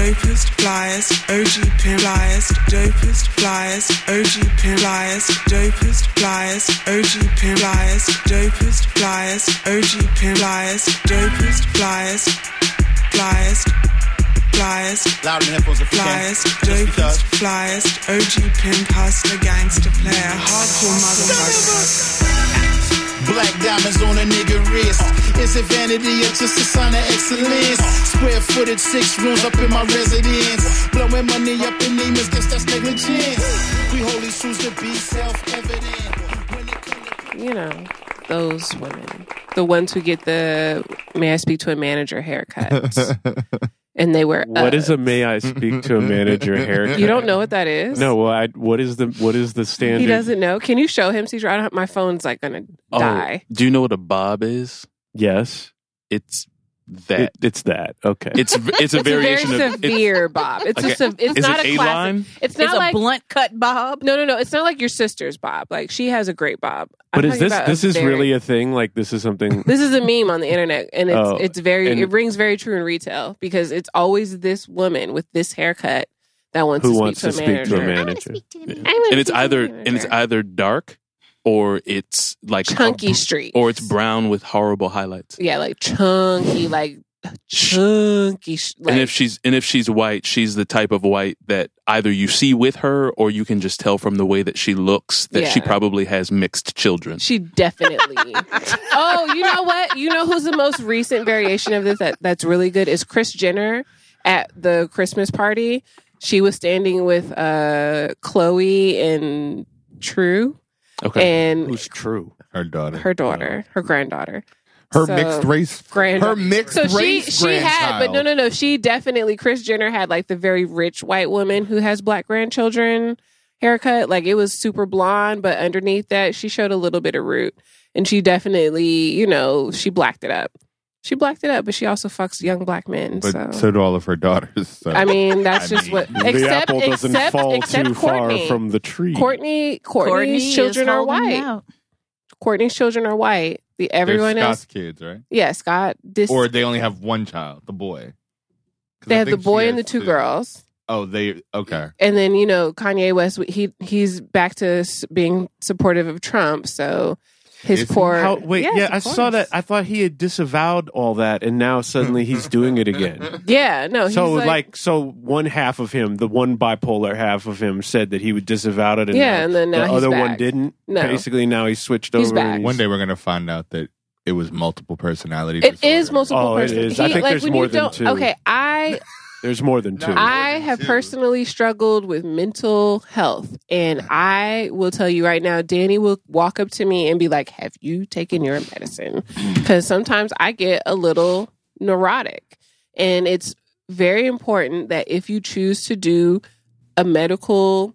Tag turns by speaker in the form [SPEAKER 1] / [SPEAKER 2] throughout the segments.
[SPEAKER 1] dopest flyers, OG pin flyers, dopest flyers, OG pin flyers, dopest flyers, OG pin flyers, dopest flyers, OG pin flyers, dopest flyers, flyers, flyers.
[SPEAKER 2] Loud in the headphones if you can.
[SPEAKER 1] Flyers,
[SPEAKER 2] Just because.
[SPEAKER 1] dopest flyers, OG pin pastor, gangster player, hardcore motherfucker.
[SPEAKER 2] Black diamonds on a nigga wrist. Is it vanity or just a sign of excellence? Square footed, six rooms up in my residence. Blowing money up in demons, guess that's negligence. We hold these truths to be self evident. When it comes to
[SPEAKER 3] you know, those women, the ones who get the may I speak to a manager haircuts, and they wear.
[SPEAKER 4] What is
[SPEAKER 3] Uggs.
[SPEAKER 4] a may I speak to a manager haircut?
[SPEAKER 3] You don't know what that is?
[SPEAKER 4] No, well, I, what is the what is the standard?
[SPEAKER 3] he doesn't know. Can you show him, Caesar? I don't. Have, my phone's like gonna
[SPEAKER 5] Oh,
[SPEAKER 3] die.
[SPEAKER 5] Do you know what a bob is?
[SPEAKER 4] Yes,
[SPEAKER 5] It's that.
[SPEAKER 4] It- it's that. Okay,
[SPEAKER 5] it's it's a
[SPEAKER 3] It's a very
[SPEAKER 5] variation of it's-
[SPEAKER 3] severe bob. It's
[SPEAKER 5] Okay.
[SPEAKER 3] a sev- it's
[SPEAKER 5] Is
[SPEAKER 3] not
[SPEAKER 5] it
[SPEAKER 3] a
[SPEAKER 5] a
[SPEAKER 3] classic.
[SPEAKER 5] line?
[SPEAKER 3] It's not
[SPEAKER 6] It's
[SPEAKER 3] like
[SPEAKER 6] a blunt cut bob.
[SPEAKER 3] no, no, no. It's not like your sister's bob. Like she has a great bob. I'm
[SPEAKER 4] but is
[SPEAKER 3] talking
[SPEAKER 4] this
[SPEAKER 3] about a
[SPEAKER 4] this is
[SPEAKER 3] very-
[SPEAKER 4] really a thing? Like this is something.
[SPEAKER 3] this is a meme on the internet, and it's
[SPEAKER 4] Oh,
[SPEAKER 3] it's very
[SPEAKER 4] and-
[SPEAKER 3] it rings very true in retail because it's always this woman with this haircut that wants
[SPEAKER 4] Who
[SPEAKER 3] to
[SPEAKER 4] wants
[SPEAKER 3] speak
[SPEAKER 4] to
[SPEAKER 3] to a
[SPEAKER 4] speak to
[SPEAKER 3] manager.
[SPEAKER 4] a man-
[SPEAKER 7] I want
[SPEAKER 4] Manager.
[SPEAKER 7] to speak to the
[SPEAKER 5] Yeah.
[SPEAKER 7] manager.
[SPEAKER 3] I wanna
[SPEAKER 5] and it's
[SPEAKER 3] speak to a
[SPEAKER 5] either and it's
[SPEAKER 3] manager.
[SPEAKER 5] either dark or it's like a
[SPEAKER 3] chunky
[SPEAKER 5] br-
[SPEAKER 3] street
[SPEAKER 5] or it's brown with horrible highlights.
[SPEAKER 3] yeah like chunky like chunky sh- like,
[SPEAKER 5] and if she's and if she's white, she's the type of white that either you see with her or you can just tell from the way that she looks that she
[SPEAKER 3] Yeah.
[SPEAKER 5] probably has mixed children.
[SPEAKER 3] she definitely oh you know what you know who's the most recent variation of this that, that's really good is chris jenner at the christmas party she was standing with uh chloe and true
[SPEAKER 5] Okay.
[SPEAKER 3] and
[SPEAKER 4] Who's true?
[SPEAKER 2] Her daughter.
[SPEAKER 3] her daughter her granddaughter
[SPEAKER 8] Uh, Her
[SPEAKER 3] So-
[SPEAKER 8] mixed race.
[SPEAKER 3] grand
[SPEAKER 8] Her mixed
[SPEAKER 3] so she
[SPEAKER 8] race.
[SPEAKER 3] she had but no
[SPEAKER 8] grandchild.
[SPEAKER 3] no no she definitely Chris Jenner had like the very rich white woman who has black grandchildren haircut like it was super blonde but underneath that she showed a little bit of root and she definitely you know she blacked it up she blacked it up but she also fucks young black men
[SPEAKER 8] But
[SPEAKER 3] so.
[SPEAKER 8] so do all of her daughters. So.
[SPEAKER 3] I mean that's
[SPEAKER 8] I
[SPEAKER 3] just
[SPEAKER 8] mean,
[SPEAKER 3] what
[SPEAKER 4] The
[SPEAKER 3] except
[SPEAKER 4] apple doesn't
[SPEAKER 3] except
[SPEAKER 4] fall
[SPEAKER 3] except
[SPEAKER 4] too
[SPEAKER 3] Courtney.
[SPEAKER 4] far from the tree.
[SPEAKER 3] Courtney Courtney's
[SPEAKER 6] is
[SPEAKER 3] children are
[SPEAKER 6] holding
[SPEAKER 3] white
[SPEAKER 6] out.
[SPEAKER 3] Courtney's children are white the
[SPEAKER 8] They're
[SPEAKER 3] everyone
[SPEAKER 8] Scots
[SPEAKER 3] else
[SPEAKER 8] kids, right?
[SPEAKER 3] yeah Scott this
[SPEAKER 8] Or they only have one child, the boy. 'Cause
[SPEAKER 3] they
[SPEAKER 8] I
[SPEAKER 3] have the
[SPEAKER 8] think she
[SPEAKER 3] boy and the
[SPEAKER 8] has
[SPEAKER 3] two girls
[SPEAKER 8] Oh, they okay.
[SPEAKER 3] and then you know Kanye West he he's back to s- being supportive of Trump so his
[SPEAKER 8] Is he?
[SPEAKER 3] poor
[SPEAKER 4] How, wait,
[SPEAKER 3] Yes,
[SPEAKER 4] yeah,
[SPEAKER 3] of
[SPEAKER 4] I saw
[SPEAKER 3] course.
[SPEAKER 4] that. I thought he had disavowed all that, and now suddenly he's doing it again.
[SPEAKER 3] yeah no he's
[SPEAKER 4] so,
[SPEAKER 3] like,
[SPEAKER 4] like, so one half of him, the one bipolar half of him, said that he would disavow it, and
[SPEAKER 3] Yeah,
[SPEAKER 4] now
[SPEAKER 3] and then now
[SPEAKER 4] the
[SPEAKER 3] he's
[SPEAKER 4] other one
[SPEAKER 3] back.
[SPEAKER 4] didn't.
[SPEAKER 3] No.
[SPEAKER 4] Basically, now he's switched
[SPEAKER 3] He's
[SPEAKER 4] over.
[SPEAKER 3] back.
[SPEAKER 4] and he's-
[SPEAKER 8] One day we're gonna find out that it was multiple personality.
[SPEAKER 3] it is
[SPEAKER 8] disorder.
[SPEAKER 3] multiple
[SPEAKER 4] Oh, it
[SPEAKER 3] person-
[SPEAKER 4] is. I think there's
[SPEAKER 3] when
[SPEAKER 4] more
[SPEAKER 3] you
[SPEAKER 4] than
[SPEAKER 3] don't-
[SPEAKER 4] two.
[SPEAKER 3] okay I
[SPEAKER 4] There's more than two.
[SPEAKER 8] No.
[SPEAKER 3] I
[SPEAKER 8] than
[SPEAKER 3] have
[SPEAKER 8] two.
[SPEAKER 3] personally struggled with mental health and I will tell you right now Danny will walk up to me and be like have you taken your medicine
[SPEAKER 4] Mm.
[SPEAKER 3] cuz sometimes I get a little neurotic and it's very important that if you choose to do a medical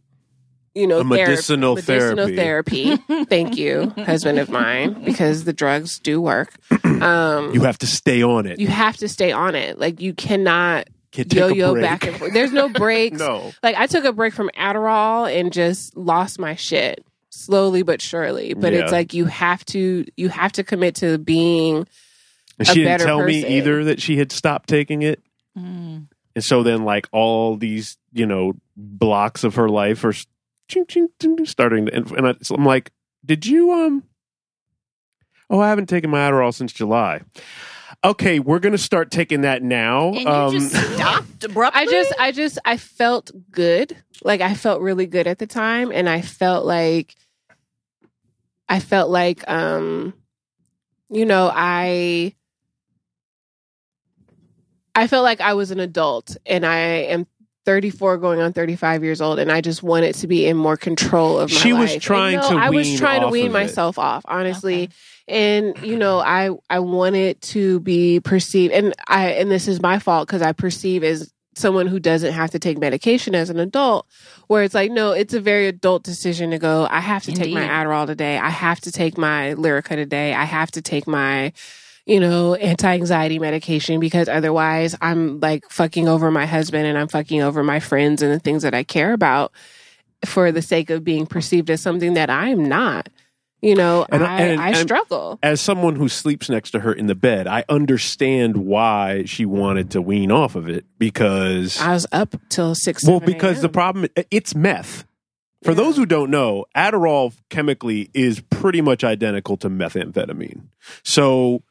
[SPEAKER 3] you know
[SPEAKER 4] A medicinal
[SPEAKER 3] medicinal therapy thank you husband of mine because the drugs do work um
[SPEAKER 4] you have to stay on it.
[SPEAKER 3] you have to stay on it like you cannot
[SPEAKER 4] Can't take a
[SPEAKER 3] yo-yo
[SPEAKER 4] break.
[SPEAKER 3] back and forth. There's no breaks.
[SPEAKER 4] No.
[SPEAKER 3] Like I took a break from Adderall and just lost my shit slowly but surely. But it's
[SPEAKER 4] Yeah.
[SPEAKER 3] like you have to you have to commit to being a
[SPEAKER 4] And she didn't
[SPEAKER 3] better
[SPEAKER 4] tell me
[SPEAKER 3] person.
[SPEAKER 4] either that she had stopped taking it.
[SPEAKER 6] Mm.
[SPEAKER 4] And so then, like all these, you know, blocks of her life are s- ching, ching, ching, ching, starting. To, and and I, so I'm like, did you um? Oh, I haven't taken my Adderall since July. Okay, we're gonna start taking that now.
[SPEAKER 6] And
[SPEAKER 4] um,
[SPEAKER 6] you just stopped abruptly.
[SPEAKER 3] I just I just I felt good. Like I felt really good at the time and I felt like I felt like um you know, I I felt like I was an adult and I am 34 going on 35 years old and I just wanted to be in more control of my
[SPEAKER 4] She was
[SPEAKER 3] life. And
[SPEAKER 4] trying
[SPEAKER 3] no,
[SPEAKER 4] to
[SPEAKER 3] I was
[SPEAKER 4] wean
[SPEAKER 3] trying to
[SPEAKER 4] off
[SPEAKER 3] wean
[SPEAKER 4] of it.
[SPEAKER 3] myself off, honestly and you know i i wanted to be perceived and i and this is my fault because i perceive as someone who doesn't have to take medication as an adult where it's like no it's a very adult decision to go i have to take my
[SPEAKER 6] Indeed.
[SPEAKER 3] adderall today i have to take my lyrica today i have to take my you know anti-anxiety medication because otherwise i'm like fucking over my husband and i'm fucking over my friends and the things that i care about for the sake of being perceived as something that i'm not You know,
[SPEAKER 4] And-
[SPEAKER 3] I,
[SPEAKER 4] and-
[SPEAKER 3] I
[SPEAKER 4] and-
[SPEAKER 3] struggle.
[SPEAKER 4] As someone who sleeps next to her in the bed, I understand why she wanted to wean off of it because
[SPEAKER 3] I was up till six.
[SPEAKER 4] well,
[SPEAKER 3] 7
[SPEAKER 4] because the
[SPEAKER 3] a.m.
[SPEAKER 4] problem it's meth. For those who don't know, Adderall chemically is pretty much identical to methamphetamine. So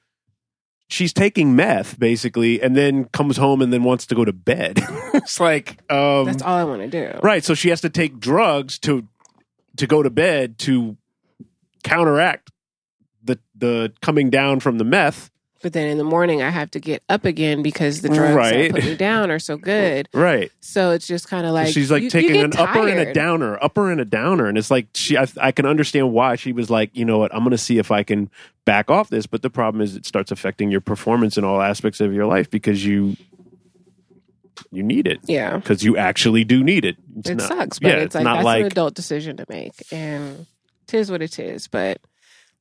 [SPEAKER 4] she's taking meth basically, and then comes home and then wants to go to bed. it's like um,
[SPEAKER 3] That's all I want to do.
[SPEAKER 4] right. So she has to take drugs to to go to bed to counteract the the coming down from the meth.
[SPEAKER 3] But then in the morning, I have to get up again because the drugs
[SPEAKER 4] Right.
[SPEAKER 3] that put me down are so good.
[SPEAKER 4] Right.
[SPEAKER 3] So it's just kind of like
[SPEAKER 4] she's like
[SPEAKER 3] you- you
[SPEAKER 4] taking
[SPEAKER 3] get
[SPEAKER 4] an upper and a
[SPEAKER 3] tired.
[SPEAKER 4] downer, upper and a downer, and it's like she. I, I can understand why she was like, you know what, I'm going to see if I can back off this. But the problem is, it starts affecting your performance in all aspects of your life because you you need it
[SPEAKER 3] Yeah,
[SPEAKER 4] because you actually do need it. It's
[SPEAKER 3] it
[SPEAKER 4] not-
[SPEAKER 3] sucks, but
[SPEAKER 4] yeah,
[SPEAKER 3] it's like that's an adult decision to make, and tis what it is. But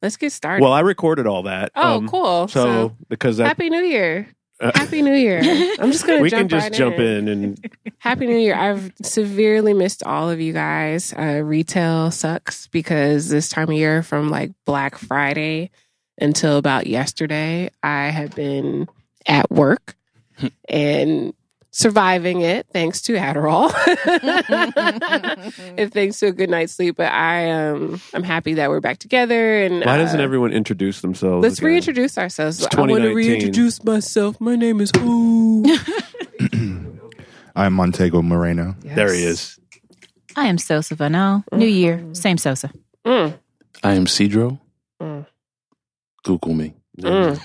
[SPEAKER 3] let's get started.
[SPEAKER 4] well, I recorded all that.
[SPEAKER 3] oh,
[SPEAKER 4] um,
[SPEAKER 3] cool.
[SPEAKER 4] So,
[SPEAKER 3] So,
[SPEAKER 4] because that,
[SPEAKER 3] happy New Year.
[SPEAKER 4] Uh,
[SPEAKER 3] happy New Year. I'm just gonna
[SPEAKER 4] we
[SPEAKER 3] jump
[SPEAKER 4] can just
[SPEAKER 3] right
[SPEAKER 4] jump
[SPEAKER 3] in.
[SPEAKER 4] in and
[SPEAKER 3] Happy New Year. I've severely missed all of you guys. Uh, retail sucks because this time of year, from like Black Friday until about yesterday, I have been at work and surviving it thanks to Adderall and thanks to a good night's sleep. But I um, I'm happy that we're back together. And
[SPEAKER 4] why doesn't
[SPEAKER 3] uh,
[SPEAKER 4] everyone introduce themselves?
[SPEAKER 3] Let's
[SPEAKER 4] again?
[SPEAKER 3] reintroduce ourselves.
[SPEAKER 4] It's
[SPEAKER 3] I want to
[SPEAKER 4] 2019.
[SPEAKER 3] reintroduce myself. My name is Who.
[SPEAKER 8] I'm Montego Moreno.
[SPEAKER 4] There he is.
[SPEAKER 7] I am Sosa Vanel. New year, same Sosa.
[SPEAKER 3] Mm,
[SPEAKER 5] I am Cedro.
[SPEAKER 3] Mm.
[SPEAKER 5] Google me.
[SPEAKER 3] mm.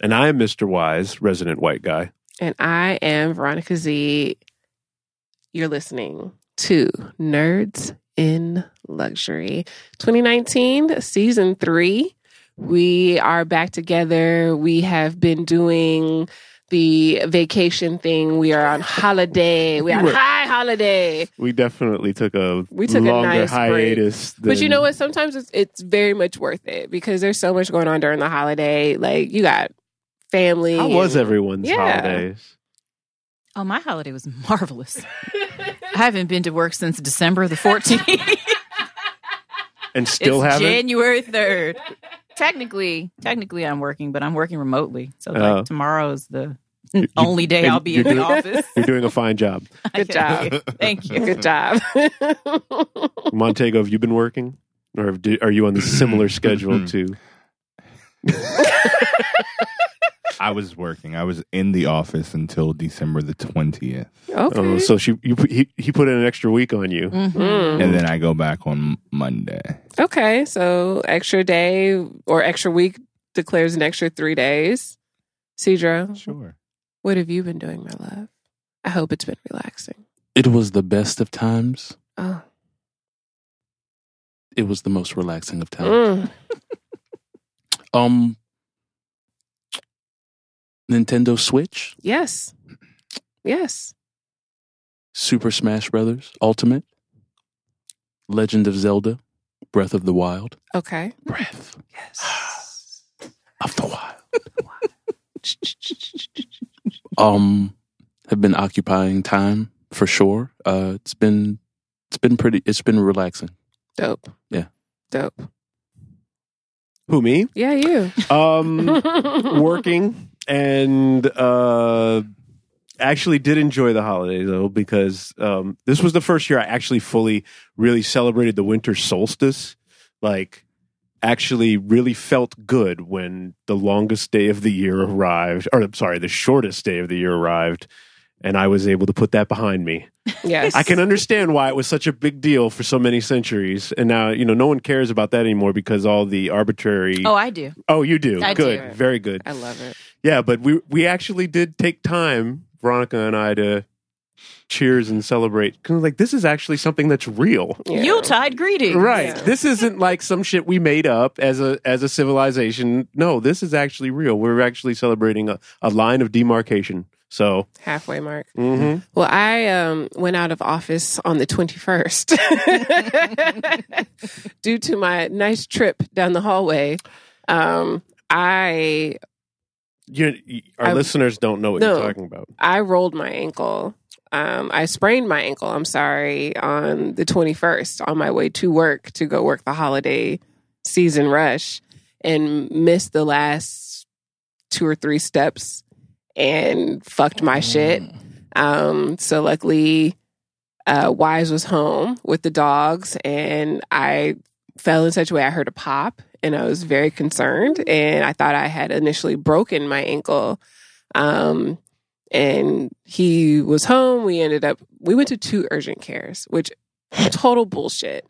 [SPEAKER 4] And I am Mr. Wise, resident white guy.
[SPEAKER 3] And I am Veronica Z. You're listening to Nerds in Luxury 2019, season three. We are back together. We have been doing the vacation thing. We are on holiday. We are
[SPEAKER 4] You
[SPEAKER 3] on
[SPEAKER 4] were-
[SPEAKER 3] high holiday.
[SPEAKER 4] We definitely took a
[SPEAKER 3] We took a
[SPEAKER 4] longer
[SPEAKER 3] nice
[SPEAKER 4] hiatus.
[SPEAKER 3] But you
[SPEAKER 4] than-
[SPEAKER 3] know what? Sometimes it's, it's very much worth it because there's so much going on during the holiday. Like you got family.
[SPEAKER 4] How was everyone's
[SPEAKER 3] Yeah.
[SPEAKER 4] holidays?
[SPEAKER 7] Oh, my holiday was marvelous. I haven't been to work since December the 14th.
[SPEAKER 4] And still
[SPEAKER 7] it's
[SPEAKER 4] haven't?
[SPEAKER 7] January 3rd. technically, technically I'm working, but I'm working remotely. So
[SPEAKER 4] Oh.
[SPEAKER 7] like tomorrow is the only day
[SPEAKER 4] and
[SPEAKER 7] I'll be
[SPEAKER 4] you
[SPEAKER 7] in the
[SPEAKER 4] do-
[SPEAKER 7] office.
[SPEAKER 4] You're doing a fine job.
[SPEAKER 3] Good job.
[SPEAKER 7] Thank you.
[SPEAKER 3] Good job.
[SPEAKER 4] Montego, have you been working? Or have- do- are you on the similar schedule to?
[SPEAKER 8] I was working. I was in the office until December the 20th.
[SPEAKER 3] okay.
[SPEAKER 4] Oh, so she you, he, he put in an extra week on you.
[SPEAKER 7] Mhm.
[SPEAKER 3] Mm.
[SPEAKER 8] And then I go back on Monday.
[SPEAKER 3] Okay, so extra day or extra week declares an extra three days. Cedra,
[SPEAKER 8] Sure.
[SPEAKER 3] what have you been doing, my love? I hope it's been relaxing.
[SPEAKER 5] It was the best of times.
[SPEAKER 3] Oh,
[SPEAKER 5] It was the most relaxing
[SPEAKER 4] Oh.
[SPEAKER 5] of times.
[SPEAKER 3] Mm.
[SPEAKER 5] Um, Nintendo Switch,
[SPEAKER 3] yes, yes.
[SPEAKER 5] Super Smash Brothers Ultimate, Legend of Zelda, Breath of the Wild,
[SPEAKER 3] Okay,
[SPEAKER 5] Breath
[SPEAKER 3] yes.
[SPEAKER 5] of the Wild. um, have been occupying time for sure. Uh, it's been it's been pretty. It's been relaxing.
[SPEAKER 3] Dope.
[SPEAKER 5] Yeah.
[SPEAKER 3] Dope.
[SPEAKER 4] Who me?
[SPEAKER 3] Yeah, you.
[SPEAKER 4] Um, working and uh, actually did enjoy the holiday though because um, this was the first year I actually fully really celebrated the winter solstice. Like, actually, really felt good when the longest day of the year arrived, or I'm sorry, the shortest day of the year arrived. And I was able to put that behind me.
[SPEAKER 3] yes,
[SPEAKER 4] I can understand why it was such a big deal for so many centuries. And now, you know, no one cares about that anymore because all the arbitrary.
[SPEAKER 7] Oh, I do.
[SPEAKER 4] Oh, you do.
[SPEAKER 7] I
[SPEAKER 4] good.
[SPEAKER 3] do.
[SPEAKER 4] Very good.
[SPEAKER 3] I love it.
[SPEAKER 4] Yeah, but we we actually did take time, Veronica and I, to cheers and celebrate. 'Cause, like this is actually something that's real.
[SPEAKER 3] Yeah.
[SPEAKER 7] Yuletide greetings.
[SPEAKER 4] Right.
[SPEAKER 3] Yeah.
[SPEAKER 4] This isn't like some shit we made up as a as a civilization. No, this is actually real. We're actually celebrating a, a line of demarcation. So
[SPEAKER 3] halfway mark.
[SPEAKER 4] mhm.
[SPEAKER 3] Well, I um, went out of office on the 21st due to my nice trip down the hallway. Um, I
[SPEAKER 4] You- you- our
[SPEAKER 3] I-
[SPEAKER 4] listeners don't know what
[SPEAKER 3] No.
[SPEAKER 4] you're talking about.
[SPEAKER 3] I rolled my ankle. Um, I sprained my ankle. I'm sorry on the 21st on my way to work to go work the holiday season rush and missed the last two or three steps and fucked my shit. Um, so luckily, uh, Wise was home with the dogs, and I fell in such a way I heard a pop, and I was very concerned, and I thought I had initially broken my ankle. Um, and he was home. We ended up we went to two urgent cares, which total bullshit.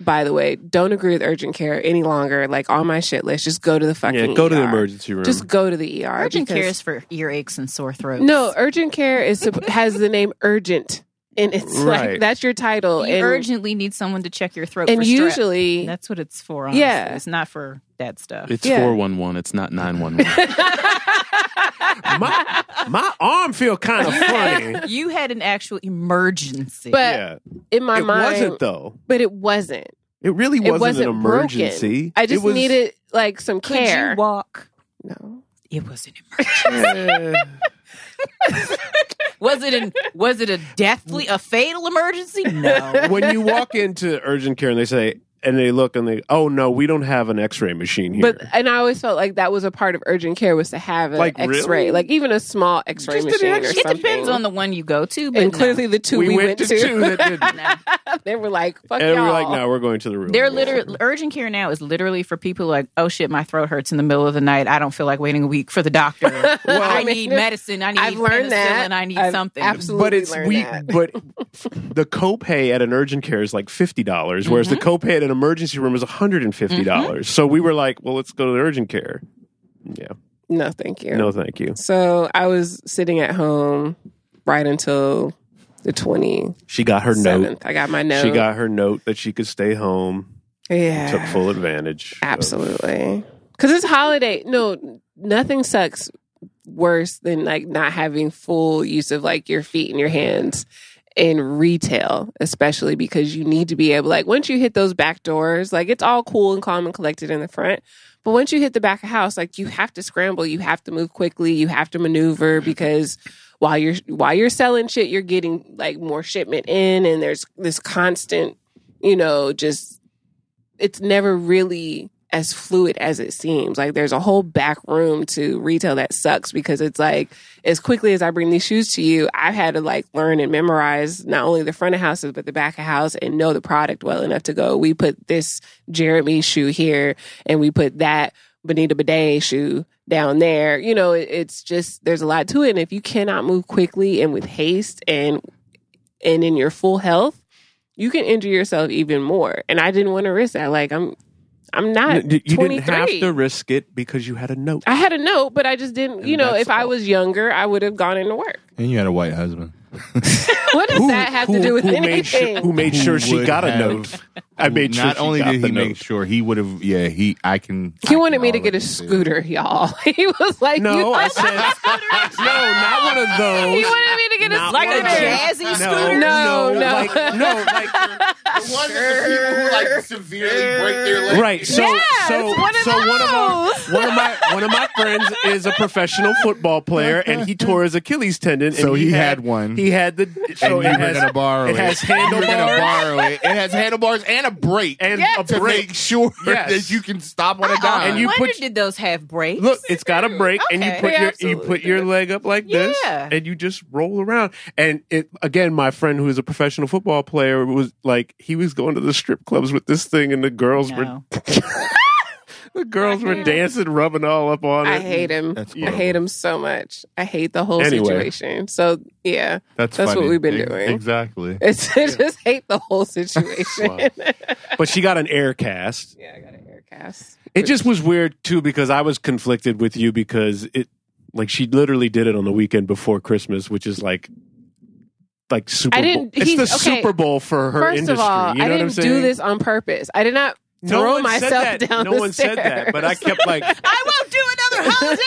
[SPEAKER 3] By the way, don't agree with urgent care any longer. Like on my shit list, just go to the fucking
[SPEAKER 4] yeah, go to the
[SPEAKER 3] ER.
[SPEAKER 4] emergency room.
[SPEAKER 3] Just go to the ER.
[SPEAKER 7] Urgent care
[SPEAKER 3] because-
[SPEAKER 7] is for earaches and sore throats.
[SPEAKER 3] no, urgent care is supp- has the name urgent, and it's
[SPEAKER 4] Right.
[SPEAKER 3] like that's your title.
[SPEAKER 7] you
[SPEAKER 3] Oh, and
[SPEAKER 7] urgently need someone to check your throat.
[SPEAKER 3] and
[SPEAKER 7] for strep.
[SPEAKER 3] usually,
[SPEAKER 7] that's what it's for. Honestly.
[SPEAKER 3] Yeah.
[SPEAKER 7] it's not for that stuff.
[SPEAKER 5] It's
[SPEAKER 3] Yeah.
[SPEAKER 5] 411. It's not 911.
[SPEAKER 4] my, my arm feel kind of funny.
[SPEAKER 7] you had an actual emergency.
[SPEAKER 3] but
[SPEAKER 4] yeah,
[SPEAKER 3] in my
[SPEAKER 4] it
[SPEAKER 3] mind,
[SPEAKER 4] wasn't though.
[SPEAKER 3] but it wasn't.
[SPEAKER 4] It really
[SPEAKER 3] It
[SPEAKER 4] wasn't,
[SPEAKER 3] wasn't
[SPEAKER 4] an
[SPEAKER 3] broken.
[SPEAKER 4] emergency.
[SPEAKER 3] I
[SPEAKER 4] It
[SPEAKER 3] just
[SPEAKER 4] was-
[SPEAKER 3] needed like some
[SPEAKER 7] could
[SPEAKER 3] care.
[SPEAKER 7] you walk?
[SPEAKER 3] no,
[SPEAKER 7] It was an emergency.
[SPEAKER 4] Eh,
[SPEAKER 7] was it an was it a deathly a fatal emergency? No.
[SPEAKER 4] when you walk into urgent care and they say, and they look and they, oh no, we don't have an X-ray machine here.
[SPEAKER 3] but and I always felt like that was a part of urgent care was to have an
[SPEAKER 4] Like,
[SPEAKER 3] X-ray,
[SPEAKER 4] really?
[SPEAKER 3] like even a small X-ray
[SPEAKER 4] Just an
[SPEAKER 3] machine.
[SPEAKER 4] X-
[SPEAKER 3] or
[SPEAKER 7] It
[SPEAKER 3] something.
[SPEAKER 7] depends on the one you go to, but
[SPEAKER 3] and
[SPEAKER 7] no.
[SPEAKER 3] clearly the two we, went, to,
[SPEAKER 4] two that didn't.
[SPEAKER 3] they were like, "Fuck
[SPEAKER 4] and
[SPEAKER 3] y'all."
[SPEAKER 4] we're like, no, we're going to the room.
[SPEAKER 7] They're literally urgent care now is literally for people like, oh shit, my throat hurts in the middle of the night. I don't feel like waiting a week for the doctor. I
[SPEAKER 3] I mean,
[SPEAKER 7] need medicine. I need
[SPEAKER 3] I've learned that.
[SPEAKER 7] penicillin. I need
[SPEAKER 3] I've
[SPEAKER 7] something.
[SPEAKER 3] absolutely
[SPEAKER 4] But it's
[SPEAKER 3] learned
[SPEAKER 4] we,
[SPEAKER 3] that.
[SPEAKER 4] but the copay at an urgent care is like fifty dollars, whereas the
[SPEAKER 3] Mm-hmm.
[SPEAKER 4] copay at an emergency room is one hundred and fifty dollars. So we were like, well, let's go to the urgent care. Yeah,
[SPEAKER 3] No, thank you.
[SPEAKER 4] no, thank you.
[SPEAKER 3] So I was sitting at home right until the 27th.
[SPEAKER 4] She got her note.
[SPEAKER 3] I got my note.
[SPEAKER 4] She got her note that she could stay home.
[SPEAKER 3] yeah,
[SPEAKER 4] Took full advantage. of-
[SPEAKER 3] absolutely. Because it's holiday. No, nothing sucks worse than like not having full use of like your feet and your hands in retail, especially because you need to be able like once you hit those back doors, like it's all cool and calm and collected in the front. But once you hit the back of house, like you have to scramble, you have to move quickly, you have to maneuver because while you're while you're selling shit, you're getting like more shipment in and there's this constant, you know, just it's never really as fluid as it seems. Like there's a whole back room to retail that sucks because it's like as quickly as I bring these shoes to you, I've had to like learn and memorize not only the front of houses but the back of house and know the product well enough to go. We put this Jeremy shoe here, and we put that Bonita Bidet shoe down there. You know, it, it's just there's a lot to it, and if you cannot move quickly and with haste and and in your full health, you can injure yourself even more. And I didn't want to risk that. Like I'm, I'm
[SPEAKER 4] You
[SPEAKER 3] not.
[SPEAKER 4] didn't
[SPEAKER 3] 23.
[SPEAKER 4] have to risk it because you had a note.
[SPEAKER 3] I had a note, but I just didn't. You
[SPEAKER 4] And
[SPEAKER 3] know,
[SPEAKER 4] that's
[SPEAKER 3] if I
[SPEAKER 4] all.
[SPEAKER 3] was younger, I would have gone into work.
[SPEAKER 8] And you had a white husband.
[SPEAKER 3] What does that have to do with
[SPEAKER 4] who
[SPEAKER 3] anything?
[SPEAKER 4] Made sure, who made sure
[SPEAKER 8] Who
[SPEAKER 4] she
[SPEAKER 8] would
[SPEAKER 4] got a
[SPEAKER 8] have-
[SPEAKER 4] note? I made sure
[SPEAKER 8] Not
[SPEAKER 4] she
[SPEAKER 8] only
[SPEAKER 4] got
[SPEAKER 8] did
[SPEAKER 4] the
[SPEAKER 8] he
[SPEAKER 4] note.
[SPEAKER 8] make sure he would have. Yeah, he. I can. I
[SPEAKER 3] He
[SPEAKER 8] can
[SPEAKER 3] wanted me to get a
[SPEAKER 8] already see it.
[SPEAKER 3] scooter, y'all. He was like,
[SPEAKER 4] no,
[SPEAKER 3] you-
[SPEAKER 4] I said no, not one of those.
[SPEAKER 3] he wanted me to get a
[SPEAKER 4] Not
[SPEAKER 7] like a
[SPEAKER 4] one of those.
[SPEAKER 7] jazzy
[SPEAKER 4] No,
[SPEAKER 7] scooter.
[SPEAKER 3] No,
[SPEAKER 4] no,
[SPEAKER 3] no.
[SPEAKER 4] like, no, like, right. So,
[SPEAKER 3] Yes,
[SPEAKER 4] so,
[SPEAKER 3] one of
[SPEAKER 4] so one of our,
[SPEAKER 3] those.
[SPEAKER 4] one of my one of my friends is a professional football player, and he tore his Achilles tendon.
[SPEAKER 8] So
[SPEAKER 4] and
[SPEAKER 8] he had one.
[SPEAKER 4] He had the.
[SPEAKER 8] And
[SPEAKER 4] So
[SPEAKER 8] you
[SPEAKER 4] it
[SPEAKER 8] were
[SPEAKER 4] has,
[SPEAKER 8] gonna borrow
[SPEAKER 4] It
[SPEAKER 8] it.
[SPEAKER 4] has
[SPEAKER 8] You were gonna
[SPEAKER 4] handlebars
[SPEAKER 8] borrow it. It has handlebars and a brake.
[SPEAKER 4] and a
[SPEAKER 8] to
[SPEAKER 4] brake.
[SPEAKER 8] make sure
[SPEAKER 4] Yes. Ah,
[SPEAKER 8] that you can stop on a
[SPEAKER 7] I
[SPEAKER 3] Uh-uh.
[SPEAKER 8] dime.
[SPEAKER 4] And you
[SPEAKER 7] wonder
[SPEAKER 4] put-
[SPEAKER 7] did those have brakes?
[SPEAKER 4] Look, it's got a brake, and you
[SPEAKER 7] Okay.
[SPEAKER 4] put
[SPEAKER 3] They
[SPEAKER 4] your you
[SPEAKER 3] absolutely
[SPEAKER 4] put your
[SPEAKER 3] do.
[SPEAKER 4] leg up like this,
[SPEAKER 7] Yeah.
[SPEAKER 4] and you just roll around. And it again, my friend who is a professional football player was like, he was going to the strip clubs with this thing, and the girls were
[SPEAKER 7] No.
[SPEAKER 4] the girls were dancing, rubbing all up on it.
[SPEAKER 3] I hate him.
[SPEAKER 8] That's
[SPEAKER 3] I hate him so much. I hate the whole
[SPEAKER 4] Anyway.
[SPEAKER 3] situation. So yeah, that's what
[SPEAKER 8] funny.
[SPEAKER 3] we've been
[SPEAKER 8] Ex-
[SPEAKER 3] doing.
[SPEAKER 8] Exactly.
[SPEAKER 3] It's I just hate the whole situation.
[SPEAKER 4] But she got an air cast.
[SPEAKER 3] yeah, I got an air cast.
[SPEAKER 4] It just was weird too because I was conflicted with you because it like she literally did it on the weekend before Christmas, which is like like Super
[SPEAKER 3] I didn't-
[SPEAKER 4] Bowl. It's
[SPEAKER 3] he-
[SPEAKER 4] the
[SPEAKER 3] okay.
[SPEAKER 4] Super Bowl for her
[SPEAKER 3] First
[SPEAKER 4] industry.
[SPEAKER 3] of all,
[SPEAKER 4] you know
[SPEAKER 3] I
[SPEAKER 4] what I'm
[SPEAKER 3] didn't
[SPEAKER 4] saying?
[SPEAKER 3] do this on purpose. I did not
[SPEAKER 4] No
[SPEAKER 3] throw
[SPEAKER 4] one said
[SPEAKER 3] myself
[SPEAKER 4] that.
[SPEAKER 3] down.
[SPEAKER 4] No
[SPEAKER 3] the
[SPEAKER 4] one said that, but I
[SPEAKER 3] stairs.
[SPEAKER 4] kept like
[SPEAKER 7] I won't do another holiday.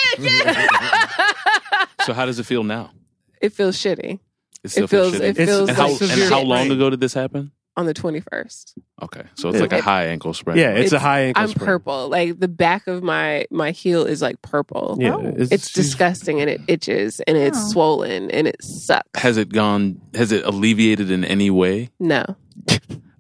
[SPEAKER 5] so how does it feel now?
[SPEAKER 3] It feels shitty
[SPEAKER 5] It still
[SPEAKER 3] It feels-
[SPEAKER 5] shitty.
[SPEAKER 3] it feels
[SPEAKER 5] and how,
[SPEAKER 4] like
[SPEAKER 5] and
[SPEAKER 4] severe
[SPEAKER 5] how
[SPEAKER 4] pain.
[SPEAKER 5] long ago did this happen?
[SPEAKER 3] on the twenty first.
[SPEAKER 5] Okay, so it's like a
[SPEAKER 3] It-
[SPEAKER 5] high ankle sprain.
[SPEAKER 4] yeah, it's, a high ankle.
[SPEAKER 3] I'm
[SPEAKER 4] sprain.
[SPEAKER 3] purple. Like the back of my my heel is like purple.
[SPEAKER 4] Yeah,
[SPEAKER 3] It's disgusting and it itches and it's
[SPEAKER 7] Oh.
[SPEAKER 3] swollen and it sucks.
[SPEAKER 5] Has it gone? Has it alleviated in any way?
[SPEAKER 3] No.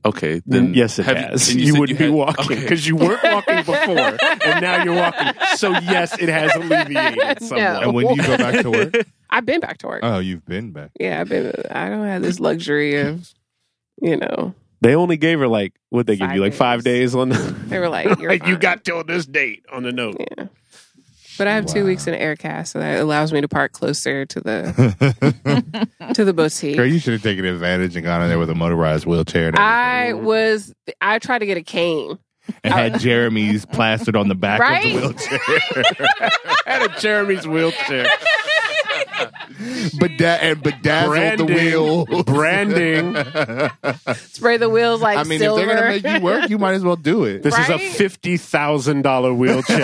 [SPEAKER 5] Okay, then
[SPEAKER 4] yes, it
[SPEAKER 5] Mm. have
[SPEAKER 4] has.
[SPEAKER 5] and
[SPEAKER 4] You,
[SPEAKER 5] said
[SPEAKER 4] wouldn't be
[SPEAKER 5] had-
[SPEAKER 4] walking
[SPEAKER 5] okay.
[SPEAKER 4] because you weren't walking before, and now you're walking. So yes, it has alleviated
[SPEAKER 3] No.
[SPEAKER 4] somewhat.
[SPEAKER 8] And when do you go back to work?
[SPEAKER 3] I've been back to work.
[SPEAKER 8] Oh, you've been back.
[SPEAKER 3] yeah, I've been. I don't have this luxury of, you know.
[SPEAKER 4] They only gave her like what they give
[SPEAKER 3] Five
[SPEAKER 4] you like five
[SPEAKER 3] days.
[SPEAKER 4] days on the.
[SPEAKER 3] They were like, You're
[SPEAKER 4] you
[SPEAKER 3] fine.
[SPEAKER 4] got till this date on the note.
[SPEAKER 3] Yeah. But I have two
[SPEAKER 8] Wow.
[SPEAKER 3] weeks in Aircast, so that allows me to park closer to the to the boutique.
[SPEAKER 8] Girl, you should have taken advantage and gone in there with a motorized wheelchair. And,
[SPEAKER 3] I
[SPEAKER 8] everything.
[SPEAKER 3] was. I tried to get a cane.
[SPEAKER 8] and had Jeremy's plastered on the back
[SPEAKER 3] Right?
[SPEAKER 8] of the wheelchair,
[SPEAKER 4] Out of Jeremy's wheelchair,
[SPEAKER 8] Beda- and bedazzled the wheel.
[SPEAKER 4] branding, branding.
[SPEAKER 3] Spray the wheels like
[SPEAKER 8] I mean,
[SPEAKER 3] silver.
[SPEAKER 8] if they're gonna make you work, you might as well do it.
[SPEAKER 4] This
[SPEAKER 3] Right?
[SPEAKER 4] is a fifty thousand dollar wheelchair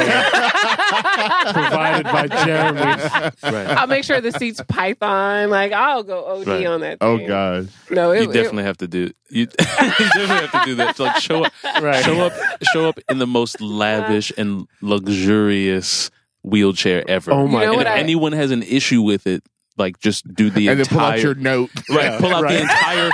[SPEAKER 4] provided by Jeremy.
[SPEAKER 3] I'll make sure the seat's python. Like I'll go OD
[SPEAKER 5] Right.
[SPEAKER 3] on that.
[SPEAKER 8] Oh
[SPEAKER 3] thing.
[SPEAKER 8] gosh,
[SPEAKER 3] No, it,
[SPEAKER 5] you definitely have to do you, you definitely have to do that. So, like show up,
[SPEAKER 4] Right.
[SPEAKER 5] show up, show up in the most lavish and luxurious wheelchair ever.
[SPEAKER 4] Oh my
[SPEAKER 3] You know
[SPEAKER 5] and
[SPEAKER 3] what
[SPEAKER 5] if
[SPEAKER 3] I-
[SPEAKER 5] anyone has an issue with it, like just do the
[SPEAKER 8] and then
[SPEAKER 5] entire
[SPEAKER 8] pull out your note.
[SPEAKER 5] right. pull out
[SPEAKER 4] right.
[SPEAKER 5] the entire.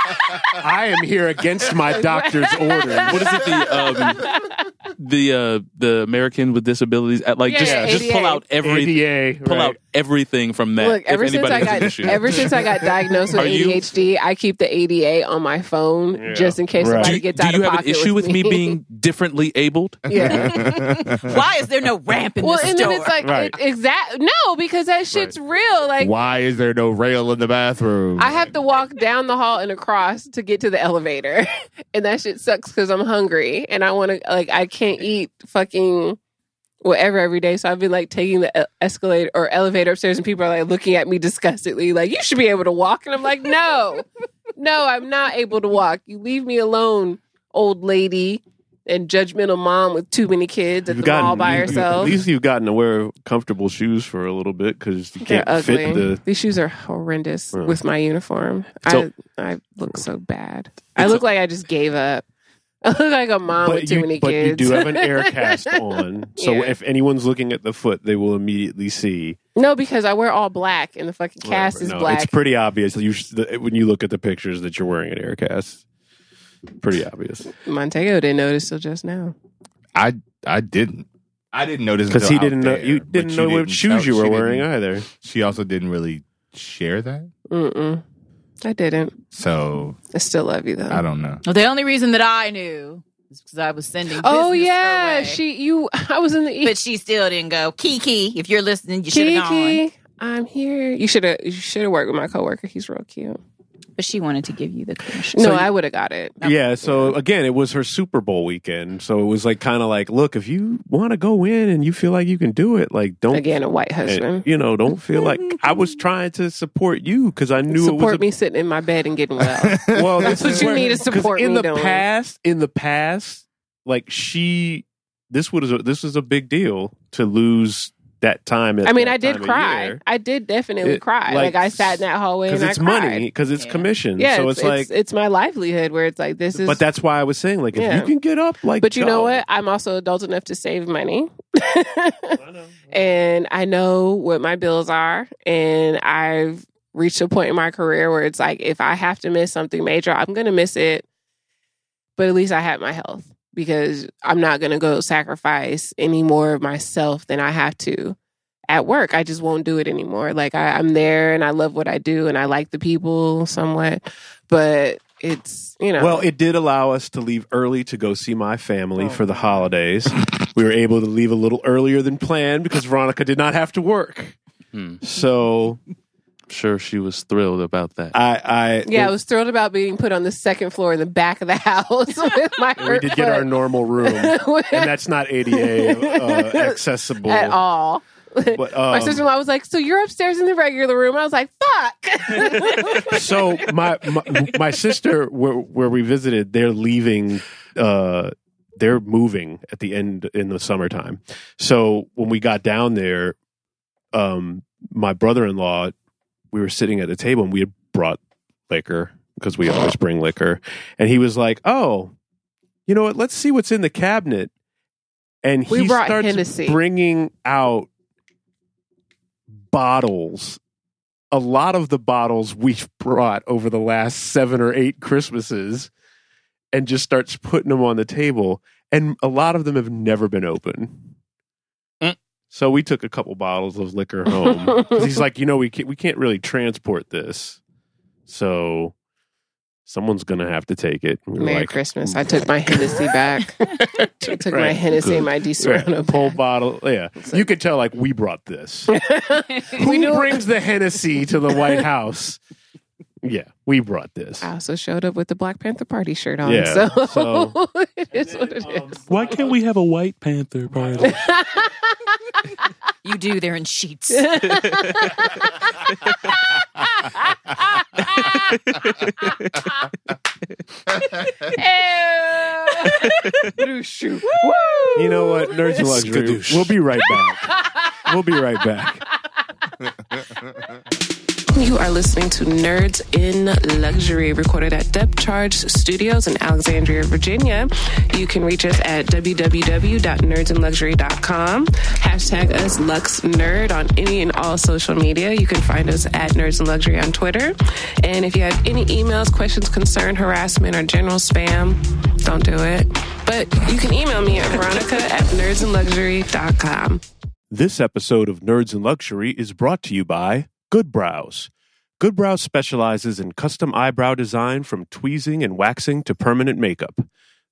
[SPEAKER 4] I am here against my doctor's order.
[SPEAKER 5] What is it? The um, the uh, the American with disabilities. At, like
[SPEAKER 3] Yeah,
[SPEAKER 5] just
[SPEAKER 3] yeah,
[SPEAKER 5] just pull
[SPEAKER 3] ADA.
[SPEAKER 5] out every
[SPEAKER 4] ADA.
[SPEAKER 5] pull
[SPEAKER 4] right.
[SPEAKER 5] out everything from that.
[SPEAKER 3] Look,
[SPEAKER 5] if
[SPEAKER 3] ever since
[SPEAKER 5] anybody
[SPEAKER 3] I
[SPEAKER 5] has an
[SPEAKER 3] got
[SPEAKER 5] issue.
[SPEAKER 3] ever since I got diagnosed with
[SPEAKER 5] Are you-
[SPEAKER 3] ADHD, I keep the ADA on my phone
[SPEAKER 4] Yeah.
[SPEAKER 3] just in case
[SPEAKER 4] Right.
[SPEAKER 5] do,
[SPEAKER 3] somebody
[SPEAKER 5] you-
[SPEAKER 3] gets
[SPEAKER 5] do
[SPEAKER 3] out
[SPEAKER 5] you
[SPEAKER 3] of
[SPEAKER 5] have an
[SPEAKER 3] pocket
[SPEAKER 5] issue with me being differently abled?
[SPEAKER 3] yeah.
[SPEAKER 6] Why is there no ramp in
[SPEAKER 3] Well,
[SPEAKER 6] this
[SPEAKER 3] and
[SPEAKER 6] store?
[SPEAKER 3] then it's like
[SPEAKER 4] Right.
[SPEAKER 3] it, exact no because that shit's real. Like
[SPEAKER 8] Why is there no rail in the bathroom?
[SPEAKER 3] I have to walk down the hall and across to get to the elevator, and that shit sucks because I'm hungry and I want to like I can't eat fucking whatever every day. So I've been like taking the e- escalator or elevator upstairs, and people are like looking at me disgustedly, like you should be able to walk, and I'm like, no, no, I'm not able to walk. You leave me alone, old lady. And judgmental mom with too many kids at the mall by
[SPEAKER 4] you- you-
[SPEAKER 3] herself.
[SPEAKER 4] At least you've gotten to wear comfortable shoes for a little bit because you
[SPEAKER 3] They're
[SPEAKER 4] can't
[SPEAKER 3] ugly.
[SPEAKER 4] fit the. Mm.
[SPEAKER 3] These shoes are horrendous
[SPEAKER 4] Really?
[SPEAKER 3] with my uniform.
[SPEAKER 5] So-
[SPEAKER 3] I I look so bad. I look like I just gave up. I look like a mom with too
[SPEAKER 4] you,
[SPEAKER 3] many
[SPEAKER 4] but you
[SPEAKER 3] kids.
[SPEAKER 4] do have an air cast on, so
[SPEAKER 3] Yeah.
[SPEAKER 4] if anyone's looking at the foot, they will immediately see.
[SPEAKER 3] no, because I wear all black and the fucking cast is
[SPEAKER 4] No,
[SPEAKER 3] black.
[SPEAKER 4] It's pretty obvious. You sh- the, when you look at the pictures that you're wearing an air cast, pretty obvious
[SPEAKER 3] Montego didn't notice till just now.
[SPEAKER 8] I I didn't. I didn't notice
[SPEAKER 4] because
[SPEAKER 8] until
[SPEAKER 4] he
[SPEAKER 8] out
[SPEAKER 4] didn't know
[SPEAKER 8] there,
[SPEAKER 4] you
[SPEAKER 8] but
[SPEAKER 4] didn't
[SPEAKER 8] she
[SPEAKER 4] know what
[SPEAKER 8] didn't tell-
[SPEAKER 4] shoes you
[SPEAKER 8] she
[SPEAKER 4] were
[SPEAKER 8] didn't-
[SPEAKER 4] wearing either.
[SPEAKER 8] She also didn't really share that,
[SPEAKER 3] Mm-mm. I didn't.
[SPEAKER 8] so
[SPEAKER 3] I still love you though.
[SPEAKER 4] Oh.
[SPEAKER 8] I don't know.
[SPEAKER 7] Well, the only reason that I knew is because I was sending.
[SPEAKER 3] oh
[SPEAKER 7] business
[SPEAKER 3] yeah,
[SPEAKER 7] her way.
[SPEAKER 3] she you. I was in the e-
[SPEAKER 7] But she still didn't go. Kiki, if you're listening, you should have gone.
[SPEAKER 3] Kiki. I'm here. You should have. You should have worked with my coworker. He's real cute.
[SPEAKER 7] But she wanted to give you the commission.
[SPEAKER 3] No, I would have got it.
[SPEAKER 4] Yeah, so again, it was her Super Bowl weekend, so it was like kind of like, look, if you want to go in and you feel like you can do it, like don't
[SPEAKER 3] Again, a white
[SPEAKER 4] And,
[SPEAKER 3] husband.
[SPEAKER 4] you know, don't feel like I was trying to support you because I knew
[SPEAKER 3] support
[SPEAKER 4] it was
[SPEAKER 3] me sitting in my bed and getting well.
[SPEAKER 4] A, well,
[SPEAKER 3] That's
[SPEAKER 4] this
[SPEAKER 3] what
[SPEAKER 4] is
[SPEAKER 3] you
[SPEAKER 4] where-
[SPEAKER 3] need to
[SPEAKER 4] 'cause
[SPEAKER 3] support
[SPEAKER 4] in
[SPEAKER 3] me
[SPEAKER 4] the
[SPEAKER 3] doing.
[SPEAKER 4] past. In the past, like she, this was a, this was a big deal to lose that time. At
[SPEAKER 3] I mean,
[SPEAKER 4] that
[SPEAKER 3] I did
[SPEAKER 4] time of
[SPEAKER 3] cry.
[SPEAKER 4] year.
[SPEAKER 3] I did definitely
[SPEAKER 4] It-
[SPEAKER 3] cry. Like,
[SPEAKER 4] like,
[SPEAKER 3] I sat in that hallway and I
[SPEAKER 4] it's
[SPEAKER 3] cried.
[SPEAKER 4] money, because it's
[SPEAKER 7] Yeah.
[SPEAKER 4] commission.
[SPEAKER 3] Yeah,
[SPEAKER 4] so it's, like,
[SPEAKER 3] it's, my livelihood. Where it's like this is.
[SPEAKER 4] but that's why I was saying, like,
[SPEAKER 3] Yeah.
[SPEAKER 4] if you can get up, like,
[SPEAKER 3] But you know
[SPEAKER 4] go.
[SPEAKER 3] what? I'm also adult enough to save money. and I know what my bills are. And I've reached a point in my career where it's like, if I have to miss something major, I'm going to miss it. But at least I have my health because I'm not going to go sacrifice any more of myself than I have to at work. I just won't do it anymore. Like, I, I'm there and I love what I do and I like the people somewhat. But it's, you know.
[SPEAKER 4] Well, it did allow us to leave early to go see my
[SPEAKER 3] Oh.
[SPEAKER 4] family for the holidays. we were able to leave a little earlier than planned because Veronica did not have to work.
[SPEAKER 5] Hmm.
[SPEAKER 4] So
[SPEAKER 5] I'm sure she was thrilled about that.
[SPEAKER 4] I, I
[SPEAKER 3] Yeah, I was thrilled about being put on the second floor in the back of the house with my
[SPEAKER 4] we did get our
[SPEAKER 3] hurt
[SPEAKER 4] normal room, and
[SPEAKER 3] foot
[SPEAKER 4] that's not ADA uh, accessible
[SPEAKER 3] at all.
[SPEAKER 4] But,
[SPEAKER 3] my
[SPEAKER 4] um,
[SPEAKER 3] sister in law was like, "So you're upstairs in the regular room?" I was like, "Fuck."
[SPEAKER 4] so my, my my sister where where we visited they're leaving uh they're moving at the end in the summertime so when we got down there um my brother-in-law we were sitting at the table and we had brought liquor because we always bring liquor and he was like oh you know what let's see what's in the cabinet and he
[SPEAKER 3] We brought
[SPEAKER 4] starts
[SPEAKER 3] Hennessy.
[SPEAKER 4] bringing out bottles a lot of the bottles we've brought over the last seven or eight Christmases. and just starts putting them on the table. And a lot of them have never been open.
[SPEAKER 5] Mm.
[SPEAKER 4] So we took a couple bottles of liquor home. 'Cause he's like, you know, we can't, we can't really transport this. So someone's going to have to take it. And we were
[SPEAKER 3] Merry
[SPEAKER 4] like,
[SPEAKER 3] Christmas. I took my Hennessy back. I took my
[SPEAKER 4] Right.
[SPEAKER 3] Hennessy and my D
[SPEAKER 4] Right.
[SPEAKER 3] Serrano
[SPEAKER 4] Whole bottle. Yeah. You could tell, like, we brought this. Who brings the Hennessy to the White House? Yeah, we brought this.
[SPEAKER 3] I also showed up with the Black Panther Party shirt on.
[SPEAKER 4] Yeah,
[SPEAKER 3] so,
[SPEAKER 4] so-
[SPEAKER 3] it is what it is.
[SPEAKER 5] Why can't we have a White Panther party?
[SPEAKER 6] You do. They're in sheets.
[SPEAKER 4] You know what? Nerds of Luxury.
[SPEAKER 5] Skadoosh.
[SPEAKER 4] We'll be right back. we'll be right back.
[SPEAKER 3] You are listening to Nerds in Luxury, recorded at Depth Charge Studios in Alexandria, Virginia. You can reach us at www.nerdsinluxury.com. Hashtag us LuxNerd on any and all social media. You can find us at Nerds in Luxury on Twitter. And if you have any emails, questions, concern, harassment, or general spam, don't do it. But you can email me at veronica at nerdsinluxury.com.
[SPEAKER 4] This episode of Nerds and Luxury is brought to you by Good Brows. Good Brows specializes in custom eyebrow design from tweezing and waxing to permanent makeup.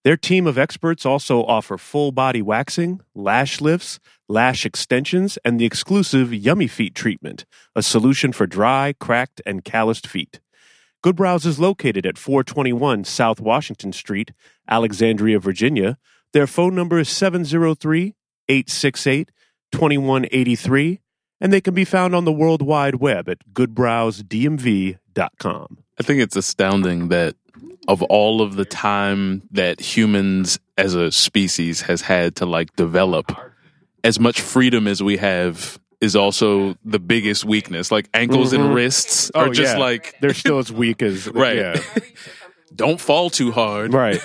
[SPEAKER 4] Their team of experts also offer full body waxing, lash lifts, lash extensions, and the exclusive Yummy Feet treatment, a solution for dry, cracked, and calloused feet. Good Brows is located at 421 South Washington Street, Alexandria, Virginia. Their phone number is 703 868 2183, and they can be found on the World Wide Web at goodbrowsdmv.com.
[SPEAKER 5] I think it's astounding that of all of the time that humans as a species has had to like develop, as much freedom as we have is also the biggest weakness. Like ankles and wrists are just like
[SPEAKER 4] they're still as weak as
[SPEAKER 5] Right.
[SPEAKER 4] yeah.
[SPEAKER 5] don't fall too hard.
[SPEAKER 4] right.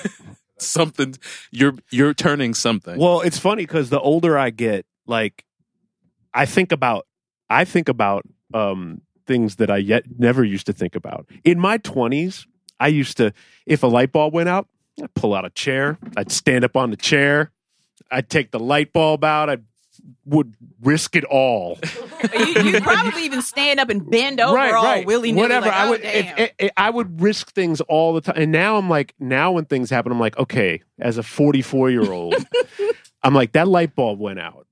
[SPEAKER 5] Something you're you're turning something.
[SPEAKER 4] Well, it's funny because the older I get, like I think about I think about um things that I yet never used to think about. In my twenties, I used to if a light bulb went out, I'd pull out a chair, I'd stand up on the chair, I'd take the light bulb out, I would risk it all.
[SPEAKER 7] you, you probably even stand up and bend over all willy nilly.
[SPEAKER 4] Whatever.
[SPEAKER 7] like,
[SPEAKER 4] I
[SPEAKER 7] oh,
[SPEAKER 4] would.
[SPEAKER 7] damn.
[SPEAKER 4] It, it, it- I would risk things all the time. And now I'm like, now when things happen, I'm like, okay, as a 44 year old, I'm like, that light bulb went out.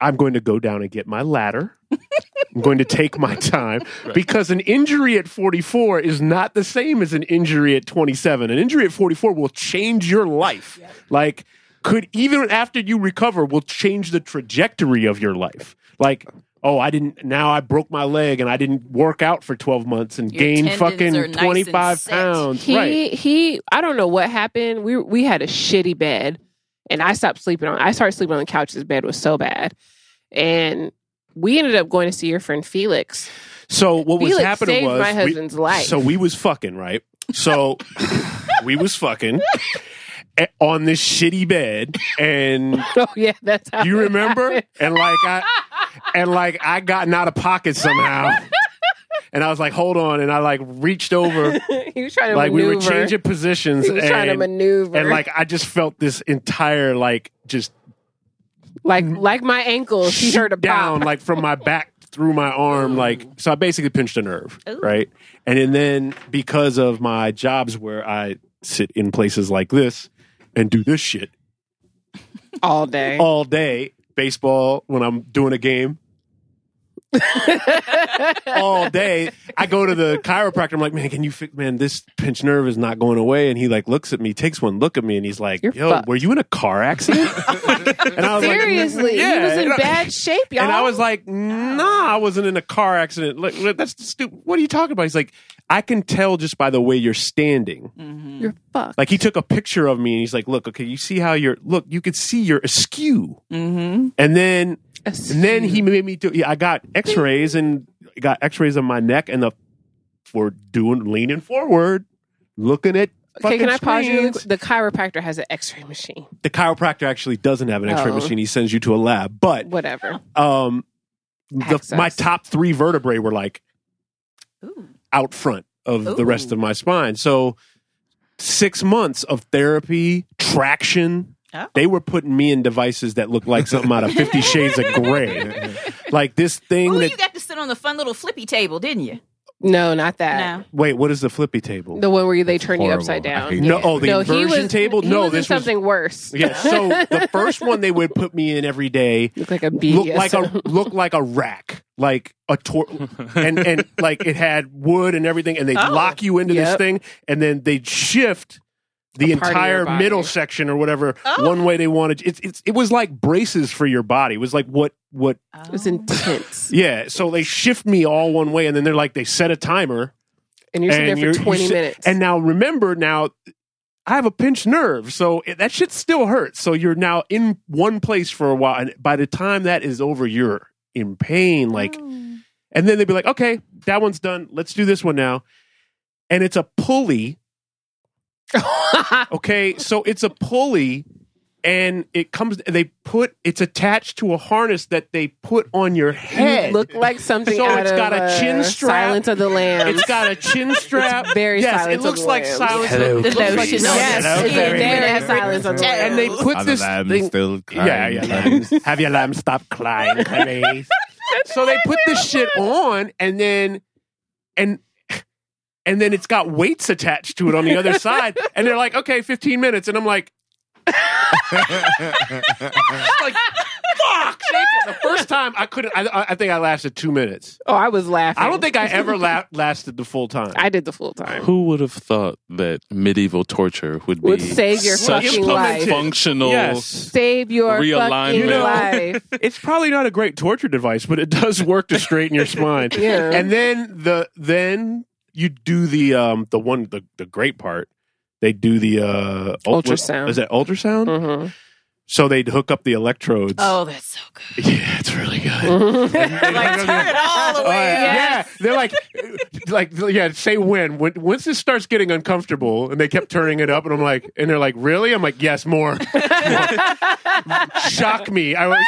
[SPEAKER 4] I'm going to go down and get my ladder. I'm going to take my time because an injury at 44 is not the same as an injury at 27. An injury at 44 will change your life. Like, could even after you recover, will change the trajectory of your life. Like, oh, I didn't, now I broke my leg and I didn't work out for 12 months and
[SPEAKER 7] Your
[SPEAKER 4] gained
[SPEAKER 7] tendons
[SPEAKER 4] fucking
[SPEAKER 7] are nice and
[SPEAKER 4] 25
[SPEAKER 7] set.
[SPEAKER 4] pounds.
[SPEAKER 3] He
[SPEAKER 4] right.
[SPEAKER 3] he I don't know what happened. We we had a shitty bed and I stopped sleeping on I started sleeping on the couch. This bed was so bad. And we ended up going to see your friend Felix.
[SPEAKER 4] So what was
[SPEAKER 3] Felix
[SPEAKER 4] happening
[SPEAKER 3] saved
[SPEAKER 4] was
[SPEAKER 3] my
[SPEAKER 4] we-
[SPEAKER 3] husband's life.
[SPEAKER 4] So we was fucking right. So we was fucking a- on this shitty bed, and
[SPEAKER 3] Oh yeah, that's how
[SPEAKER 4] you
[SPEAKER 3] it
[SPEAKER 4] remember,
[SPEAKER 3] happened.
[SPEAKER 4] and like I, and like I gotten out of pocket somehow, and I was like, hold on, and I like reached over,
[SPEAKER 3] he was trying to
[SPEAKER 4] like we
[SPEAKER 3] maneuver.
[SPEAKER 4] were changing positions,
[SPEAKER 3] he was trying to
[SPEAKER 4] and,
[SPEAKER 3] maneuver.
[SPEAKER 4] and like I just felt this entire like just
[SPEAKER 3] like like my ankles, he
[SPEAKER 4] shoot
[SPEAKER 3] heard a pop.
[SPEAKER 4] down like from my back through my arm like so i basically pinched a nerve right and, and then because of my jobs where i sit in places like this and do this shit
[SPEAKER 3] all day.
[SPEAKER 4] all day baseball when i'm doing a game all day i go to the chiropractor i'm like man can you fix man this pinched nerve is not going away and he like looks at me takes one look at me and he's like
[SPEAKER 3] You're
[SPEAKER 4] yo
[SPEAKER 3] fucked.
[SPEAKER 4] were you in a car accident and i was
[SPEAKER 3] Seriously, he was in
[SPEAKER 4] and I-
[SPEAKER 3] bad shape, y'all.
[SPEAKER 4] and I was like, nah, I wasn't in a car accident. Look, look, that's stupid. What are you talking about? He's like, I can tell just by the way you're standing.
[SPEAKER 3] You're fucked.
[SPEAKER 4] Like he took a picture of me and he's like, look, okay, you see how you're, look, you could see you're askew. Mm-hmm. And then, and then he made me do, yeah, I got x-rays and got x-rays on my neck and the, for doing, leaning forward, looking at,
[SPEAKER 3] okay, can
[SPEAKER 4] fucking
[SPEAKER 3] I pause you? really
[SPEAKER 4] screens.
[SPEAKER 3] quick? The chiropractor has an X-ray machine.
[SPEAKER 4] The chiropractor actually doesn't have an x-ray
[SPEAKER 3] Oh.
[SPEAKER 4] machine. He sends you to a lab, but
[SPEAKER 3] Whatever.
[SPEAKER 4] um the,
[SPEAKER 3] Access.
[SPEAKER 4] my top three vertebrae were like out front of the rest of my spine so six months of therapy, traction.
[SPEAKER 7] Oh.
[SPEAKER 4] They were putting me in devices that looked like something out of Fifty Shades of Grey. like this thing
[SPEAKER 7] Ooh,
[SPEAKER 4] that.
[SPEAKER 7] you got to sit on the fun little flippy table, didn't you?
[SPEAKER 3] No, not that.
[SPEAKER 7] No.
[SPEAKER 4] wait, what is the flippy table?
[SPEAKER 3] The one where they turn you
[SPEAKER 8] horrible.
[SPEAKER 3] upside
[SPEAKER 8] I
[SPEAKER 3] down.
[SPEAKER 8] hate
[SPEAKER 4] No,
[SPEAKER 8] that.
[SPEAKER 4] oh, the
[SPEAKER 3] no,
[SPEAKER 4] inversion
[SPEAKER 3] he was
[SPEAKER 4] table?
[SPEAKER 3] He
[SPEAKER 4] no,
[SPEAKER 3] was in
[SPEAKER 4] this was.
[SPEAKER 3] something worse.
[SPEAKER 4] Yeah, so the first one they would put me in every day
[SPEAKER 3] Looked like a bee.
[SPEAKER 4] looked
[SPEAKER 3] or
[SPEAKER 4] like
[SPEAKER 3] something.
[SPEAKER 4] a looked like a rack, like a tor- and and like it had wood and everything, and they would
[SPEAKER 7] Oh.
[SPEAKER 4] lock you into this
[SPEAKER 3] Yep.
[SPEAKER 4] thing, and then they would shift the
[SPEAKER 3] A part of
[SPEAKER 4] entire
[SPEAKER 3] your body.
[SPEAKER 4] middle section or whatever
[SPEAKER 7] Oh.
[SPEAKER 4] one way they wanted. It's it's it was like braces for your body. It was like what what
[SPEAKER 3] It was intense.
[SPEAKER 4] yeah. So they shift me all one way, and then they're like they set a timer,
[SPEAKER 3] And you're sitting
[SPEAKER 4] and
[SPEAKER 3] there
[SPEAKER 4] you're-
[SPEAKER 3] for
[SPEAKER 4] you
[SPEAKER 3] 20
[SPEAKER 4] sit-
[SPEAKER 3] minutes.
[SPEAKER 4] and now remember now. I have a pinched nerve, so it, that shit still hurts. So you're now in one place for a while, and by the time that is over, you're in pain. Like and then they'd be like, okay, that one's done. Let's do this one now. And it's a pulley. Okay. So it's a pulley and it comes, they put, it's attached to a harness that they put on your head.
[SPEAKER 3] you look like something
[SPEAKER 4] So
[SPEAKER 3] out
[SPEAKER 4] it's
[SPEAKER 3] of
[SPEAKER 4] got a
[SPEAKER 3] uh,
[SPEAKER 4] chin strap.
[SPEAKER 3] Silence of the Lambs.
[SPEAKER 4] it's got a chin strap.
[SPEAKER 3] very
[SPEAKER 4] yes,
[SPEAKER 3] Silence
[SPEAKER 4] it
[SPEAKER 3] of
[SPEAKER 4] looks
[SPEAKER 3] the
[SPEAKER 4] like
[SPEAKER 3] Lambs.
[SPEAKER 4] silence.
[SPEAKER 5] Hello,
[SPEAKER 4] it looks
[SPEAKER 7] There's no
[SPEAKER 4] like
[SPEAKER 7] shit.
[SPEAKER 3] Yes,
[SPEAKER 4] silence. Yeah,
[SPEAKER 3] it's
[SPEAKER 4] that was-
[SPEAKER 3] very
[SPEAKER 7] Very
[SPEAKER 3] Silence of the
[SPEAKER 7] Silence.
[SPEAKER 4] And they
[SPEAKER 3] Lambs.
[SPEAKER 4] put
[SPEAKER 8] Other
[SPEAKER 4] this
[SPEAKER 8] than
[SPEAKER 4] thing.
[SPEAKER 8] still
[SPEAKER 4] Yeah,
[SPEAKER 8] crying.
[SPEAKER 4] yeah. lambs. Have your lamb stop crying, please. so they put this shit on, and then, and and then it's got weights attached to it on the other side, and they're like, okay, fifteen minutes, and I'm like, like fuck. Jacob. The first time I couldn't. I- I, I think I lasted two minutes.
[SPEAKER 3] oh, I was laughing.
[SPEAKER 4] I don't think I ever la- lasted the full time.
[SPEAKER 3] I did the full time.
[SPEAKER 5] Who would have thought that medieval torture would be
[SPEAKER 3] Would save your
[SPEAKER 5] such
[SPEAKER 3] fucking life.
[SPEAKER 5] functional?
[SPEAKER 4] yes.
[SPEAKER 3] Save your
[SPEAKER 5] Realignment.
[SPEAKER 3] fucking
[SPEAKER 5] You know-
[SPEAKER 3] life.
[SPEAKER 4] It's probably not a great torture device, but it does work to straighten your spine.
[SPEAKER 3] Yeah.
[SPEAKER 4] And then the then you do the um the one the, the great part. They do the uh ult-
[SPEAKER 3] Ultrasound.
[SPEAKER 4] Is that ultrasound?
[SPEAKER 3] Mhm.
[SPEAKER 4] So they'd hook up the electrodes.
[SPEAKER 7] Oh, that's so good.
[SPEAKER 4] Yeah, it's really good.
[SPEAKER 3] Mm-hmm.
[SPEAKER 7] Like turn it all the
[SPEAKER 4] Oh,
[SPEAKER 7] way.
[SPEAKER 4] yeah. Yeah. they're like, like, yeah. Say when. when. Once this starts getting uncomfortable, and they kept turning it up, and I'm like, and they're like, really? I'm like, yes, more. Shock me. I was,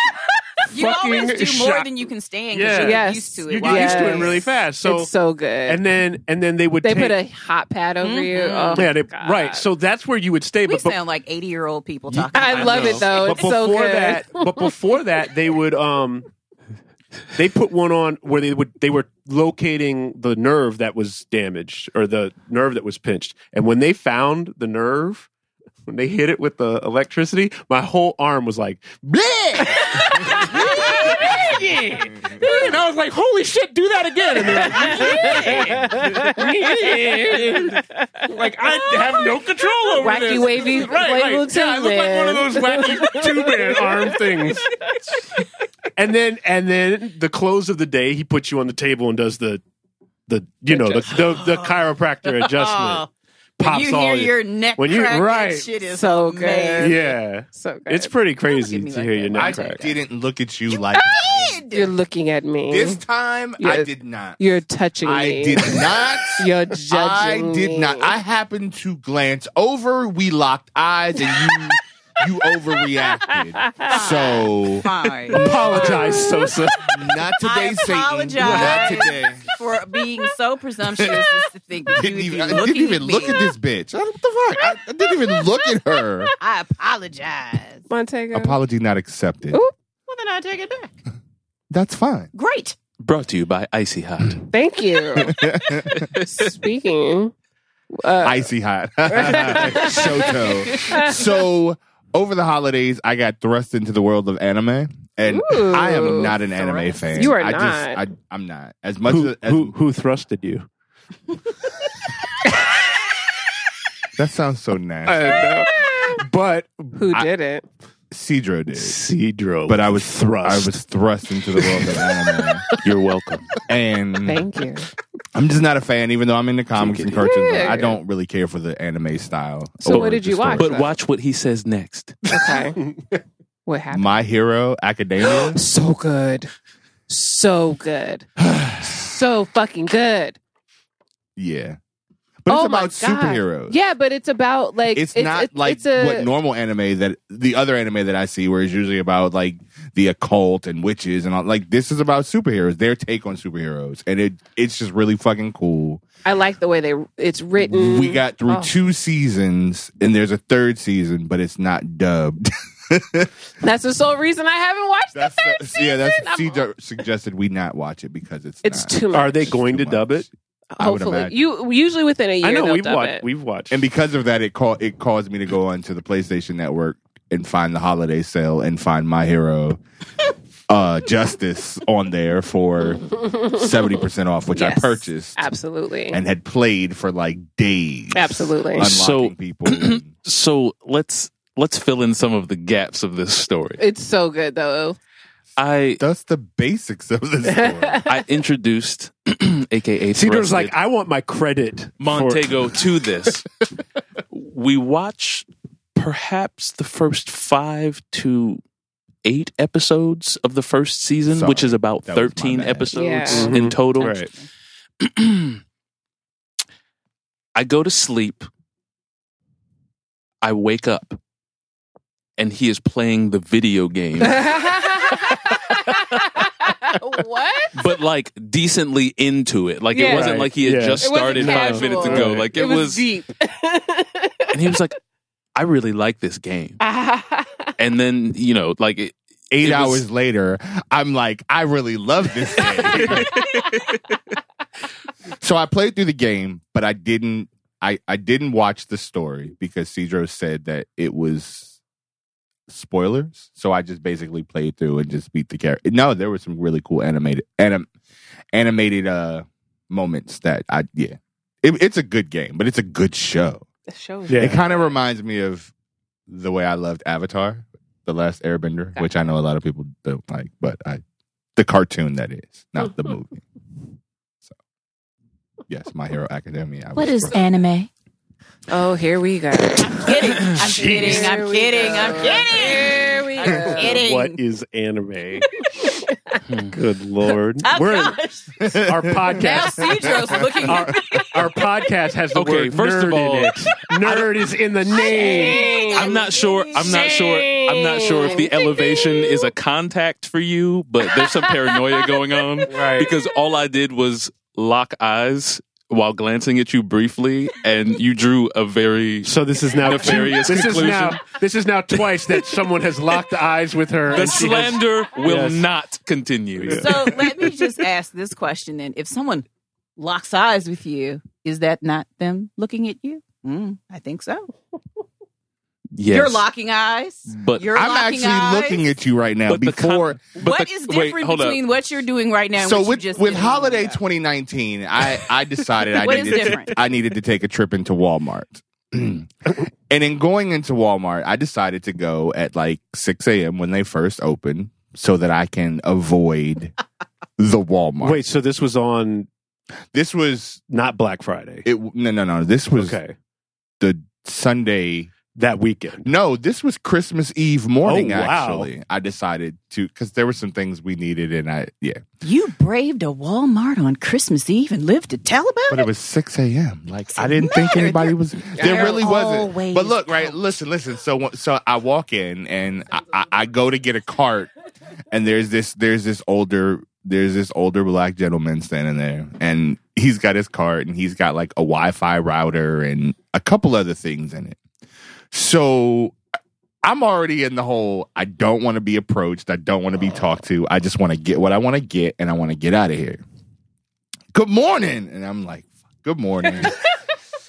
[SPEAKER 7] You always
[SPEAKER 4] Fucking
[SPEAKER 7] do
[SPEAKER 4] shock-
[SPEAKER 7] more than you can stand
[SPEAKER 4] Yeah.
[SPEAKER 7] because you get
[SPEAKER 3] Yes.
[SPEAKER 7] used to it.
[SPEAKER 4] you get
[SPEAKER 7] Wow.
[SPEAKER 4] used to it
[SPEAKER 3] Yes.
[SPEAKER 4] really fast. So,
[SPEAKER 3] it's so good.
[SPEAKER 4] and then and then they would
[SPEAKER 3] they
[SPEAKER 4] take, Mm-hmm.
[SPEAKER 3] put a hot pad over you. Oh,
[SPEAKER 7] Mhm.
[SPEAKER 4] yeah, they,
[SPEAKER 3] God.
[SPEAKER 4] right. So that's where you would stay.
[SPEAKER 7] We
[SPEAKER 4] But, but
[SPEAKER 7] sound like 80 year old people
[SPEAKER 5] You-
[SPEAKER 7] talking.
[SPEAKER 3] I
[SPEAKER 5] I
[SPEAKER 3] love
[SPEAKER 5] know.
[SPEAKER 3] it though.
[SPEAKER 4] but
[SPEAKER 3] It's so
[SPEAKER 4] before
[SPEAKER 3] good.
[SPEAKER 4] that, but before that, they would um, they put one on where they would they were locating the nerve that was damaged or the nerve that was pinched, and when they found the nerve. When they hit it with the electricity, my whole arm was like, "Bleh!" and I was like, "Holy shit, do that again!" And they're like, "Bleh." like I have no control over
[SPEAKER 3] Wacky
[SPEAKER 4] this.
[SPEAKER 3] wavy label
[SPEAKER 4] Yeah, I look like one of those wacky two man arm things. And then and then the close of the day, he puts you on the table and does the the you know the, the the chiropractor adjustment.
[SPEAKER 7] When
[SPEAKER 4] Pops
[SPEAKER 7] Oh. you
[SPEAKER 4] all
[SPEAKER 7] hear your neck
[SPEAKER 4] when you-
[SPEAKER 7] crack, that
[SPEAKER 4] right.
[SPEAKER 7] shit is
[SPEAKER 3] So
[SPEAKER 7] amazing.
[SPEAKER 3] good.
[SPEAKER 4] yeah.
[SPEAKER 3] so good.
[SPEAKER 4] It's pretty crazy
[SPEAKER 7] Don't
[SPEAKER 4] to
[SPEAKER 7] look at me
[SPEAKER 4] hear
[SPEAKER 7] like
[SPEAKER 4] your
[SPEAKER 7] that.
[SPEAKER 4] neck
[SPEAKER 8] I
[SPEAKER 4] crack.
[SPEAKER 8] didn't look at you like
[SPEAKER 3] You're looking at me.
[SPEAKER 8] this time. I
[SPEAKER 3] Yes.
[SPEAKER 8] did not.
[SPEAKER 3] You're touching
[SPEAKER 8] I
[SPEAKER 3] me.
[SPEAKER 8] did not.
[SPEAKER 3] You're judging.
[SPEAKER 8] I did not.
[SPEAKER 3] me.
[SPEAKER 8] I happened to glance over. We locked eyes, and you you overreacted. So
[SPEAKER 7] Fine.
[SPEAKER 4] Apologize, Sosa.
[SPEAKER 8] not today,
[SPEAKER 7] I
[SPEAKER 8] Satan.
[SPEAKER 7] apologize.
[SPEAKER 8] Not today.
[SPEAKER 7] For being so presumptuous as to think that
[SPEAKER 8] Didn't
[SPEAKER 7] you
[SPEAKER 8] even,
[SPEAKER 7] would
[SPEAKER 8] I
[SPEAKER 7] be
[SPEAKER 8] didn't
[SPEAKER 7] looking
[SPEAKER 8] even
[SPEAKER 7] me.
[SPEAKER 8] look at this bitch. What the fuck? I, I didn't even look at her.
[SPEAKER 7] I apologize.
[SPEAKER 3] Montego.
[SPEAKER 8] Apology not accepted.
[SPEAKER 3] Ooh.
[SPEAKER 7] Well, then I take it back.
[SPEAKER 8] That's fine.
[SPEAKER 7] Great.
[SPEAKER 5] Brought to you by Icy Hot.
[SPEAKER 3] Thank you. Speaking. Uh,
[SPEAKER 8] Icy hot. Shoto. So over the holidays, I got thrust into the world of anime, and
[SPEAKER 3] Ooh.
[SPEAKER 8] I am not an anime
[SPEAKER 7] Thrust.
[SPEAKER 8] fan.
[SPEAKER 3] You are
[SPEAKER 8] I
[SPEAKER 3] not.
[SPEAKER 8] Just, I, I'm not as much
[SPEAKER 4] who,
[SPEAKER 8] as, as
[SPEAKER 4] who who thrusted you?
[SPEAKER 8] that sounds so nasty.
[SPEAKER 4] But
[SPEAKER 3] who
[SPEAKER 8] I-
[SPEAKER 3] did it?
[SPEAKER 8] Cedro did,
[SPEAKER 4] Cedro.
[SPEAKER 8] but I was thrust.
[SPEAKER 4] Thrust.
[SPEAKER 8] I was thrust into the world of anime,
[SPEAKER 5] You're welcome.
[SPEAKER 8] and
[SPEAKER 3] Thank you.
[SPEAKER 8] I'm just not a fan. Even though I'm into comics and
[SPEAKER 3] Take it.
[SPEAKER 8] cartoons, but
[SPEAKER 3] Yeah.
[SPEAKER 8] I don't really care for the anime style.
[SPEAKER 3] So what
[SPEAKER 8] over
[SPEAKER 3] did
[SPEAKER 8] the
[SPEAKER 3] you
[SPEAKER 8] story.
[SPEAKER 3] watch?
[SPEAKER 5] But watch what he says next.
[SPEAKER 3] Okay. What happened?
[SPEAKER 8] My Hero Academia.
[SPEAKER 3] so good. So good. so fucking good.
[SPEAKER 8] yeah. But it's
[SPEAKER 3] Oh my God.
[SPEAKER 8] about superheroes.
[SPEAKER 3] Yeah, but it's about like
[SPEAKER 8] It's, not like
[SPEAKER 3] it's a,
[SPEAKER 8] what normal anime that the other anime that I see, where it's usually about like the occult and witches and all. Like this is about superheroes, their take on superheroes, and it it's just really fucking cool.
[SPEAKER 3] I like the way they it's written.
[SPEAKER 8] We got through
[SPEAKER 3] Oh.
[SPEAKER 8] two seasons, and there's a third season, but it's not dubbed.
[SPEAKER 3] That's the sole reason I haven't watched
[SPEAKER 8] that's
[SPEAKER 3] the third season.
[SPEAKER 8] yeah. That's
[SPEAKER 3] I'm-
[SPEAKER 8] she d- suggested we not watch it because it's
[SPEAKER 3] it's
[SPEAKER 8] not.
[SPEAKER 3] too much.
[SPEAKER 4] Are they going to
[SPEAKER 8] much.
[SPEAKER 4] dub it?
[SPEAKER 8] I would
[SPEAKER 3] Hopefully,
[SPEAKER 8] imagine.
[SPEAKER 3] you usually within a year.
[SPEAKER 4] I know
[SPEAKER 3] they'll
[SPEAKER 4] we've
[SPEAKER 3] dub
[SPEAKER 4] watched.
[SPEAKER 3] it.
[SPEAKER 4] We've watched.
[SPEAKER 8] and because of that, it call, it caused me to go onto the PlayStation Network and find the holiday sale and find My Hero uh, Justice on there for seventy percent off, which I
[SPEAKER 3] Yes,
[SPEAKER 8] purchased
[SPEAKER 3] absolutely.
[SPEAKER 8] and had played for like days.
[SPEAKER 3] Absolutely.
[SPEAKER 8] unlocking
[SPEAKER 5] So-
[SPEAKER 8] people. and-
[SPEAKER 5] So let's let's fill in some of the gaps of this story.
[SPEAKER 3] it's so good though.
[SPEAKER 5] I
[SPEAKER 8] that's the basics of this story.
[SPEAKER 5] I introduced, aka
[SPEAKER 4] Cedar's
[SPEAKER 5] thrusted
[SPEAKER 4] like, I want my credit.
[SPEAKER 5] Montego to this. we watch perhaps the first five to eight episodes of the first season,
[SPEAKER 8] Sorry,
[SPEAKER 5] which is about
[SPEAKER 8] that was my
[SPEAKER 5] thirteen
[SPEAKER 8] bad. Mm-hmm.
[SPEAKER 5] episodes
[SPEAKER 3] Yeah.
[SPEAKER 5] in total.
[SPEAKER 4] Right.
[SPEAKER 5] I go to sleep. I wake up, and he is playing the video game.
[SPEAKER 3] what?
[SPEAKER 5] but like decently into it. Like
[SPEAKER 3] Yeah.
[SPEAKER 5] it wasn't
[SPEAKER 4] Right.
[SPEAKER 5] like he had
[SPEAKER 4] Yeah.
[SPEAKER 5] just
[SPEAKER 3] It wasn't
[SPEAKER 5] started five
[SPEAKER 3] casual.
[SPEAKER 5] minutes ago.
[SPEAKER 4] Right.
[SPEAKER 5] Like it,
[SPEAKER 3] was,
[SPEAKER 5] was,
[SPEAKER 3] deep.
[SPEAKER 5] and he was like, "I really like this game." And then you know, like it,
[SPEAKER 8] Eight
[SPEAKER 5] It was-
[SPEAKER 8] hours later, I'm like, I really love this game. so I played through the game, but I didn't. I, I didn't watch the story because Cedro said that it was spoilers. So I just basically played through and just beat the character. No, there were some really cool animated anim, animated uh moments that I yeah. It, it's a good game, but it's a good show. It
[SPEAKER 4] Yeah.
[SPEAKER 8] kind of reminds me of the way I loved Avatar, The Last Airbender, which I know a lot of people don't like, but I the cartoon that is, not the movie. So, yes, My Hero Academia. I
[SPEAKER 6] What
[SPEAKER 8] was
[SPEAKER 6] is anime?
[SPEAKER 3] oh, here we go.
[SPEAKER 7] Kidding. I'm kidding.
[SPEAKER 3] Here
[SPEAKER 7] I'm
[SPEAKER 3] we
[SPEAKER 7] kidding.
[SPEAKER 3] go.
[SPEAKER 7] I'm kidding.
[SPEAKER 3] Here we go.
[SPEAKER 7] kidding.
[SPEAKER 4] What is anime? Good lord.
[SPEAKER 7] Oh,
[SPEAKER 4] We're in-
[SPEAKER 7] gosh.
[SPEAKER 4] our
[SPEAKER 7] Now
[SPEAKER 4] podcast.
[SPEAKER 7] Cedro's looking
[SPEAKER 4] our, our podcast has the
[SPEAKER 5] Okay,
[SPEAKER 4] word
[SPEAKER 5] first
[SPEAKER 4] nerd
[SPEAKER 5] of all-
[SPEAKER 4] in it. Nerd is in the name.
[SPEAKER 5] I'm not sure. I'm not sure. I'm not sure if the elevation is a contact for you, but there's some paranoia going on
[SPEAKER 4] Right.
[SPEAKER 5] because all I did was lock eyes while glancing at you briefly, and you drew a very.
[SPEAKER 4] So this is now
[SPEAKER 5] Nefarious
[SPEAKER 4] this
[SPEAKER 5] conclusion.
[SPEAKER 4] Is now, this is now twice that someone has locked eyes with her.
[SPEAKER 5] The
[SPEAKER 4] and she has-
[SPEAKER 5] slander will
[SPEAKER 4] Yes.
[SPEAKER 5] not continue.
[SPEAKER 7] So let me just ask this question then. If someone locks eyes with you, is that not them looking at you? Mm, I think so.
[SPEAKER 5] Yes.
[SPEAKER 7] You're locking eyes.
[SPEAKER 5] But
[SPEAKER 7] you're
[SPEAKER 8] I'm
[SPEAKER 7] locking
[SPEAKER 8] actually
[SPEAKER 7] eyes.
[SPEAKER 8] looking at you right now
[SPEAKER 5] But the con-
[SPEAKER 8] before
[SPEAKER 5] but
[SPEAKER 7] What
[SPEAKER 5] the-
[SPEAKER 7] is
[SPEAKER 5] wait,
[SPEAKER 7] different
[SPEAKER 5] hold up.
[SPEAKER 7] between what you're doing right now and
[SPEAKER 8] so
[SPEAKER 7] what
[SPEAKER 8] with
[SPEAKER 7] you just
[SPEAKER 8] with
[SPEAKER 7] did?
[SPEAKER 8] holiday 2019 i i decided i
[SPEAKER 7] What is
[SPEAKER 8] needed
[SPEAKER 7] different?
[SPEAKER 8] to, i needed to take a trip into walmart and in going into walmart i decided to go at like 6 a.m when they first open so that i can avoid the walmart
[SPEAKER 4] Wait, so this was on
[SPEAKER 8] this was
[SPEAKER 4] not Black Friday.
[SPEAKER 8] it no no no this was
[SPEAKER 4] okay.
[SPEAKER 8] the sunday
[SPEAKER 4] That weekend.
[SPEAKER 8] no this was christmas eve morning
[SPEAKER 4] Oh, wow.
[SPEAKER 8] actually i decided to because there were some things we needed and i yeah
[SPEAKER 7] You braved a Walmart on Christmas Eve and lived to tell about
[SPEAKER 8] But it was 6 a.m. Like I didn't think
[SPEAKER 7] matter.
[SPEAKER 8] anybody
[SPEAKER 7] They're-
[SPEAKER 8] was. There
[SPEAKER 7] they're
[SPEAKER 8] really wasn't.
[SPEAKER 7] always
[SPEAKER 8] But look, right? Listen, listen. So so I walk in and I, I, I go to get a cart, and there's this there's this older there's this older black gentleman standing there, and he's got his cart and he's got like a Wi-Fi router and a couple other things in it. So. I'm already in the hole. I don't want to be approached. I don't want to be talked to. I just want to get what I want to get and I want to get out of here good morning. And I'm like, good morning.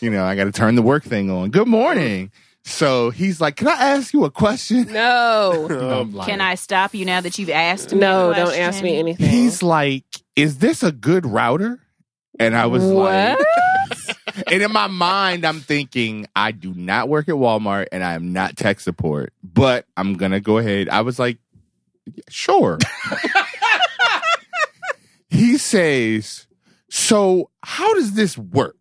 [SPEAKER 8] you know, I got to turn the work thing on. Good morning. So he's like, can I ask you a question?
[SPEAKER 3] No,
[SPEAKER 8] And I'm like-
[SPEAKER 7] Can I stop you now that you've asked me?
[SPEAKER 3] no,
[SPEAKER 7] a
[SPEAKER 3] don't ask me
[SPEAKER 7] question?
[SPEAKER 3] anything.
[SPEAKER 8] He's like, is this a good router? And I was
[SPEAKER 3] what?
[SPEAKER 8] like, and in my mind, I'm thinking, I do not work at Walmart and I am not tech support, but I'm going to go ahead. I was like, sure. he says, So how does this work?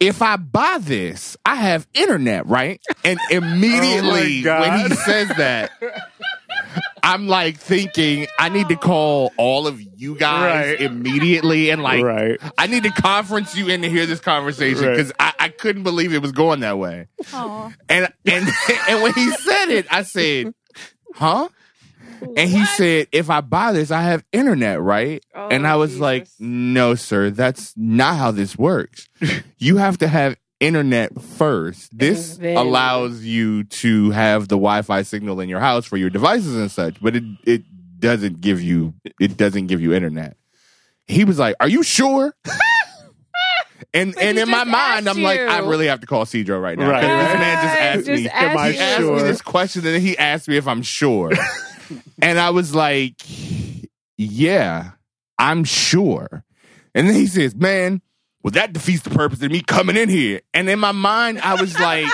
[SPEAKER 8] If I buy this, I have internet, right? And immediately
[SPEAKER 4] God.
[SPEAKER 8] when he says that, I'm like thinking I need to call all of you guys
[SPEAKER 4] Right.
[SPEAKER 8] immediately and like
[SPEAKER 4] right.
[SPEAKER 8] I need to conference you in to hear this conversation
[SPEAKER 4] Right.
[SPEAKER 8] because I, I couldn't believe it was going that way. And and and when he said it, I said, "Huh?" And he said, "If I buy this, I have internet, right?"
[SPEAKER 3] Oh,
[SPEAKER 8] and I was like,
[SPEAKER 3] Jesus.
[SPEAKER 8] "No, sir, that's not how this works. you have to have internet first. This
[SPEAKER 3] And then-
[SPEAKER 8] allows you to have the Wi-Fi signal in your house for your devices and such, but it it doesn't give you it doesn't give you internet." He was like, "Are you sure?" And and
[SPEAKER 3] he
[SPEAKER 8] in my
[SPEAKER 3] just
[SPEAKER 8] mind, I'm
[SPEAKER 3] asked
[SPEAKER 8] like,
[SPEAKER 3] you.
[SPEAKER 8] I really have to call Cedro right now.
[SPEAKER 4] Right.
[SPEAKER 8] 'cause This man just asked me.
[SPEAKER 4] Am I
[SPEAKER 8] He asked
[SPEAKER 4] sure?
[SPEAKER 8] me this question and then he asked me if I'm sure. and I was like, yeah, I'm sure. And then he says, man, well, that defeats the purpose of me coming in here. And in my mind, I was like,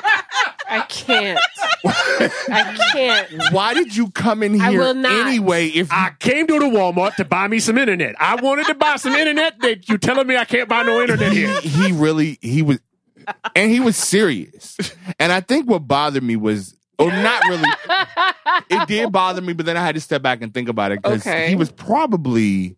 [SPEAKER 3] I can't. I can't.
[SPEAKER 8] why did you come in here
[SPEAKER 3] I will not.
[SPEAKER 8] anyway if
[SPEAKER 4] I came to the Walmart to buy me some internet. I wanted to buy some internet. That you telling me I can't buy no internet
[SPEAKER 8] he,
[SPEAKER 4] here?
[SPEAKER 8] he really he was and he was serious and i think what bothered me was or not really it did bother me but then i had to step back and think about it because
[SPEAKER 3] Okay.
[SPEAKER 8] he was probably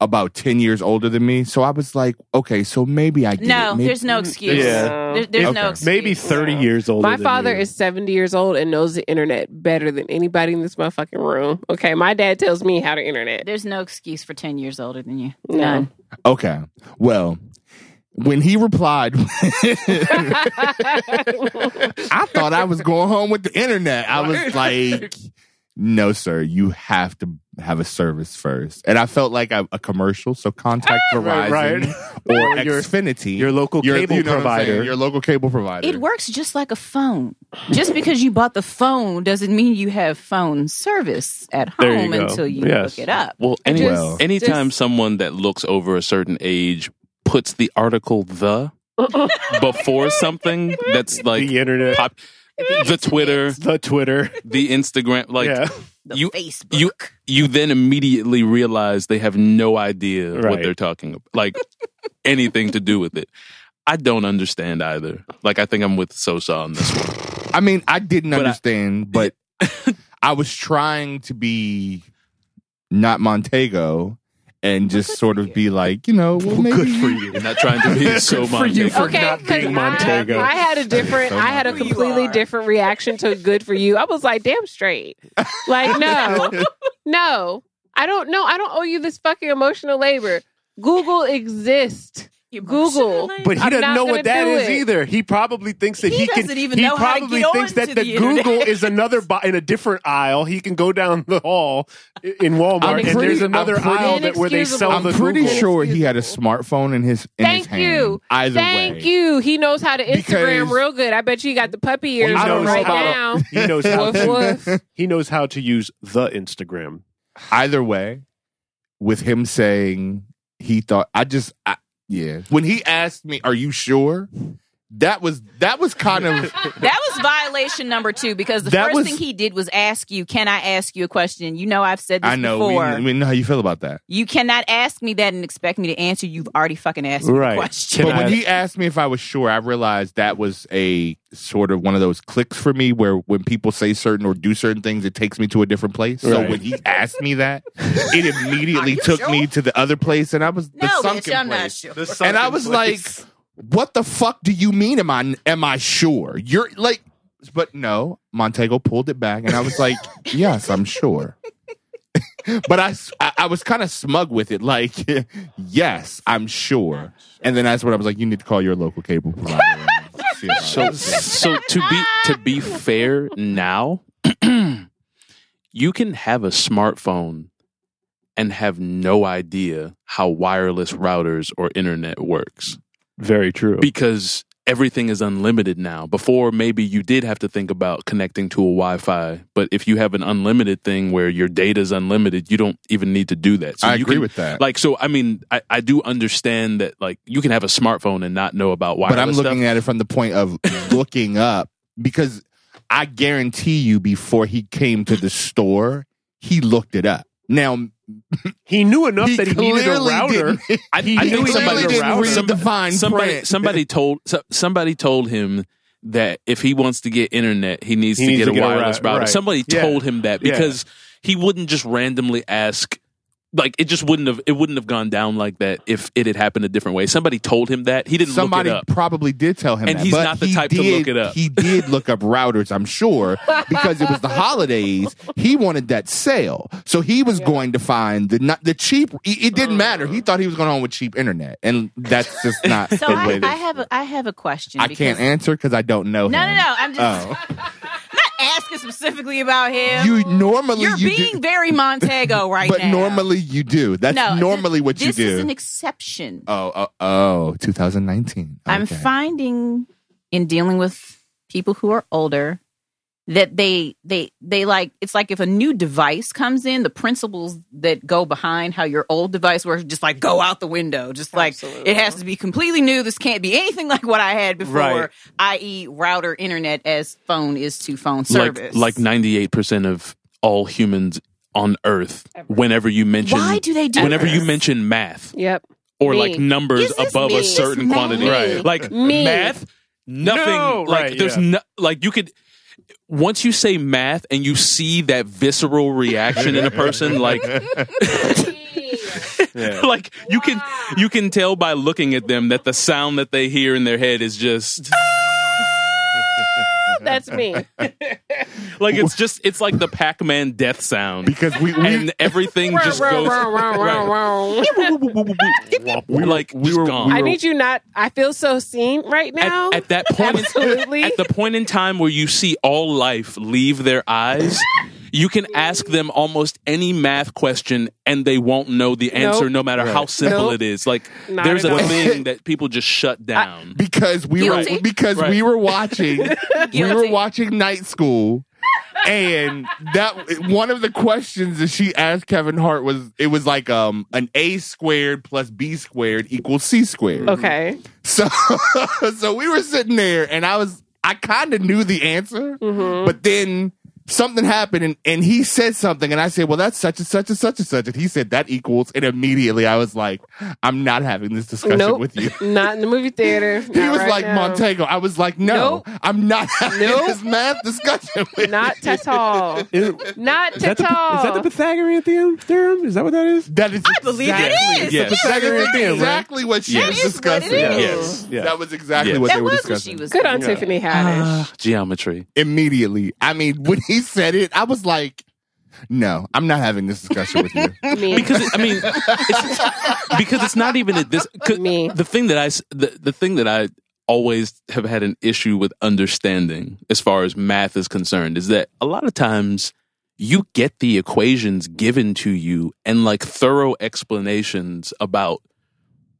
[SPEAKER 8] about 10 years older than me so i was like okay so maybe i get
[SPEAKER 7] No,
[SPEAKER 8] it. Maybe-
[SPEAKER 7] there's no excuse.
[SPEAKER 4] Yeah.
[SPEAKER 7] There- there's no
[SPEAKER 8] Okay.
[SPEAKER 7] excuse.
[SPEAKER 4] Maybe thirty years old.
[SPEAKER 3] My father is 70 years old and knows the internet better than anybody in this motherfucking room. Okay, my dad tells me how to internet.
[SPEAKER 7] There's no excuse for 10 years older than you.
[SPEAKER 3] No.
[SPEAKER 7] None.
[SPEAKER 8] okay well when he replied i thought i was going home with the internet i was like no sir you have to have a service first and i felt like a, a commercial so contact verizon
[SPEAKER 4] Right,
[SPEAKER 8] or
[SPEAKER 4] Or your-
[SPEAKER 8] xfinity
[SPEAKER 4] your local cable
[SPEAKER 8] you know what I'm
[SPEAKER 4] provider.
[SPEAKER 8] saying, your local cable provider
[SPEAKER 7] It works just like a phone. Just because you bought the phone doesn't mean you have phone service at
[SPEAKER 4] There you
[SPEAKER 7] home
[SPEAKER 4] go.
[SPEAKER 7] until you
[SPEAKER 4] Yes.
[SPEAKER 7] look it up.
[SPEAKER 5] Well, any,
[SPEAKER 3] just-
[SPEAKER 8] Well.
[SPEAKER 5] anytime
[SPEAKER 3] just-
[SPEAKER 5] someone that looks over a certain age puts the article the before something that's like
[SPEAKER 4] the internet,
[SPEAKER 5] pop, the Twitter,
[SPEAKER 4] the Twitter.
[SPEAKER 5] the Instagram, like
[SPEAKER 4] yeah,
[SPEAKER 7] The
[SPEAKER 5] You-
[SPEAKER 7] Facebook.
[SPEAKER 5] you you then immediately realize they have no idea
[SPEAKER 4] Right.
[SPEAKER 5] what they're talking about like anything to do with it i don't understand either like i think i'm with sosa on this one
[SPEAKER 8] I mean, I didn't
[SPEAKER 5] But I-
[SPEAKER 8] understand, but I was trying to be not Montego and just sort of be like, you know, well, maybe
[SPEAKER 4] good for you.
[SPEAKER 5] i'm not trying to be so
[SPEAKER 4] Good for you
[SPEAKER 5] Monte.
[SPEAKER 4] for not
[SPEAKER 3] because
[SPEAKER 4] being Montego.
[SPEAKER 3] I, I had a different, I had a
[SPEAKER 7] Who you
[SPEAKER 3] completely
[SPEAKER 7] are.
[SPEAKER 3] different reaction to "Good for You." I was like, "Damn straight!" Like, no, no, I don't know. I don't owe you this fucking emotional labor. Google exists. Google.
[SPEAKER 7] Emotionally?
[SPEAKER 4] but he
[SPEAKER 3] I'm
[SPEAKER 4] doesn't
[SPEAKER 3] not
[SPEAKER 4] know
[SPEAKER 3] gonna
[SPEAKER 4] what that
[SPEAKER 3] do
[SPEAKER 4] is
[SPEAKER 3] it.
[SPEAKER 4] either. He probably thinks that he,
[SPEAKER 7] He
[SPEAKER 4] can.
[SPEAKER 7] doesn't even
[SPEAKER 4] he
[SPEAKER 7] know how to
[SPEAKER 4] probably
[SPEAKER 7] get
[SPEAKER 4] thinks
[SPEAKER 7] on
[SPEAKER 4] that
[SPEAKER 7] to
[SPEAKER 4] the,
[SPEAKER 7] the internet.
[SPEAKER 4] Google is another bo- in a different aisle. He can go down the hall i- in Walmart
[SPEAKER 8] I'm
[SPEAKER 4] and
[SPEAKER 8] pretty-
[SPEAKER 4] there's another
[SPEAKER 8] I'm pretty-
[SPEAKER 4] aisle that where they
[SPEAKER 3] Inexcusable.
[SPEAKER 4] sell
[SPEAKER 8] I'm
[SPEAKER 4] the
[SPEAKER 8] pretty
[SPEAKER 4] Google.
[SPEAKER 8] sure he had a smartphone in his in
[SPEAKER 3] Thank
[SPEAKER 8] his hand.
[SPEAKER 3] you.
[SPEAKER 8] Either
[SPEAKER 3] Thank
[SPEAKER 8] way.
[SPEAKER 3] you. He knows how to Instagram
[SPEAKER 8] Because-
[SPEAKER 3] real good. I bet you got the puppy
[SPEAKER 4] Well,
[SPEAKER 3] ears
[SPEAKER 4] he
[SPEAKER 3] on
[SPEAKER 4] knows
[SPEAKER 3] right
[SPEAKER 4] how to-
[SPEAKER 3] now.
[SPEAKER 4] He knows how
[SPEAKER 3] Woof,
[SPEAKER 4] to,
[SPEAKER 3] woof.
[SPEAKER 4] he knows how to use the Instagram.
[SPEAKER 8] Either way, with him saying he thought I just I, yeah. When he asked me, "Are you sure?" That was that was kind of
[SPEAKER 7] That was violation number two because the
[SPEAKER 8] That
[SPEAKER 7] first
[SPEAKER 8] was-
[SPEAKER 7] thing he did was ask you, Can I ask you a question? You know, I've said this
[SPEAKER 8] I know we,
[SPEAKER 7] before.
[SPEAKER 8] we know how you feel about that.
[SPEAKER 7] you cannot ask me that and expect me to answer. You've already fucking asked me
[SPEAKER 4] Right.
[SPEAKER 7] the question.
[SPEAKER 4] Can
[SPEAKER 8] but when
[SPEAKER 4] I-
[SPEAKER 8] he asked me if I was sure, I realized that was a sort of one of those clicks for me where when people say certain or do certain things, it takes me to a different place. So
[SPEAKER 4] Right.
[SPEAKER 8] when he asked me that, it immediately took me to the other place, and I was the
[SPEAKER 7] No,
[SPEAKER 8] sunken
[SPEAKER 7] bitch, I'm not
[SPEAKER 8] place.
[SPEAKER 7] sure.
[SPEAKER 8] And I was like, "What the fuck do you mean? Am I am I sure? You're like." But no, Montego pulled it back, and I was like, "Yes, I'm sure." but I, s- I- I was kind of smug with it, like, "Yes, I'm sure." And then that's when I was like, "You need to call your local cable provider." and see about
[SPEAKER 5] so
[SPEAKER 8] this."
[SPEAKER 5] so to be to be fair now you can have a smartphone and have no idea how wireless routers or internet works
[SPEAKER 4] very true.
[SPEAKER 5] because everything is unlimited now. Before, maybe you did have to think about connecting to a Wi Fi, but if you have an unlimited thing where your data is unlimited, you don't even need to do that.
[SPEAKER 8] I
[SPEAKER 5] you
[SPEAKER 8] agree
[SPEAKER 5] can-
[SPEAKER 8] with that.
[SPEAKER 5] Like, so I mean, I, I do understand that, like, you can have a smartphone and not know about wireless
[SPEAKER 8] but I'm looking
[SPEAKER 5] stuff.
[SPEAKER 8] at it from the point of looking up because I guarantee you, before he came to the store, he looked it up. Now
[SPEAKER 4] he knew enough
[SPEAKER 8] he
[SPEAKER 4] that he needed a
[SPEAKER 8] clearly
[SPEAKER 4] router.
[SPEAKER 8] didn't-
[SPEAKER 5] I,
[SPEAKER 4] He
[SPEAKER 5] I
[SPEAKER 8] He
[SPEAKER 5] knew
[SPEAKER 4] clearly
[SPEAKER 5] somebody
[SPEAKER 8] clearly
[SPEAKER 4] needed a
[SPEAKER 8] didn't
[SPEAKER 4] router.
[SPEAKER 8] read the fine
[SPEAKER 5] somebody
[SPEAKER 8] print.
[SPEAKER 5] somebody told so, somebody told him that if he wants to get internet, he needs
[SPEAKER 4] He
[SPEAKER 5] to
[SPEAKER 4] needs
[SPEAKER 5] get
[SPEAKER 4] to
[SPEAKER 5] a
[SPEAKER 4] get a
[SPEAKER 5] wireless
[SPEAKER 4] ri-
[SPEAKER 5] router.
[SPEAKER 4] right.
[SPEAKER 5] Somebody
[SPEAKER 4] Yeah.
[SPEAKER 5] told him that
[SPEAKER 4] Yeah.
[SPEAKER 5] because he wouldn't just randomly ask like it just wouldn't have it wouldn't have gone down like that if it had happened a different way. Somebody told him that. He didn't
[SPEAKER 8] Somebody
[SPEAKER 5] look it up.
[SPEAKER 8] probably did tell him
[SPEAKER 5] And
[SPEAKER 8] that,
[SPEAKER 5] he's
[SPEAKER 8] but
[SPEAKER 5] not the
[SPEAKER 8] he
[SPEAKER 5] type to
[SPEAKER 8] did-
[SPEAKER 5] look it up.
[SPEAKER 8] He did look up routers, I'm sure, because it was the holidays. He wanted that sale, so he was going to find the not the cheap. It it didn't matter. He thought he was going home with cheap internet, and that's just not
[SPEAKER 7] So
[SPEAKER 8] the
[SPEAKER 7] I,
[SPEAKER 8] way.
[SPEAKER 7] I
[SPEAKER 8] that-
[SPEAKER 7] have a I have a question.
[SPEAKER 8] I
[SPEAKER 7] because-
[SPEAKER 8] can't answer because I don't know.
[SPEAKER 7] No,
[SPEAKER 8] him.
[SPEAKER 7] no, no. I'm just
[SPEAKER 8] Oh,
[SPEAKER 7] not asking specifically about him.
[SPEAKER 8] you normally
[SPEAKER 7] You're
[SPEAKER 8] you
[SPEAKER 7] being
[SPEAKER 8] do,
[SPEAKER 7] very Montego right
[SPEAKER 8] but
[SPEAKER 7] now.
[SPEAKER 8] normally you do. That's
[SPEAKER 7] No,
[SPEAKER 8] normally what you
[SPEAKER 7] this
[SPEAKER 8] do.
[SPEAKER 7] is an exception.
[SPEAKER 8] oh, oh, oh, 2019.
[SPEAKER 7] I'm
[SPEAKER 8] Okay.
[SPEAKER 7] finding in dealing with people who are older that they they they like it's like if a new device comes in, the principles that go behind how your old device works just like go out the window. Just like
[SPEAKER 3] Absolutely.
[SPEAKER 7] it has to be completely new. This can't be anything like what I had before,
[SPEAKER 5] Right.
[SPEAKER 7] i.e., router internet as phone is to phone service.
[SPEAKER 5] Like like ninety eight percent of all humans on Earth, whenever you mention
[SPEAKER 7] why do they do
[SPEAKER 5] whenever you
[SPEAKER 7] this?
[SPEAKER 5] mention math
[SPEAKER 3] Yep.
[SPEAKER 5] or
[SPEAKER 3] Me.
[SPEAKER 5] like numbers
[SPEAKER 7] This is
[SPEAKER 5] above
[SPEAKER 7] me.
[SPEAKER 5] a certain
[SPEAKER 7] This is
[SPEAKER 5] quantity,
[SPEAKER 7] me.
[SPEAKER 5] right? Like
[SPEAKER 3] Me.
[SPEAKER 5] math, nothing.
[SPEAKER 4] No,
[SPEAKER 5] like
[SPEAKER 4] right,
[SPEAKER 5] there's
[SPEAKER 4] yeah.
[SPEAKER 5] no like you could. Once you say math and you see that visceral reaction in a person, like like you can you can tell by looking at them that the sound that they hear in their head is just
[SPEAKER 3] That's me.
[SPEAKER 5] like it's just it's like the Pac-Man death sound,
[SPEAKER 8] because we, we
[SPEAKER 5] and everything just goes right.
[SPEAKER 8] we were-
[SPEAKER 5] like
[SPEAKER 8] we
[SPEAKER 5] just
[SPEAKER 8] were-
[SPEAKER 5] gone.
[SPEAKER 8] we
[SPEAKER 3] I need you not. I feel so seen right now.
[SPEAKER 5] at, at that point
[SPEAKER 3] Absolutely.
[SPEAKER 5] at the point in time where you see all life leave their eyes you can ask them almost any math question and they won't know the answer no matter how simple
[SPEAKER 3] Nope.
[SPEAKER 5] it is like
[SPEAKER 3] Not
[SPEAKER 5] there's
[SPEAKER 3] at
[SPEAKER 5] a
[SPEAKER 3] all.
[SPEAKER 5] thing that people just shut down
[SPEAKER 8] because we
[SPEAKER 7] Guilty.
[SPEAKER 8] were because
[SPEAKER 5] Right.
[SPEAKER 8] we were watching we were
[SPEAKER 7] Guilty.
[SPEAKER 8] watching night school and that one of the questions that she asked Kevin Hart was it was like um an a squared plus b squared equals c squared.
[SPEAKER 3] okay.
[SPEAKER 8] So so we were sitting there and I was I kind of knew the answer, but then something happened and, and he said something and I said, Well, that's such and such and such and such. And he said that equals and immediately I was like, I'm not having this discussion
[SPEAKER 3] Nope.
[SPEAKER 8] with you.
[SPEAKER 3] Not in the movie theater.
[SPEAKER 8] He
[SPEAKER 3] Not
[SPEAKER 8] was
[SPEAKER 3] right
[SPEAKER 8] like
[SPEAKER 3] now.
[SPEAKER 8] Montego. I was like, no,
[SPEAKER 3] Nope.
[SPEAKER 8] I'm not having
[SPEAKER 3] Nope.
[SPEAKER 8] this math discussion with
[SPEAKER 3] Not
[SPEAKER 8] you.
[SPEAKER 3] at all.
[SPEAKER 4] Is,
[SPEAKER 3] Not
[SPEAKER 4] is that
[SPEAKER 3] at
[SPEAKER 4] the, is that the
[SPEAKER 3] all.
[SPEAKER 4] Pythagorean theorem? Theorem? Is that what that is?
[SPEAKER 8] That is I
[SPEAKER 7] believe it is.
[SPEAKER 5] Yes.
[SPEAKER 8] The Pythagorean
[SPEAKER 4] Yes.
[SPEAKER 8] theorem, exactly what she
[SPEAKER 5] That
[SPEAKER 8] was
[SPEAKER 7] is what
[SPEAKER 8] discussing.
[SPEAKER 7] it is.
[SPEAKER 5] Yes.
[SPEAKER 4] Yeah.
[SPEAKER 8] That was exactly
[SPEAKER 5] Yes.
[SPEAKER 8] what
[SPEAKER 7] that
[SPEAKER 8] they were
[SPEAKER 7] was what
[SPEAKER 8] discussing.
[SPEAKER 7] she was
[SPEAKER 3] Good on Tiffany Haddish.
[SPEAKER 5] Ah, geometry
[SPEAKER 8] Immediately. I mean, when he said it, I was like, no, I'm not having this discussion with you.
[SPEAKER 4] Uh,
[SPEAKER 3] me.
[SPEAKER 5] because it, I mean, it's, because it's not even at this. 'cause
[SPEAKER 3] Me.
[SPEAKER 5] The thing that I s- the, the thing that I always have had an issue with understanding as far as math is concerned is that a lot of times you get the equations given to you and like thorough explanations about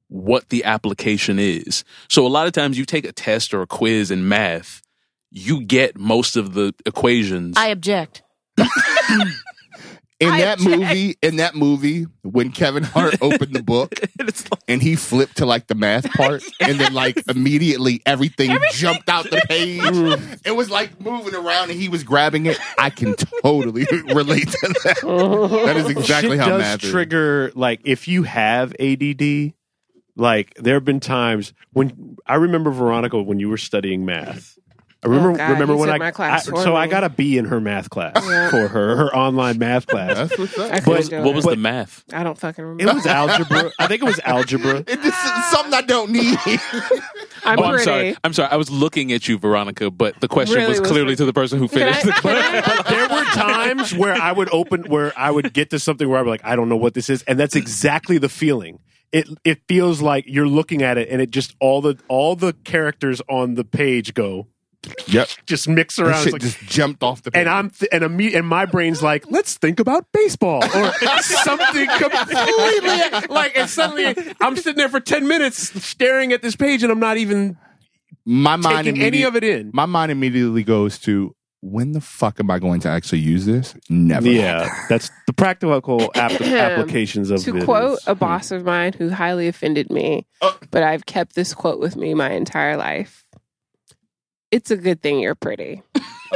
[SPEAKER 5] what the application is. So a lot of times you take a test or a quiz in math, you get most of the equations.
[SPEAKER 7] I object.
[SPEAKER 8] In
[SPEAKER 7] I
[SPEAKER 8] that
[SPEAKER 7] object.
[SPEAKER 8] movie, in that movie, when Kevin Hart opened the book
[SPEAKER 5] And it's like-
[SPEAKER 8] and he flipped to like the math part and then like immediately everything, jumped out the page.
[SPEAKER 4] Mm.
[SPEAKER 8] it was like moving around and he was grabbing it. I can totally relate to that. that is exactly
[SPEAKER 4] Shit
[SPEAKER 8] how
[SPEAKER 4] does
[SPEAKER 8] math is.
[SPEAKER 4] trigger like if you have ADD. Like there have been times when I remember Veronica when you were studying math.
[SPEAKER 8] Oh,
[SPEAKER 4] I remember
[SPEAKER 3] God,
[SPEAKER 4] remember
[SPEAKER 3] you
[SPEAKER 4] when
[SPEAKER 3] took
[SPEAKER 4] I,
[SPEAKER 3] my class
[SPEAKER 4] I-
[SPEAKER 3] for
[SPEAKER 4] so I
[SPEAKER 3] me.
[SPEAKER 4] got a B in her math class for her her online math class.
[SPEAKER 8] That's what's
[SPEAKER 3] I
[SPEAKER 8] up.
[SPEAKER 3] couldn't
[SPEAKER 4] But
[SPEAKER 3] do
[SPEAKER 5] what was
[SPEAKER 3] it.
[SPEAKER 5] the math?
[SPEAKER 3] I don't fucking
[SPEAKER 4] It
[SPEAKER 3] remember.
[SPEAKER 4] was algebra. I think it was algebra.
[SPEAKER 8] It- This is something I don't need.
[SPEAKER 3] I'm
[SPEAKER 5] Oh, I'm
[SPEAKER 3] pretty.
[SPEAKER 5] sorry. I'm sorry. I was looking at you, Veronica, but the question
[SPEAKER 3] Really
[SPEAKER 5] was
[SPEAKER 3] was-
[SPEAKER 5] clearly to the person who
[SPEAKER 3] Can I,
[SPEAKER 5] finished the class.
[SPEAKER 3] can
[SPEAKER 4] But there were times where I would open where I would get to something where I'm like, I don't know what this is, and that's exactly the feeling. It it feels like you're looking at it, and it just all the all the characters on the page go
[SPEAKER 8] yep.
[SPEAKER 4] just mix
[SPEAKER 8] That
[SPEAKER 4] around. It's
[SPEAKER 8] shit
[SPEAKER 4] like-
[SPEAKER 8] just jumped off the page.
[SPEAKER 4] and I'm th- and a me and my brain's like, let's think about baseball or something completely like. And suddenly, I'm sitting there for ten minutes staring at this page, and I'm not even
[SPEAKER 8] my mind
[SPEAKER 4] taking any
[SPEAKER 8] immediate-
[SPEAKER 4] of it in.
[SPEAKER 8] My mind immediately goes to when the fuck am I going to actually use this? Never.
[SPEAKER 4] Yeah, that's the practical ap- applications of
[SPEAKER 3] to
[SPEAKER 4] it
[SPEAKER 3] quote
[SPEAKER 4] is-
[SPEAKER 3] a boss of mine who highly offended me, but I've kept this quote with me my entire life. It's a good thing you're pretty.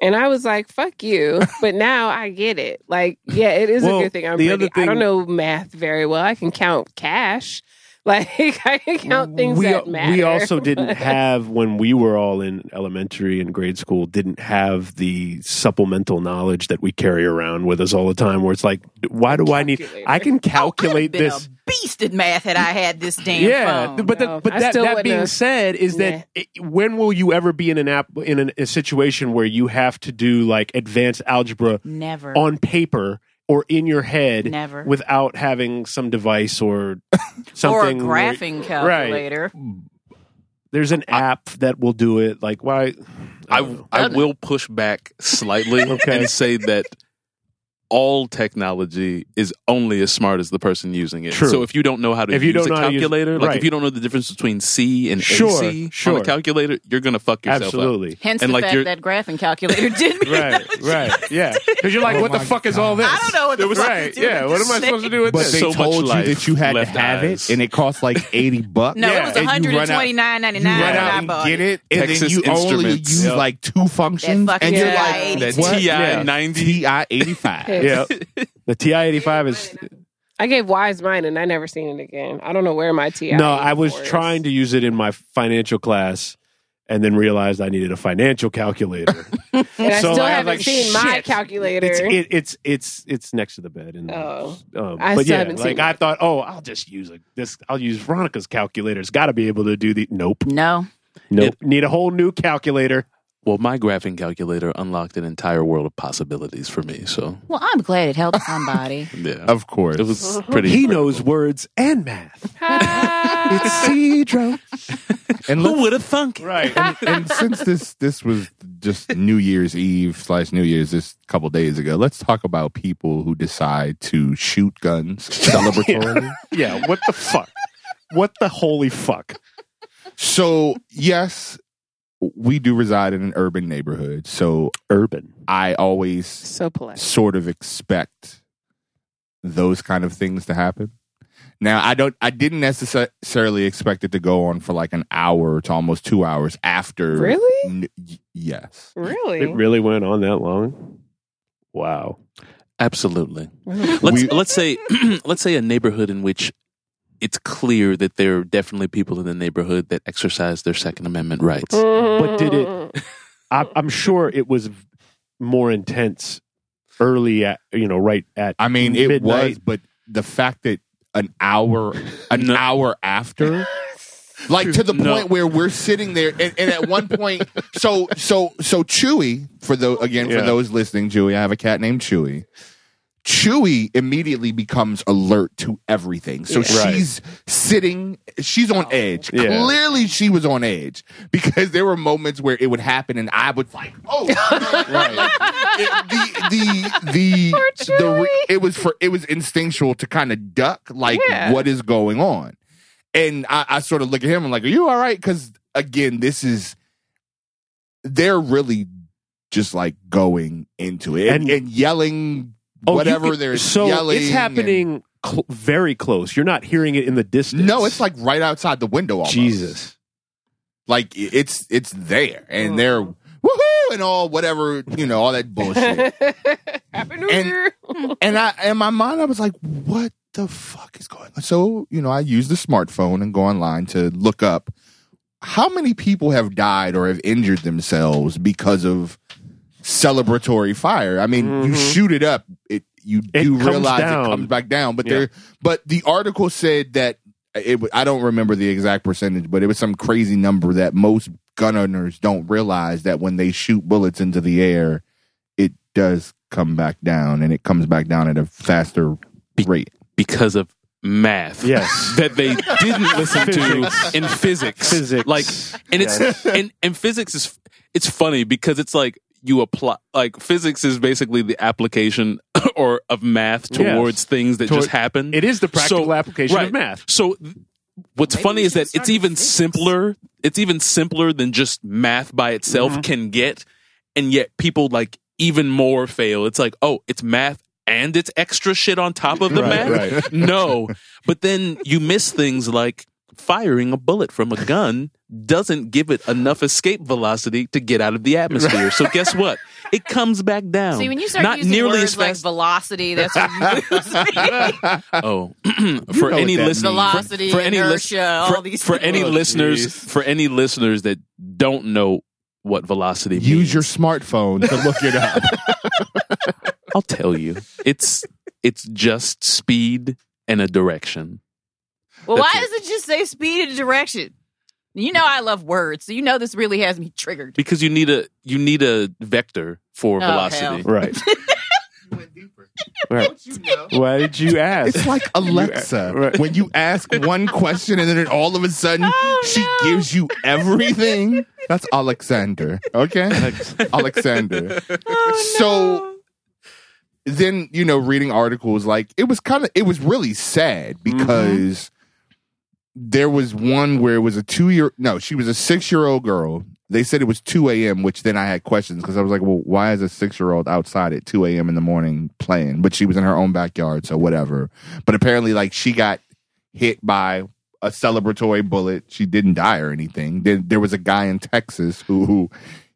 [SPEAKER 3] and I was like, fuck you. But now I get it. Like, yeah, it is
[SPEAKER 4] Well,
[SPEAKER 3] a good thing I'm
[SPEAKER 4] the
[SPEAKER 3] pretty.
[SPEAKER 4] other thing-
[SPEAKER 3] I don't know math very well. I can count cash, Like I can count things
[SPEAKER 4] we,
[SPEAKER 3] that matter.
[SPEAKER 4] we also didn't
[SPEAKER 3] but-
[SPEAKER 4] have when we were all in elementary and grade school didn't have the supplemental knowledge that we carry around with us all the time where it's like why do i need i can calculate
[SPEAKER 7] I'd have been
[SPEAKER 4] this
[SPEAKER 7] A beast at math had I had this damn
[SPEAKER 4] yeah
[SPEAKER 7] phone.
[SPEAKER 4] th- but the-
[SPEAKER 3] No,
[SPEAKER 4] but
[SPEAKER 3] I
[SPEAKER 4] that,
[SPEAKER 3] still
[SPEAKER 4] that
[SPEAKER 3] wouldn't
[SPEAKER 4] being
[SPEAKER 3] have-
[SPEAKER 4] said is
[SPEAKER 3] Nah.
[SPEAKER 4] that it- when will you ever be in an app in an, a situation where you have to do like advanced algebra
[SPEAKER 7] Never.
[SPEAKER 4] on paper or in your head
[SPEAKER 7] Never.
[SPEAKER 4] without having some device or something
[SPEAKER 7] or a
[SPEAKER 4] where-
[SPEAKER 7] graphing calculator.
[SPEAKER 4] there's an app that will do it like why
[SPEAKER 5] I,
[SPEAKER 4] don't know.
[SPEAKER 5] I will push back slightly
[SPEAKER 4] Okay.
[SPEAKER 5] and say that all technology is only as smart as the person using it.
[SPEAKER 4] True.
[SPEAKER 5] So if you don't know how to
[SPEAKER 4] If you don't
[SPEAKER 5] use a
[SPEAKER 4] know how to use-
[SPEAKER 5] calculator, like
[SPEAKER 4] right.
[SPEAKER 5] if you don't know the difference between C and
[SPEAKER 4] Sure,
[SPEAKER 5] AC on
[SPEAKER 4] sure.
[SPEAKER 5] a calculator, you're gonna fuck yourself up.
[SPEAKER 4] absolutely
[SPEAKER 7] Hence
[SPEAKER 5] And,
[SPEAKER 7] the
[SPEAKER 5] like,
[SPEAKER 7] fact
[SPEAKER 5] you're-
[SPEAKER 7] that graphing calculator did me.
[SPEAKER 4] right right yeah because you're like
[SPEAKER 8] Oh
[SPEAKER 4] what the
[SPEAKER 8] my
[SPEAKER 4] fuck is all
[SPEAKER 8] God.
[SPEAKER 4] this
[SPEAKER 7] I don't know what the fuck
[SPEAKER 4] right
[SPEAKER 7] to do
[SPEAKER 4] yeah
[SPEAKER 7] with
[SPEAKER 4] what
[SPEAKER 7] this
[SPEAKER 4] am i
[SPEAKER 7] thing.
[SPEAKER 4] supposed to do with
[SPEAKER 8] But
[SPEAKER 4] this
[SPEAKER 8] they
[SPEAKER 5] So much
[SPEAKER 8] told you that
[SPEAKER 5] life
[SPEAKER 8] you had to
[SPEAKER 5] left
[SPEAKER 8] have
[SPEAKER 5] eyes.
[SPEAKER 8] it, and it cost like eighty bucks.
[SPEAKER 7] No,
[SPEAKER 4] Yeah,
[SPEAKER 7] it was
[SPEAKER 8] and you run out-
[SPEAKER 7] $129.99
[SPEAKER 8] You run
[SPEAKER 7] when
[SPEAKER 8] out
[SPEAKER 7] I
[SPEAKER 8] and
[SPEAKER 7] bought
[SPEAKER 8] get it, and
[SPEAKER 5] Texas
[SPEAKER 8] then you only
[SPEAKER 5] Instruments.
[SPEAKER 8] use
[SPEAKER 4] Yep.
[SPEAKER 8] like two functions,
[SPEAKER 7] fucking
[SPEAKER 8] and you're
[SPEAKER 7] TI
[SPEAKER 8] like
[SPEAKER 7] That
[SPEAKER 8] what?
[SPEAKER 5] TI
[SPEAKER 8] Yeah.
[SPEAKER 5] 90.
[SPEAKER 8] TI eighty five.
[SPEAKER 4] yeah the ti-85 is
[SPEAKER 3] I gave Wise mine and I never seen it again. I don't know where my TI.
[SPEAKER 4] no i was trying to use it in my financial class and then realized i needed a financial calculator
[SPEAKER 3] And I still
[SPEAKER 4] So, like, I was
[SPEAKER 3] haven't
[SPEAKER 4] like,
[SPEAKER 3] seen my
[SPEAKER 4] shit.
[SPEAKER 3] calculator.
[SPEAKER 4] it's it, it's it's it's next to the bed and
[SPEAKER 3] Oh.
[SPEAKER 4] um,
[SPEAKER 3] I
[SPEAKER 4] but
[SPEAKER 3] still
[SPEAKER 4] yeah
[SPEAKER 3] haven't seen
[SPEAKER 4] like i
[SPEAKER 3] it.
[SPEAKER 4] thought oh i'll just use a, this i'll use veronica's calculator it's got to be able to do the nope
[SPEAKER 7] No.
[SPEAKER 4] nope need a whole new calculator
[SPEAKER 5] Well, my graphing calculator unlocked an entire world of possibilities for me. So
[SPEAKER 7] Well, I'm glad it helped somebody.
[SPEAKER 5] yeah,
[SPEAKER 8] Of course,
[SPEAKER 5] it was pretty.
[SPEAKER 4] he
[SPEAKER 5] incredible.
[SPEAKER 4] knows words and math
[SPEAKER 3] Ah.
[SPEAKER 4] it's cedro
[SPEAKER 8] and
[SPEAKER 5] Who
[SPEAKER 8] look,
[SPEAKER 5] would have thunk? it?
[SPEAKER 4] right
[SPEAKER 8] and, and since this this was just New Year's Eve slash New Year's just a couple days ago, let's talk about people who decide to shoot guns celebratorily.
[SPEAKER 4] Yeah, what the fuck? What the holy fuck?
[SPEAKER 8] So yes, we do reside in an urban neighborhood, so
[SPEAKER 4] Urban.
[SPEAKER 8] I always
[SPEAKER 3] so polite.
[SPEAKER 8] sort of expect those kind of things to happen. Now, I don't I didn't necessarily expect it to go on for like an hour to almost 2 hours after
[SPEAKER 3] Really?
[SPEAKER 8] N- y- yes.
[SPEAKER 4] It
[SPEAKER 3] Really?
[SPEAKER 4] really went on that long? Wow.
[SPEAKER 5] Absolutely.
[SPEAKER 3] Really?
[SPEAKER 5] Let's
[SPEAKER 8] We-
[SPEAKER 5] let's say let's say a neighborhood in which it's clear that there are definitely people in the neighborhood that exercise their Second Amendment rights.
[SPEAKER 4] But did it- I, I'm sure it was v- more intense early at, you know, right at.
[SPEAKER 8] I mean, it
[SPEAKER 4] midnight.
[SPEAKER 8] was but the fact that an hour an
[SPEAKER 5] No.
[SPEAKER 8] hour after like to the
[SPEAKER 5] No.
[SPEAKER 8] point where we're sitting there and, and at one point so so so chewy for those again
[SPEAKER 4] Yeah.
[SPEAKER 8] for those listening chewy i have a cat named chewy chewy immediately becomes alert to everything so
[SPEAKER 4] Yeah. Right.
[SPEAKER 8] she's sitting she's on edge
[SPEAKER 4] Yeah.
[SPEAKER 8] clearly she was on edge because there were moments where it would happen and i would like oh It- the the the, the re- it was for it was instinctual to kind of duck like
[SPEAKER 3] Yeah.
[SPEAKER 8] what is going on and I, I sort of look at him and like, "Are you all right?" Because again, this is they're really just like going into it and,
[SPEAKER 4] And-
[SPEAKER 8] and yelling
[SPEAKER 4] Oh, you-
[SPEAKER 8] whatever they're
[SPEAKER 4] so
[SPEAKER 8] yelling.
[SPEAKER 4] It's
[SPEAKER 8] and-
[SPEAKER 4] happening cl- very close. You're not hearing it in the distance.
[SPEAKER 8] no, it's like right outside the window. Almost.
[SPEAKER 4] Jesus.
[SPEAKER 8] like i- it's it's there, and they're woohoo and all whatever you know, all that bullshit.
[SPEAKER 3] Happy New
[SPEAKER 8] And-
[SPEAKER 3] Year.
[SPEAKER 8] and I in my mind, I was like, "What the fuck is going on?" So you know, I use the smartphone and go online to look up how many people have died or have injured themselves because of celebratory fire. I mean, you
[SPEAKER 4] Mhm.
[SPEAKER 8] shoot it up, it you
[SPEAKER 4] It
[SPEAKER 8] do
[SPEAKER 4] comes
[SPEAKER 8] realize
[SPEAKER 4] down.
[SPEAKER 8] it comes back down, but
[SPEAKER 4] Yeah.
[SPEAKER 8] there, but the article said that it. wa- I don't remember the exact percentage, but it was some crazy number that most gun owners don't realize that when they shoot bullets into the air, it does come back down, and it comes back down at a faster rate.
[SPEAKER 5] because of math.
[SPEAKER 4] Yes.
[SPEAKER 5] That they didn't listen to
[SPEAKER 4] Physics.
[SPEAKER 5] in physics.
[SPEAKER 4] Physics.
[SPEAKER 5] Like and it's and, and physics is it's funny because it's like you apply like physics is basically the application or of math
[SPEAKER 4] Yes.
[SPEAKER 5] towards things that
[SPEAKER 4] Toward-
[SPEAKER 5] just happen.
[SPEAKER 4] It is the practical
[SPEAKER 5] So-
[SPEAKER 4] application
[SPEAKER 5] right.
[SPEAKER 4] of math.
[SPEAKER 5] So th- what's
[SPEAKER 7] Maybe
[SPEAKER 5] funny
[SPEAKER 7] we
[SPEAKER 5] is
[SPEAKER 7] should
[SPEAKER 5] that
[SPEAKER 7] start
[SPEAKER 5] it's
[SPEAKER 7] with
[SPEAKER 5] even
[SPEAKER 7] physics.
[SPEAKER 5] simpler. It's even simpler than just math by itself can get, and yet people like even more fail. It's like, oh, it's math and it's extra shit on top of the
[SPEAKER 4] Right,
[SPEAKER 5] math. No, but then you miss things like firing a bullet from a gun doesn't give it enough escape velocity to get out of the atmosphere. So guess what? It comes back down.
[SPEAKER 7] See, when you start
[SPEAKER 5] not
[SPEAKER 7] using
[SPEAKER 5] nearly
[SPEAKER 7] words
[SPEAKER 5] as
[SPEAKER 7] like
[SPEAKER 5] fast.
[SPEAKER 7] velocity, that's what you use.
[SPEAKER 5] oh, for
[SPEAKER 8] know
[SPEAKER 5] any
[SPEAKER 8] what
[SPEAKER 5] listener,
[SPEAKER 8] that means.
[SPEAKER 7] velocity,
[SPEAKER 5] for any lis-
[SPEAKER 7] inertia, all
[SPEAKER 5] for,
[SPEAKER 7] these
[SPEAKER 5] for
[SPEAKER 7] things.
[SPEAKER 5] any
[SPEAKER 8] Oh,
[SPEAKER 5] listeners,
[SPEAKER 8] geez.
[SPEAKER 5] for any listeners that don't know what velocity means,
[SPEAKER 8] Use your smartphone to look it up.
[SPEAKER 5] I'll tell you, it's it's just speed and a direction.
[SPEAKER 7] Well,
[SPEAKER 5] That's
[SPEAKER 7] why
[SPEAKER 5] it.
[SPEAKER 7] does it just say speed and direction? You know I love words, so you know this really has me triggered.
[SPEAKER 5] because you need a you need a vector for
[SPEAKER 7] Oh,
[SPEAKER 5] velocity.
[SPEAKER 7] hell.
[SPEAKER 4] Right. Right. Why did you ask?
[SPEAKER 8] It's like Alexa.
[SPEAKER 4] Right.
[SPEAKER 8] When you ask one question and then all of a sudden
[SPEAKER 7] Oh,
[SPEAKER 8] she
[SPEAKER 7] no.
[SPEAKER 8] gives you everything. That's Alexander. Okay? Alexander. so then, you know, reading articles like it was kind of it was really sad because there was one where it was a two year no, she was a six year old girl. They said it was two AM, which then I had questions because I was like, Well, why is a six year old outside at two AM in the morning playing? But she was in her own backyard, so whatever. But apparently like she got hit by a celebratory bullet. She didn't die or anything. There, there was a guy in Texas who, who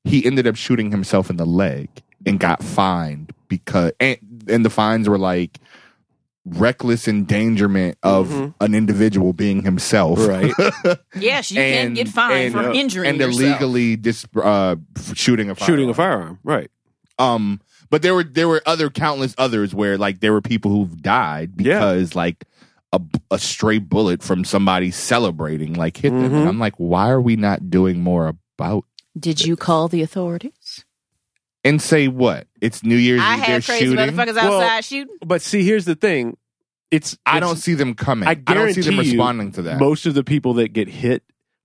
[SPEAKER 8] he ended up shooting himself in the leg and got fined because and, and the fines were like reckless endangerment of
[SPEAKER 4] Mhm.
[SPEAKER 8] an individual being himself
[SPEAKER 4] Right.
[SPEAKER 7] Yes, you
[SPEAKER 8] And-
[SPEAKER 7] can get fined
[SPEAKER 8] and,
[SPEAKER 7] for
[SPEAKER 8] uh,
[SPEAKER 7] injuring
[SPEAKER 8] and
[SPEAKER 7] yourself.
[SPEAKER 8] illegally dis- uh, f- shooting a firearm.
[SPEAKER 4] Shooting a firearm. Right.
[SPEAKER 8] Um, but there were there were other countless others where like there were people who've died
[SPEAKER 4] Yeah.
[SPEAKER 8] because like a, a stray bullet from somebody celebrating like hit them.
[SPEAKER 4] Mhm.
[SPEAKER 8] And I'm like, why are we not doing more about
[SPEAKER 7] Did you call the authorities?
[SPEAKER 8] and say what? It's New Year's
[SPEAKER 7] I
[SPEAKER 8] Eve. They're
[SPEAKER 7] had crazy
[SPEAKER 8] shooting.
[SPEAKER 7] motherfuckers outside
[SPEAKER 4] Well,
[SPEAKER 7] shooting.
[SPEAKER 4] But see, here's the thing. It's
[SPEAKER 8] I
[SPEAKER 4] it's-
[SPEAKER 8] don't see them coming.
[SPEAKER 4] I
[SPEAKER 8] I, don't see them
[SPEAKER 4] guarantee you,
[SPEAKER 8] responding to that.
[SPEAKER 4] most of the people that get hit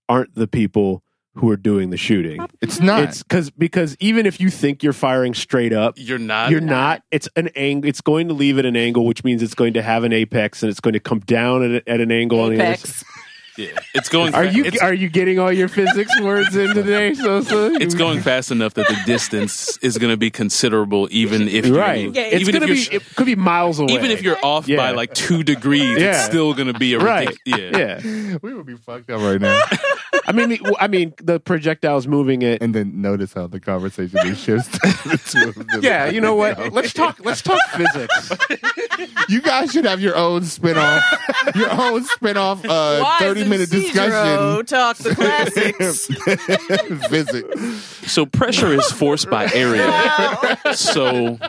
[SPEAKER 4] aren't the people who are doing the shooting.
[SPEAKER 8] it's not.
[SPEAKER 4] It's cuz because even if you think you're firing straight up,
[SPEAKER 5] You're not.
[SPEAKER 4] you're not. It's an angle. It's going to leave at an angle, which means it's going to have an apex, and it's going to come down at, at an angle on the other side.
[SPEAKER 7] Apex.
[SPEAKER 5] Yeah. It's going.
[SPEAKER 4] Are
[SPEAKER 5] fa-
[SPEAKER 4] you
[SPEAKER 5] It's,
[SPEAKER 4] are you getting all your physics words in today, Sosa?
[SPEAKER 5] it's going fast enough that the distance is going to be considerable, even if you're,
[SPEAKER 4] right.
[SPEAKER 7] Yeah,
[SPEAKER 4] it's
[SPEAKER 5] even
[SPEAKER 4] going
[SPEAKER 5] if
[SPEAKER 4] to
[SPEAKER 5] you're
[SPEAKER 4] be. It could be miles away.
[SPEAKER 5] even if you're off
[SPEAKER 4] Yeah.
[SPEAKER 5] by like two degrees, it's
[SPEAKER 4] Yeah.
[SPEAKER 5] still going to be a
[SPEAKER 4] Right.
[SPEAKER 5] ridic- Yeah.
[SPEAKER 4] Yeah,
[SPEAKER 8] we would be fucked up right now.
[SPEAKER 4] I mean, the- I mean, the projectile's moving it.
[SPEAKER 8] and then notice how the conversation is shifts. to the two of them.
[SPEAKER 4] Yeah, you know what? Let's talk. Let's talk physics.
[SPEAKER 8] You guys should have your own spin-off. your own spin-off uh,
[SPEAKER 7] Why is
[SPEAKER 8] 30 minute
[SPEAKER 7] it Cicero
[SPEAKER 8] discussion.
[SPEAKER 7] Talk the classics.
[SPEAKER 8] Visit.
[SPEAKER 5] So pressure is forced by area.
[SPEAKER 7] No.
[SPEAKER 5] So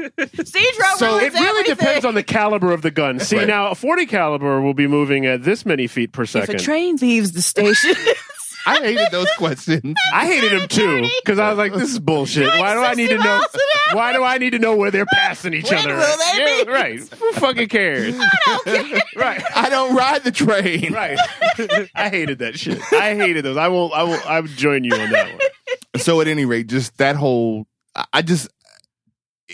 [SPEAKER 7] Cedro
[SPEAKER 8] So
[SPEAKER 4] It
[SPEAKER 7] ruins
[SPEAKER 4] really
[SPEAKER 7] everything.
[SPEAKER 4] depends on the caliber of the gun. See,
[SPEAKER 8] Right.
[SPEAKER 4] now a 40 caliber will be moving at this many feet per
[SPEAKER 7] if
[SPEAKER 4] second.
[SPEAKER 7] a train leaves the station.
[SPEAKER 8] I hated those questions.
[SPEAKER 4] I hated him too because I was like, "This is bullshit. Why do I need to
[SPEAKER 7] 60
[SPEAKER 4] know?
[SPEAKER 7] miles an hour?
[SPEAKER 4] Why do I need to know where they're passing each
[SPEAKER 7] When
[SPEAKER 4] other?"
[SPEAKER 7] will they
[SPEAKER 4] Yeah,
[SPEAKER 7] meet?
[SPEAKER 4] right? Who fucking cares? Right,
[SPEAKER 8] I don't ride the train.
[SPEAKER 4] right. I hated that shit. I hated those. I will. I will. I would join you on that one.
[SPEAKER 8] So at any rate, just that whole I- I just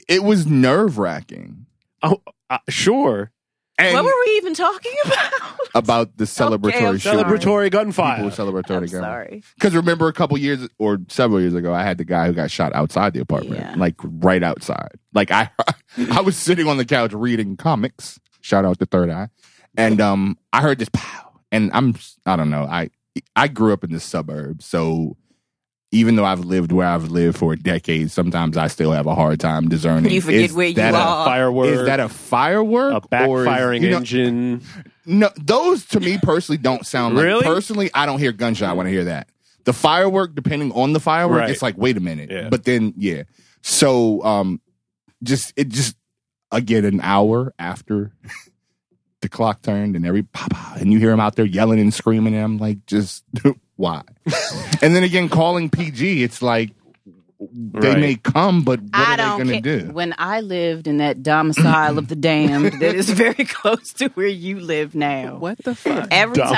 [SPEAKER 8] it was nerve wracking.
[SPEAKER 4] Uh, sure.
[SPEAKER 8] And
[SPEAKER 7] what were we even talking about?
[SPEAKER 8] about the celebratory
[SPEAKER 7] I'm
[SPEAKER 8] shooting.
[SPEAKER 7] sorry.
[SPEAKER 4] Celebratory gunfire.
[SPEAKER 8] People celebratory
[SPEAKER 7] I'm
[SPEAKER 8] gun.
[SPEAKER 7] sorry.
[SPEAKER 8] Because remember, a couple years or several years ago, I had the guy who got shot outside the apartment,
[SPEAKER 7] Yeah.
[SPEAKER 8] like right outside. Like I, I was sitting on the couch reading comics. Shout out to Third Eye, and um, I heard this pow, and I'm I don't know. I I grew up in the suburbs, so even though I've lived where I've lived for a decade, sometimes I still have a hard time discerning.
[SPEAKER 7] You forget
[SPEAKER 8] is
[SPEAKER 7] where you
[SPEAKER 8] that
[SPEAKER 7] are.
[SPEAKER 8] A,
[SPEAKER 4] Firework.
[SPEAKER 8] is that a firework?
[SPEAKER 4] a
[SPEAKER 8] or is-
[SPEAKER 4] backfiring
[SPEAKER 8] you know,
[SPEAKER 4] engine?
[SPEAKER 8] no, those to me personally don't sound like.
[SPEAKER 4] Really?
[SPEAKER 8] Personally, I don't hear gunshot when I hear that. The firework, depending on the firework,
[SPEAKER 4] Right.
[SPEAKER 8] it's like wait a minute.
[SPEAKER 4] Yeah.
[SPEAKER 8] But then yeah, so um, just it just again an hour after the clock turned and every pop and you hear him out there yelling and screaming and I'm like just why? and then again calling PG, it's like they
[SPEAKER 4] Right.
[SPEAKER 8] may come, but what
[SPEAKER 7] I
[SPEAKER 8] are
[SPEAKER 7] don't care.
[SPEAKER 8] they going to do?
[SPEAKER 7] When I lived in that domicile of the damned that is very close to where you live now.
[SPEAKER 3] What the fuck?
[SPEAKER 7] Every time,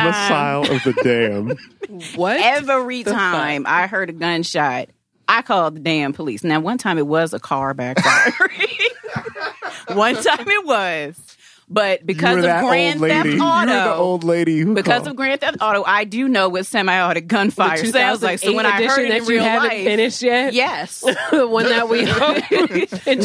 [SPEAKER 4] Domicile of the damn.
[SPEAKER 3] What?
[SPEAKER 7] every
[SPEAKER 3] The fuck?
[SPEAKER 7] time I heard a gunshot, I called the damn police. Now, one time it was a car backfiring. one time it was, but because
[SPEAKER 4] you were
[SPEAKER 7] of
[SPEAKER 4] that
[SPEAKER 7] Grand
[SPEAKER 4] old
[SPEAKER 7] Theft
[SPEAKER 4] lady. You were the
[SPEAKER 7] Auto,
[SPEAKER 4] old lady who
[SPEAKER 7] because
[SPEAKER 4] called.
[SPEAKER 7] of Grand Theft Auto, I do know what semi-auto gunfire
[SPEAKER 3] The
[SPEAKER 7] sounds like. So when I
[SPEAKER 3] 2008
[SPEAKER 7] heard
[SPEAKER 3] edition
[SPEAKER 7] it
[SPEAKER 3] that
[SPEAKER 7] in
[SPEAKER 3] you
[SPEAKER 7] real
[SPEAKER 3] haven't
[SPEAKER 7] life,
[SPEAKER 3] finished yet.
[SPEAKER 7] yes.
[SPEAKER 3] the one that we hope.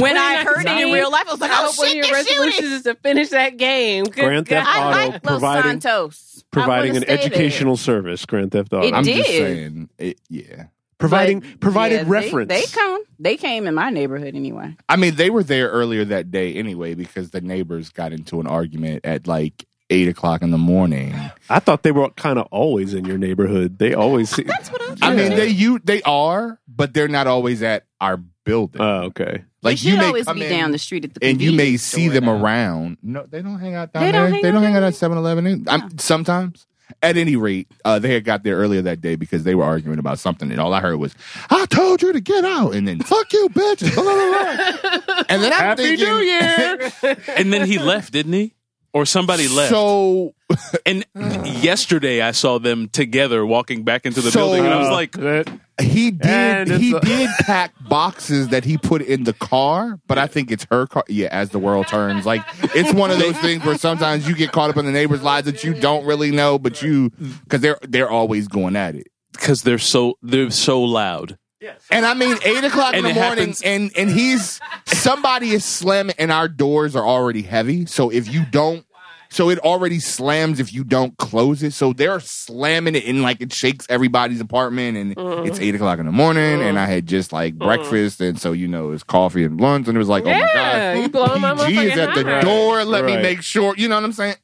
[SPEAKER 7] when I heard it in real life, I was like,
[SPEAKER 3] I
[SPEAKER 7] "Oh
[SPEAKER 3] hope one
[SPEAKER 7] shit,
[SPEAKER 3] of your
[SPEAKER 7] they're shooting!"
[SPEAKER 3] resolutions is to finish that game. Good
[SPEAKER 4] Grand Theft
[SPEAKER 3] God.
[SPEAKER 7] I
[SPEAKER 4] Auto
[SPEAKER 7] like Los
[SPEAKER 4] providing-
[SPEAKER 7] Santos.
[SPEAKER 4] providing an
[SPEAKER 7] stay there.
[SPEAKER 4] educational service, Grand Theft Auto.
[SPEAKER 7] It
[SPEAKER 8] I'm
[SPEAKER 7] did.
[SPEAKER 8] just saying, it, yeah.
[SPEAKER 4] providing
[SPEAKER 7] But, yeah,
[SPEAKER 4] provided
[SPEAKER 7] they-
[SPEAKER 4] reference.
[SPEAKER 7] They, come. They came in my neighborhood anyway.
[SPEAKER 8] I mean, they were there earlier that day anyway because the neighbors got into an argument at like eight o'clock in the morning.
[SPEAKER 4] I thought they were kind of always in your neighborhood. They always. See-
[SPEAKER 7] That's what I'm.
[SPEAKER 8] I mean,
[SPEAKER 7] saying.
[SPEAKER 8] they you they are, but they're not always at our building.
[SPEAKER 4] oh, okay.
[SPEAKER 8] like
[SPEAKER 7] they should
[SPEAKER 8] you may
[SPEAKER 7] always
[SPEAKER 8] come
[SPEAKER 7] be
[SPEAKER 8] in
[SPEAKER 7] down the street at the
[SPEAKER 8] and you may
[SPEAKER 7] convenience
[SPEAKER 8] see
[SPEAKER 7] store,
[SPEAKER 8] them
[SPEAKER 7] though.
[SPEAKER 8] around. No, they don't hang out down
[SPEAKER 7] They
[SPEAKER 8] there.
[SPEAKER 7] don't hang
[SPEAKER 8] they
[SPEAKER 7] out
[SPEAKER 8] don't hang
[SPEAKER 7] down
[SPEAKER 8] out at 7-Eleven. I'm, sometimes. At any rate, uh, they had got there earlier that day because they were arguing about something, and all I heard was, "I told you to get out," and then "fuck you, bitch," and, blah, blah, blah, blah. and then I'm
[SPEAKER 4] Happy
[SPEAKER 8] thinking,
[SPEAKER 4] New Year!
[SPEAKER 5] And then he left, didn't he? Or somebody left.
[SPEAKER 8] So uh,
[SPEAKER 5] and yesterday I saw them together walking back into the
[SPEAKER 8] So-
[SPEAKER 5] building, and I was
[SPEAKER 4] Uh,
[SPEAKER 5] like,
[SPEAKER 4] that-
[SPEAKER 8] He did.
[SPEAKER 4] And it's
[SPEAKER 8] he
[SPEAKER 4] a-
[SPEAKER 8] did pack boxes that he put in the car, but I think it's her car. Yeah, as the world turns, like it's one of those things where sometimes you get caught up in the neighbors' lives that you don't really know, but you because they're they're always going at it.
[SPEAKER 5] because they're so they're so loud.
[SPEAKER 8] And I mean, eight o'clock in
[SPEAKER 5] And
[SPEAKER 8] the
[SPEAKER 5] it
[SPEAKER 8] morning,
[SPEAKER 5] happens-
[SPEAKER 8] and and he's somebody is slamming, and our doors are already heavy. So if you don't, so it already slams if you don't close it. So they're slamming it in like it shakes everybody's apartment, and
[SPEAKER 3] Mm.
[SPEAKER 8] it's eight o'clock in the morning, and I had just like breakfast, and so you know it's coffee and lunch, and it was like, oh
[SPEAKER 3] Yeah,
[SPEAKER 8] my
[SPEAKER 3] you
[SPEAKER 8] god,
[SPEAKER 3] blowing my
[SPEAKER 8] PG is
[SPEAKER 3] motherfucking
[SPEAKER 8] at the
[SPEAKER 4] mind.
[SPEAKER 8] door. Let me
[SPEAKER 4] Right.
[SPEAKER 8] make sure. You know what I'm saying?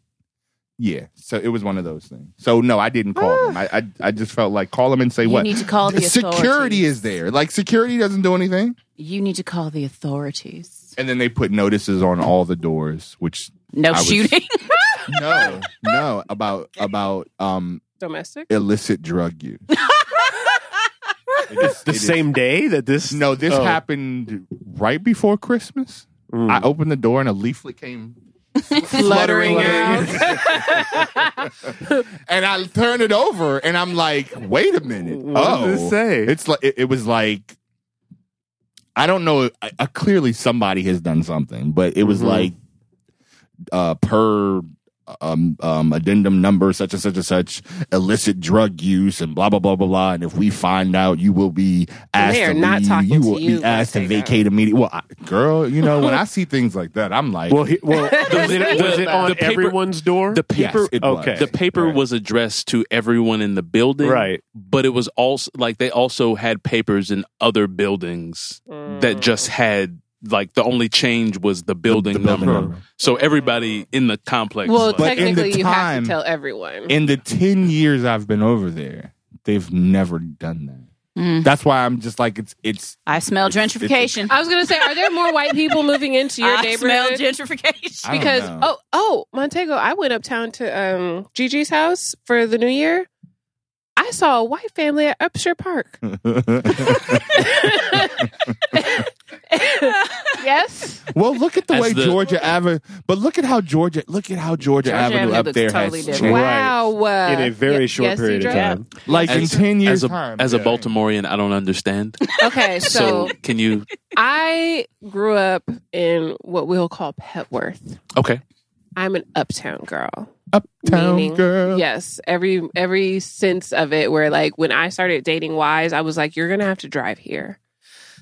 [SPEAKER 8] Yeah, so it was one of those things. So no, I didn't call him. I, I I just felt like call him and say
[SPEAKER 7] You
[SPEAKER 8] what
[SPEAKER 7] need to call the authorities.
[SPEAKER 8] security is there. Like security doesn't do anything.
[SPEAKER 7] You need to call the authorities.
[SPEAKER 8] And then they put notices on all the doors, which
[SPEAKER 7] No
[SPEAKER 8] I was-
[SPEAKER 7] shooting.
[SPEAKER 8] no, no about about um
[SPEAKER 3] Domestic.
[SPEAKER 8] illicit drug use.
[SPEAKER 4] It's the
[SPEAKER 8] It is-
[SPEAKER 4] same day that this.
[SPEAKER 8] No, this
[SPEAKER 4] Oh.
[SPEAKER 8] happened right before Christmas.
[SPEAKER 4] Mm.
[SPEAKER 8] I opened the door and a leaflet came
[SPEAKER 3] Fluttering out.
[SPEAKER 8] and I turned it over and I'm like, wait a minute.
[SPEAKER 4] What
[SPEAKER 8] oh,
[SPEAKER 4] does it say?
[SPEAKER 8] It's like it, it was like I don't know. I, I, clearly, somebody has done something, but it was
[SPEAKER 3] Mm-hmm.
[SPEAKER 4] Mhm.
[SPEAKER 8] like uh, per um, um, addendum number such and such and such illicit drug use and blah blah blah blah blah. And if we find out, you will be asked.
[SPEAKER 3] they are
[SPEAKER 8] to
[SPEAKER 3] not
[SPEAKER 8] leave.
[SPEAKER 3] talking
[SPEAKER 8] You
[SPEAKER 3] to
[SPEAKER 8] will
[SPEAKER 3] you
[SPEAKER 8] be
[SPEAKER 3] when
[SPEAKER 8] asked
[SPEAKER 3] they
[SPEAKER 8] to
[SPEAKER 3] say that.
[SPEAKER 8] vacate immediately. Well, I, girl, you know when I see things like that, I'm like,
[SPEAKER 4] Well, he, well, was it, was it on
[SPEAKER 5] The paper-
[SPEAKER 4] everyone's door?
[SPEAKER 5] The
[SPEAKER 8] Yes,
[SPEAKER 5] paper,
[SPEAKER 8] it was.
[SPEAKER 4] okay.
[SPEAKER 5] the paper
[SPEAKER 8] Right.
[SPEAKER 5] was addressed to everyone in the building,
[SPEAKER 4] Right.
[SPEAKER 5] But it was also like they also had papers in other buildings
[SPEAKER 8] Mm.
[SPEAKER 5] that just had like the only change was the building,
[SPEAKER 8] the building
[SPEAKER 5] number.
[SPEAKER 8] number.
[SPEAKER 5] So everybody in the complex,
[SPEAKER 3] Well,
[SPEAKER 5] was
[SPEAKER 8] But
[SPEAKER 5] like,
[SPEAKER 8] in the
[SPEAKER 3] technically, you have
[SPEAKER 8] time-
[SPEAKER 3] to tell everyone.
[SPEAKER 8] in the 10 years I've been over there, they've never done that.
[SPEAKER 7] Mm.
[SPEAKER 8] That's why I'm just like it's it's
[SPEAKER 7] I smell gentrification.
[SPEAKER 3] I was gonna say, are there more white people moving into your
[SPEAKER 7] I smell
[SPEAKER 3] neighborhood?
[SPEAKER 7] gentrification.
[SPEAKER 8] I don't
[SPEAKER 3] because
[SPEAKER 8] know.
[SPEAKER 3] oh oh Montego, I went uptown to um Gigi's house for the New Year. I saw a white family at Upshur Park. yes,
[SPEAKER 8] well look at the
[SPEAKER 5] As
[SPEAKER 8] way
[SPEAKER 5] the-
[SPEAKER 8] Georgia Avenue but look at how Georgia look at how Georgia,
[SPEAKER 7] Georgia
[SPEAKER 8] Avenue
[SPEAKER 7] Avenue
[SPEAKER 8] up
[SPEAKER 7] looks
[SPEAKER 8] there
[SPEAKER 7] totally
[SPEAKER 8] has
[SPEAKER 7] different.
[SPEAKER 8] changed.
[SPEAKER 3] wow.
[SPEAKER 4] in
[SPEAKER 7] Uh,
[SPEAKER 4] a very
[SPEAKER 3] Ye-
[SPEAKER 4] shouth
[SPEAKER 3] yes,
[SPEAKER 4] period of
[SPEAKER 3] Cedra?
[SPEAKER 4] time.
[SPEAKER 8] Like in
[SPEAKER 5] As-
[SPEAKER 8] ten years
[SPEAKER 5] as a
[SPEAKER 8] time,
[SPEAKER 5] as a
[SPEAKER 8] yeah.
[SPEAKER 5] Baltimorean, I don't understand.
[SPEAKER 3] Okay,
[SPEAKER 5] So,
[SPEAKER 3] so
[SPEAKER 5] can you?
[SPEAKER 3] I grew up in what we'll call Petworth.
[SPEAKER 5] Okay,
[SPEAKER 3] I'm an uptown girl.
[SPEAKER 8] uptown
[SPEAKER 3] meaning-
[SPEAKER 8] girl.
[SPEAKER 3] Yes, every every sense of it. Where like when I started dating Wise, I was like, "You're gonna have to drive here."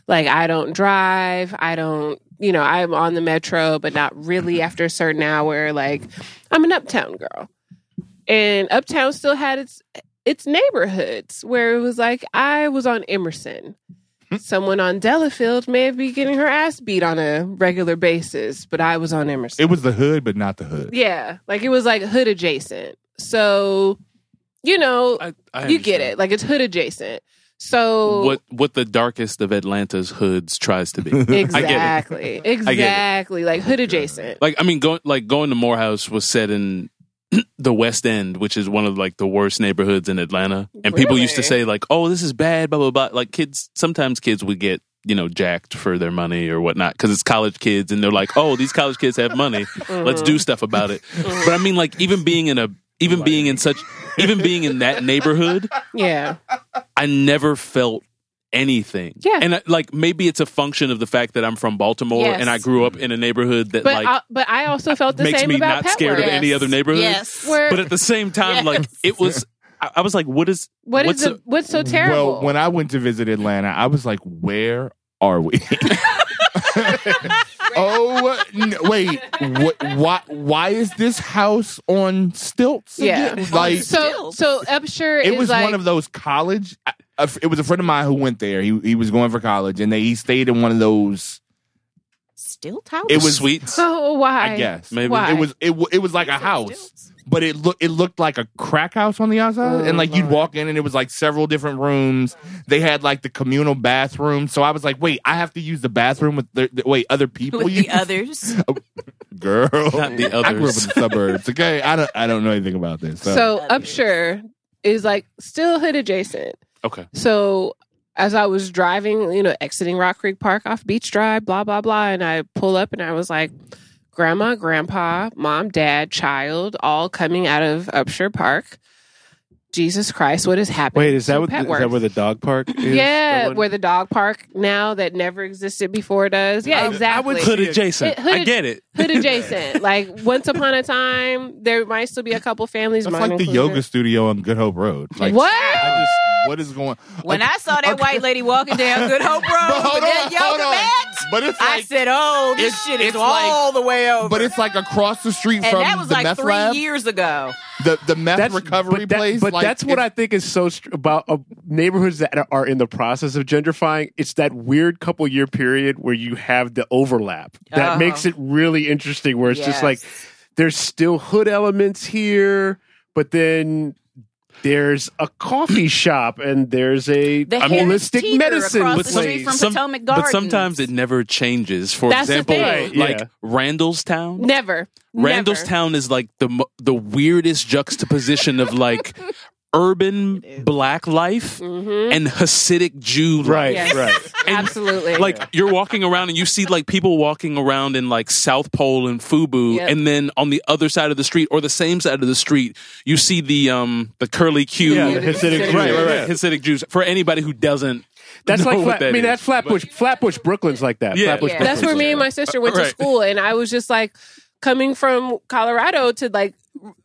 [SPEAKER 3] Like I don't drive. I don't. You know, I'm on the metro, but not really after a certain hour. Like I'm an uptown girl, and uptown still had its its neighborhoods where it was like I was on Emerson. Someone on Delafield may be getting her ass beat on a regular basis, but I was on Emerson.
[SPEAKER 8] It was the hood, but not the hood.
[SPEAKER 3] Yeah, like it was like hood adjacent. So, you know,
[SPEAKER 5] I, I
[SPEAKER 3] you get
[SPEAKER 5] understand.
[SPEAKER 3] it. Like it's hood adjacent. So
[SPEAKER 5] What what the darkest of Atlanta's hoods tries to be.
[SPEAKER 3] exactly,
[SPEAKER 5] I get it.
[SPEAKER 3] exactly, like hood adjacent.
[SPEAKER 5] like I mean, going like going to Morehouse was set in the West End, which is one of like the worst neighborhoods in Atlanta, and people used to
[SPEAKER 3] Really?
[SPEAKER 5] say like, "Oh, this is bad," blah blah blah. Like kids, sometimes kids would get you know jacked for their money or whatnot because it's college kids, and they're like, "Oh, these college kids have money. Let's do stuff about it." But I mean, like even being in a even being in such even being in that neighborhood
[SPEAKER 3] Mm-hmm. yeah,
[SPEAKER 5] I never felt anything.
[SPEAKER 3] Yeah.
[SPEAKER 5] And uh, like maybe it's a function of the fact that I'm from Baltimore
[SPEAKER 7] Yes.
[SPEAKER 5] and I grew up in a neighborhood that
[SPEAKER 3] but
[SPEAKER 5] like
[SPEAKER 3] I, but I also felt the
[SPEAKER 5] makes
[SPEAKER 3] same
[SPEAKER 5] me
[SPEAKER 3] about
[SPEAKER 5] not scared of
[SPEAKER 3] Petworth.
[SPEAKER 5] any other neighborhood.
[SPEAKER 7] Yes.
[SPEAKER 3] Where
[SPEAKER 5] But at the same time, like it was I, I was like, what is
[SPEAKER 3] what is
[SPEAKER 5] what's
[SPEAKER 3] the,
[SPEAKER 5] a-
[SPEAKER 3] what's so terrible?
[SPEAKER 8] Well, when I went to visit Atlanta, I was like, where are we? Oh n- wait, what, why why is this house on stilts?
[SPEAKER 3] Yeah.
[SPEAKER 8] again? like
[SPEAKER 3] So, so Upshur
[SPEAKER 8] it
[SPEAKER 3] is
[SPEAKER 8] was
[SPEAKER 3] like
[SPEAKER 8] one of those college. I- a f- It was a friend of mine who went there. He he was going for college, and they, he stayed in one of those.
[SPEAKER 7] Still tower.
[SPEAKER 8] It was
[SPEAKER 5] sweets.
[SPEAKER 3] Oh, why?
[SPEAKER 8] I guess
[SPEAKER 5] Maybe
[SPEAKER 3] Why?
[SPEAKER 8] it was it w- it was like a house, but it looked it looked like a crack house on the outside,
[SPEAKER 5] Oh,
[SPEAKER 8] and like you'd walk in, and it was like several different rooms. They had like the communal bathroom, so I was like, wait, I have to use the bathroom with the, the- wait other people.
[SPEAKER 7] with
[SPEAKER 8] use?
[SPEAKER 7] the others.
[SPEAKER 8] girl.
[SPEAKER 5] Not the
[SPEAKER 8] I grew up in
[SPEAKER 5] others.
[SPEAKER 8] the suburbs. Okay, I don't I don't know anything about this. So,
[SPEAKER 3] So Upshur is like still hood adjacent.
[SPEAKER 5] Okay.
[SPEAKER 3] So as I was driving, you know, exiting Rock Creek Park off Beach Drive, blah blah blah, and I pull up and I was like, Grandma, Grandpa, Mom, Dad, Child, all coming out of Upshur Park. Jesus Christ, what has happened?
[SPEAKER 4] Wait, is
[SPEAKER 3] to
[SPEAKER 4] that, what, is
[SPEAKER 3] Petworth?
[SPEAKER 4] that where the dog park is?
[SPEAKER 3] yeah,
[SPEAKER 4] The one-
[SPEAKER 3] where the dog park now that never existed before does. Yeah, exactly.
[SPEAKER 5] Hood adjacent.
[SPEAKER 3] It- hood-
[SPEAKER 5] I get it.
[SPEAKER 3] hood adjacent. like once upon a time, there might still be a couple families.
[SPEAKER 8] it's
[SPEAKER 3] mine
[SPEAKER 8] like the
[SPEAKER 3] included.
[SPEAKER 8] yoga studio on Good Hope Road. Like
[SPEAKER 3] What?
[SPEAKER 8] I just, what is going?
[SPEAKER 7] When
[SPEAKER 8] like,
[SPEAKER 7] I saw that white lady walking down Good Hope
[SPEAKER 8] But
[SPEAKER 7] Road
[SPEAKER 8] hold
[SPEAKER 7] with that
[SPEAKER 8] on, hold
[SPEAKER 7] yoga
[SPEAKER 8] on.
[SPEAKER 7] mat,
[SPEAKER 8] But it's
[SPEAKER 7] I
[SPEAKER 8] like,
[SPEAKER 7] said, "Oh, this
[SPEAKER 8] It's-
[SPEAKER 7] shit is
[SPEAKER 8] it's like-
[SPEAKER 7] all the way over."
[SPEAKER 8] but it's like across the street
[SPEAKER 7] and
[SPEAKER 8] from
[SPEAKER 7] that was
[SPEAKER 8] the
[SPEAKER 7] like
[SPEAKER 8] meth
[SPEAKER 7] three
[SPEAKER 8] lab,
[SPEAKER 7] years ago.
[SPEAKER 8] the the meth recovery
[SPEAKER 4] but that-
[SPEAKER 8] place.
[SPEAKER 4] but
[SPEAKER 8] like,
[SPEAKER 4] that's what
[SPEAKER 8] it's-
[SPEAKER 4] I think is so str- about uh, neighborhoods that are in the process of gentrifying. It's that weird couple year period where you have the overlap that
[SPEAKER 7] Uh-huh.
[SPEAKER 4] makes it really interesting. Where it's just like
[SPEAKER 7] Yes.
[SPEAKER 4] there's still hood elements here, but then there's a coffee shop and there's a
[SPEAKER 7] The Harris
[SPEAKER 4] holistic
[SPEAKER 7] Teeter
[SPEAKER 4] medicine
[SPEAKER 7] across the street
[SPEAKER 4] place.
[SPEAKER 7] from Potomac
[SPEAKER 5] But sometimes it
[SPEAKER 7] Gardens.
[SPEAKER 5] never changes. For
[SPEAKER 3] That's the
[SPEAKER 5] example,
[SPEAKER 3] thing.
[SPEAKER 5] like
[SPEAKER 4] Yeah.
[SPEAKER 5] Randallstown.
[SPEAKER 3] Never. never.
[SPEAKER 5] Randallstown is like the mo- the weirdest juxtaposition of like urban black life and Hasidic Jew
[SPEAKER 4] right,
[SPEAKER 5] life.
[SPEAKER 3] Mm-hmm. Yes.
[SPEAKER 4] right.
[SPEAKER 3] Absolutely.
[SPEAKER 5] Like you're walking around and you see like people walking around in like South Pole and Fubu,
[SPEAKER 3] Yep.
[SPEAKER 5] and then on the other side of the street or the same side of the street, you see the um the curly Q
[SPEAKER 4] Yeah, the Hasidic
[SPEAKER 3] Jew.
[SPEAKER 5] right, right, right.
[SPEAKER 4] Yeah.
[SPEAKER 5] Hasidic Jews. For anybody who doesn't,
[SPEAKER 4] That's
[SPEAKER 5] know
[SPEAKER 4] like
[SPEAKER 5] what
[SPEAKER 4] Flat, I
[SPEAKER 5] that
[SPEAKER 4] mean
[SPEAKER 5] is.
[SPEAKER 4] that's Flatbush. Flatbush, Brooklyn's like that.
[SPEAKER 5] Yeah.
[SPEAKER 4] Flatbush,
[SPEAKER 5] Yeah.
[SPEAKER 4] Brooklyn's
[SPEAKER 3] That's where
[SPEAKER 4] like
[SPEAKER 3] me
[SPEAKER 4] that.
[SPEAKER 3] and my sister went to
[SPEAKER 5] Right.
[SPEAKER 3] school, and I was just like coming from Colorado to like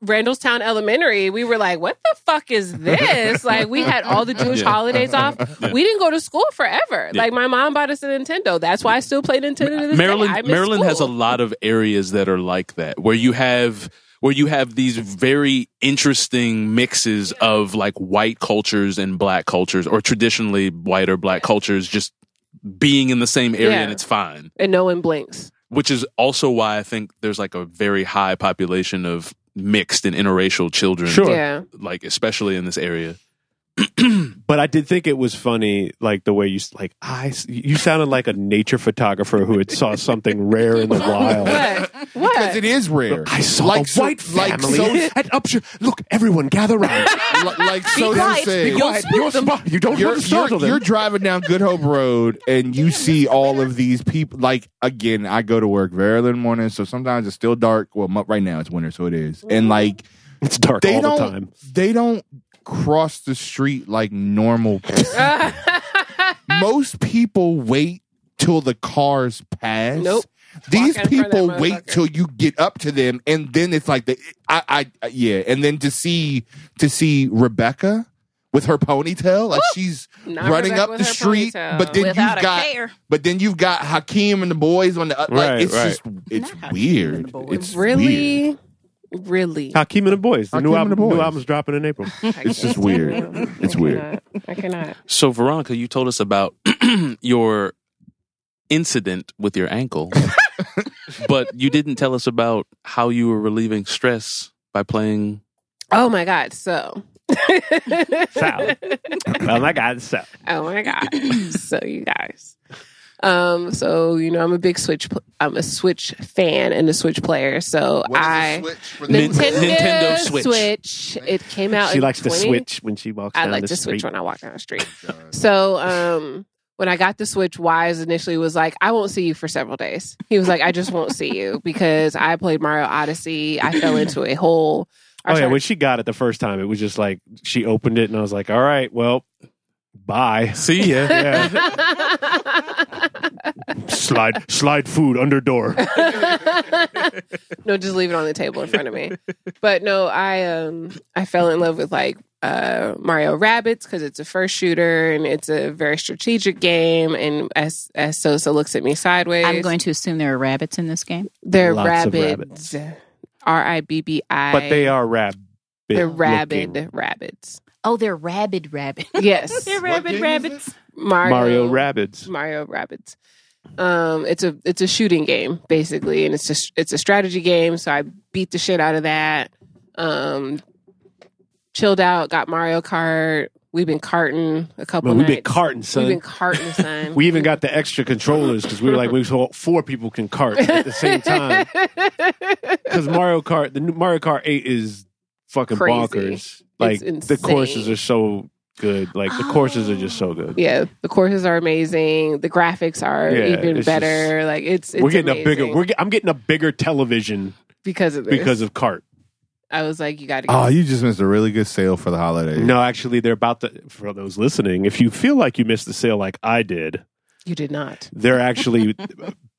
[SPEAKER 3] Randallstown Elementary. We were like, "What the fuck is this?" like we had all the Jewish
[SPEAKER 5] Yeah.
[SPEAKER 3] holidays off. We didn't go to school forever. Like my mom bought us a Nintendo. That's why I still play Nintendo to this
[SPEAKER 5] Maryland
[SPEAKER 3] day. I miss
[SPEAKER 5] Maryland has a
[SPEAKER 3] school.
[SPEAKER 5] lot of areas that are like that where you have where you have these very interesting mixes of like white cultures and black cultures or traditionally white or black cultures just being in the same area
[SPEAKER 3] Yeah.
[SPEAKER 5] and it's fine
[SPEAKER 3] and no one blinks.
[SPEAKER 5] which is also why I think there's like a very high population of mixed and interracial children
[SPEAKER 4] Sure.
[SPEAKER 3] Yeah,
[SPEAKER 5] like especially in this area
[SPEAKER 4] But I did think it was funny, like the way you like I you sounded like a nature photographer who had saw something rare in the wild.
[SPEAKER 3] what? What?
[SPEAKER 8] because it is rare.
[SPEAKER 4] I saw
[SPEAKER 8] like
[SPEAKER 4] a
[SPEAKER 8] so-
[SPEAKER 4] white
[SPEAKER 8] like
[SPEAKER 4] family
[SPEAKER 8] so-
[SPEAKER 4] at Upshur. Look, everyone gather round.
[SPEAKER 8] li- like so
[SPEAKER 7] quiet.
[SPEAKER 8] said.
[SPEAKER 4] You'll you're smart. You don't
[SPEAKER 8] you're,
[SPEAKER 4] have to startle
[SPEAKER 8] you're,
[SPEAKER 4] them.
[SPEAKER 8] you're driving down Good Hope Road and you see all of these people. Like, again, I go to work very early in the morning, so sometimes it's still dark. Well, mo- right now it's winter, so it is.
[SPEAKER 7] Mm-hmm.
[SPEAKER 8] And like,
[SPEAKER 4] it's dark
[SPEAKER 8] they
[SPEAKER 4] all
[SPEAKER 8] don't,
[SPEAKER 4] the time.
[SPEAKER 8] they don't cross the street like normal. people. Most people wait till the cars pass.
[SPEAKER 3] Nope.
[SPEAKER 8] These
[SPEAKER 3] Walk in front of that
[SPEAKER 8] people wait
[SPEAKER 3] motherfucker.
[SPEAKER 8] till you get up to them, and then it's like the I, I yeah, and then to see to see Rebecca with her ponytail, like she's
[SPEAKER 3] Not
[SPEAKER 8] running
[SPEAKER 3] Rebecca
[SPEAKER 8] up
[SPEAKER 3] with
[SPEAKER 8] the
[SPEAKER 3] her
[SPEAKER 8] street,
[SPEAKER 3] ponytail.
[SPEAKER 8] but then
[SPEAKER 7] Without
[SPEAKER 8] you've
[SPEAKER 7] a
[SPEAKER 8] got
[SPEAKER 7] care.
[SPEAKER 8] but then you've got Hakeem and the boys on the like
[SPEAKER 4] Right,
[SPEAKER 8] it's
[SPEAKER 4] right.
[SPEAKER 8] just it's
[SPEAKER 7] Not Hakeem and
[SPEAKER 8] weird.
[SPEAKER 7] the boys.
[SPEAKER 8] It's weird.
[SPEAKER 3] really, really.
[SPEAKER 4] Hakeem and the Boys. The new
[SPEAKER 8] Hakeem
[SPEAKER 4] album.
[SPEAKER 8] and the Boys.
[SPEAKER 4] New album's dropping in April.
[SPEAKER 8] It's just weird. It's weird.
[SPEAKER 3] I cannot.
[SPEAKER 5] so Veronica you told us about your incident with your ankle but you didn't tell us about how you were relieving stress by playing
[SPEAKER 3] Oh my god! So.
[SPEAKER 4] Salad. oh my God, so
[SPEAKER 3] Oh my god! so you guys, um, so you know I'm a big Switch, pl- I'm a Switch fan and a Switch player. So I
[SPEAKER 5] Nin-
[SPEAKER 3] Nintendo,
[SPEAKER 5] Nintendo
[SPEAKER 3] Switch.
[SPEAKER 5] Switch.
[SPEAKER 3] It came out.
[SPEAKER 4] she
[SPEAKER 3] in
[SPEAKER 4] likes
[SPEAKER 3] 20
[SPEAKER 4] to switch when she walks.
[SPEAKER 3] I
[SPEAKER 4] down
[SPEAKER 3] like
[SPEAKER 4] the
[SPEAKER 3] to switch
[SPEAKER 4] street.
[SPEAKER 3] when I walk down the street. so um, when I got the Switch, Wise initially was like, "I won't see you for several days." He was like, "I just won't see you because I played Mario Odyssey. I fell into a hole." I
[SPEAKER 4] Oh yeah,
[SPEAKER 3] started-
[SPEAKER 4] when she got it the first time, it was just like she opened it, and I was like, "All right, well, bye."
[SPEAKER 5] see ya
[SPEAKER 4] Yeah. slide slide food under door.
[SPEAKER 3] no, just leave it on the table in front of me. But no, I um I fell in love with like uh Mario Rabbits because it's a first shooter and it's a very strategic game. And as as Sosa looks at me sideways,
[SPEAKER 7] I'm going to assume there are rabbits in this game.
[SPEAKER 3] They're
[SPEAKER 4] Lots of
[SPEAKER 3] rabbits. R i b b i.
[SPEAKER 4] But they are rabbit.
[SPEAKER 3] they're rabid
[SPEAKER 4] looking.
[SPEAKER 3] rabbits.
[SPEAKER 7] Oh, they're rabid rabbits.
[SPEAKER 3] Yes,
[SPEAKER 7] they're
[SPEAKER 8] What game
[SPEAKER 7] rabid
[SPEAKER 8] is
[SPEAKER 7] rabbits.
[SPEAKER 3] Mario,
[SPEAKER 4] Mario rabbits.
[SPEAKER 3] Mario Rabbits. Um, it's a it's a shooting game basically, and it's just it's a strategy game. So I beat the shit out of that. Um, chilled out, got Mario Kart. We've been carting a couple.
[SPEAKER 4] Man, we've been
[SPEAKER 3] nights.
[SPEAKER 4] carting, son.
[SPEAKER 3] We've been carting, son.
[SPEAKER 4] We even got the extra controllers because we were like, we so four people can cart at the same time. Because Mario Kart, the new Mario Kart Eight is fucking
[SPEAKER 3] Crazy.
[SPEAKER 4] bonkers. Like the
[SPEAKER 3] insane.
[SPEAKER 4] courses are so good. Like the courses are just so good.
[SPEAKER 3] yeah, the courses are amazing. The graphics are
[SPEAKER 4] Yeah,
[SPEAKER 3] even
[SPEAKER 4] it's
[SPEAKER 3] better. like it's, it's
[SPEAKER 4] we're getting
[SPEAKER 3] amazing
[SPEAKER 4] a bigger. We're get, I'm getting a bigger television
[SPEAKER 3] because of this.
[SPEAKER 4] because Ah, of cart.
[SPEAKER 3] I was like, you got to.
[SPEAKER 8] Oh, you just missed a really good sale for the holidays.
[SPEAKER 4] No, actually, they're about to. For those listening, if you feel like you missed the sale, like I did,
[SPEAKER 3] you did not.
[SPEAKER 4] they're actually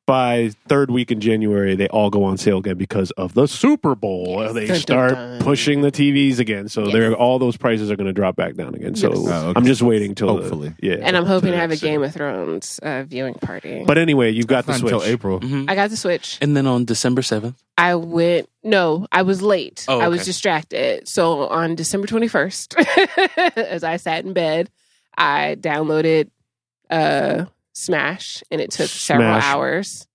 [SPEAKER 4] by third week in January they all go on sale again because of the Super Bowl.
[SPEAKER 3] Yes.
[SPEAKER 4] They
[SPEAKER 3] Dun, dun,
[SPEAKER 4] start
[SPEAKER 3] dun.
[SPEAKER 4] pushing the TVs again, so
[SPEAKER 7] Yes.
[SPEAKER 4] they're all those prices are going to drop back down again. So
[SPEAKER 3] Yes.
[SPEAKER 8] Oh, okay.
[SPEAKER 4] I'm just waiting till the-
[SPEAKER 8] Hopefully.
[SPEAKER 4] yeah.
[SPEAKER 3] And I'm hoping to have a
[SPEAKER 4] So-
[SPEAKER 3] Game of Thrones uh, viewing party.
[SPEAKER 4] But anyway, you've got the
[SPEAKER 8] Not until
[SPEAKER 4] switch.
[SPEAKER 8] April.
[SPEAKER 5] Mhm.
[SPEAKER 3] I got the Switch.
[SPEAKER 5] And then on December 7th,
[SPEAKER 3] I went. No, I was late.
[SPEAKER 5] Oh,
[SPEAKER 3] I was
[SPEAKER 5] okay.
[SPEAKER 3] distracted. So on December 21st, as I sat in bed, I downloaded uh, Smash, and it took several
[SPEAKER 4] Smash.
[SPEAKER 3] hours.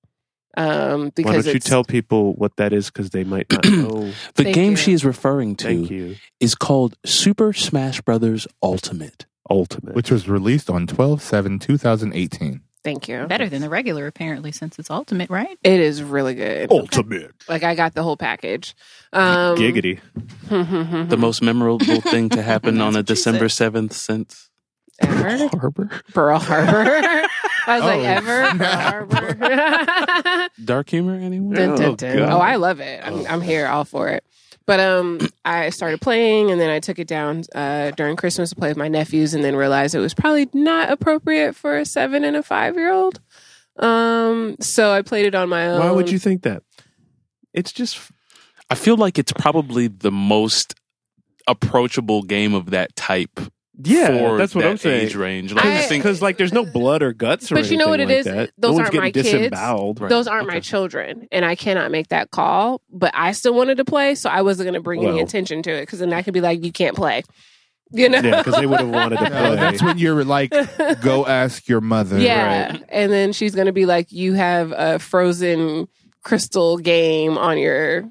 [SPEAKER 3] Um, because
[SPEAKER 4] Why don't you
[SPEAKER 3] it's-
[SPEAKER 4] tell people what that is because they might not know.
[SPEAKER 5] the
[SPEAKER 3] Thank
[SPEAKER 5] game
[SPEAKER 3] you.
[SPEAKER 5] she is referring
[SPEAKER 4] Thank
[SPEAKER 5] to
[SPEAKER 4] you.
[SPEAKER 5] is called Super Smash Brothers Ultimate.
[SPEAKER 4] Ultimate.
[SPEAKER 8] Which was released on 12 7 2018.
[SPEAKER 3] Thank you.
[SPEAKER 7] Better than the regular, apparently, since it's ultimate, right?
[SPEAKER 3] It is really
[SPEAKER 4] Oh.
[SPEAKER 3] good.
[SPEAKER 4] Ultimate.
[SPEAKER 3] Like I got the whole package. Um,
[SPEAKER 4] Giggity.
[SPEAKER 5] The
[SPEAKER 3] Mm-hmm.
[SPEAKER 5] most memorable thing to happen on a December 7th since
[SPEAKER 3] ever
[SPEAKER 4] Oh,
[SPEAKER 5] Harbor.
[SPEAKER 3] Pearl Harbor. I was like,
[SPEAKER 8] Oh,
[SPEAKER 3] ever Pearl
[SPEAKER 8] snap.
[SPEAKER 3] Harbor.
[SPEAKER 5] Dark humor, anyone?
[SPEAKER 3] Dun, dun, dun.
[SPEAKER 4] God. Oh.
[SPEAKER 3] Oh, I love it. I'm, I'm here all for it. But um, I started playing, and then I took it down uh, during Christmas to play with my nephews, and then realized it was probably not appropriate for a seven and a five year old. Um, so I played it on my own.
[SPEAKER 4] Why would you think that? It's just
[SPEAKER 5] I feel like it's probably the most approachable game of that type.
[SPEAKER 4] yeah.
[SPEAKER 5] for
[SPEAKER 4] that's what
[SPEAKER 5] that
[SPEAKER 4] I'm saying.
[SPEAKER 5] Age range, like
[SPEAKER 3] I-
[SPEAKER 5] I, think
[SPEAKER 4] Because like, there's no blood or guts or
[SPEAKER 3] But you know what
[SPEAKER 4] anything
[SPEAKER 3] it is?
[SPEAKER 4] like that.
[SPEAKER 3] Those
[SPEAKER 4] no one's
[SPEAKER 3] aren't
[SPEAKER 4] getting
[SPEAKER 3] my kids.
[SPEAKER 4] disemboweled.
[SPEAKER 5] Right.
[SPEAKER 3] Those aren't my
[SPEAKER 5] Okay.
[SPEAKER 3] children, and I cannot make that call. But I still wanted to play, so I wasn't going to bring any
[SPEAKER 4] Well.
[SPEAKER 3] attention to it because then I could be like, "You can't play," you know.
[SPEAKER 4] Yeah, because they would have wanted to
[SPEAKER 8] No,
[SPEAKER 4] play.
[SPEAKER 8] that's when you're like, go ask your mother.
[SPEAKER 3] Yeah.
[SPEAKER 8] Right.
[SPEAKER 3] And then she's going to be like, you have a frozen crystal game on your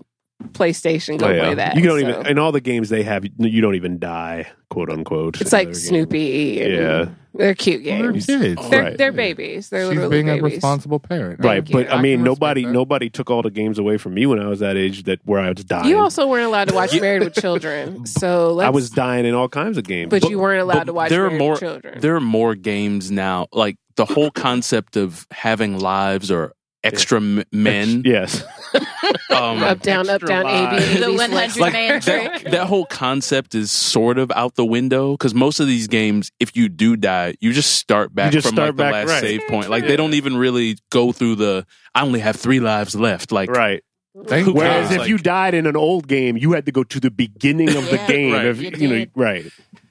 [SPEAKER 3] PlayStation. Go
[SPEAKER 4] Oh, yeah.
[SPEAKER 3] play that.
[SPEAKER 4] You don't
[SPEAKER 3] So,
[SPEAKER 4] even in all the games they have. You don't even die, quote unquote.
[SPEAKER 3] It's like
[SPEAKER 4] They're
[SPEAKER 3] Snoopy. and
[SPEAKER 4] Yeah.
[SPEAKER 3] They're cute
[SPEAKER 8] Well,
[SPEAKER 3] games.
[SPEAKER 8] they're kids.
[SPEAKER 3] They're,
[SPEAKER 4] Right.
[SPEAKER 3] they're babies. They're
[SPEAKER 8] She's
[SPEAKER 3] literally
[SPEAKER 8] being a
[SPEAKER 3] babies.
[SPEAKER 8] responsible parent.
[SPEAKER 4] Right,
[SPEAKER 3] Thank
[SPEAKER 4] but
[SPEAKER 8] you. I
[SPEAKER 4] I
[SPEAKER 8] can
[SPEAKER 4] mean,
[SPEAKER 8] respect
[SPEAKER 4] nobody
[SPEAKER 8] that.
[SPEAKER 4] nobody took all the games away from me when I was that age. That where I was dying.
[SPEAKER 3] You also weren't allowed to watch Married with Children. So let's,
[SPEAKER 4] I was dying in all kinds of games.
[SPEAKER 3] but, you weren't allowed
[SPEAKER 5] but
[SPEAKER 3] to watch
[SPEAKER 5] there are
[SPEAKER 3] Married
[SPEAKER 5] more-
[SPEAKER 3] with Children.
[SPEAKER 5] there are more games now. Like the whole concept of having lives or extra m- men.
[SPEAKER 4] yes,
[SPEAKER 5] Um,
[SPEAKER 3] up, down, up,
[SPEAKER 4] extra
[SPEAKER 3] down, A, B, A, B,
[SPEAKER 4] lives.
[SPEAKER 7] The
[SPEAKER 3] select.
[SPEAKER 7] 100
[SPEAKER 5] like
[SPEAKER 7] man
[SPEAKER 5] that, that whole concept is sort of out the window because most of these games, if you do die, you just start back
[SPEAKER 4] just
[SPEAKER 5] from
[SPEAKER 4] start
[SPEAKER 5] like
[SPEAKER 4] back,
[SPEAKER 5] the last
[SPEAKER 4] right.
[SPEAKER 5] save point. Like they don't even really go through the. I only have three lives left. Like uh,
[SPEAKER 4] right.
[SPEAKER 8] Thank
[SPEAKER 5] Who
[SPEAKER 4] Whereas
[SPEAKER 5] cares?
[SPEAKER 4] if you died in an old game, you had to go to the beginning of the
[SPEAKER 7] Yeah.
[SPEAKER 4] game.
[SPEAKER 5] Right.
[SPEAKER 4] if,
[SPEAKER 7] You
[SPEAKER 4] you know,
[SPEAKER 7] did.
[SPEAKER 4] right?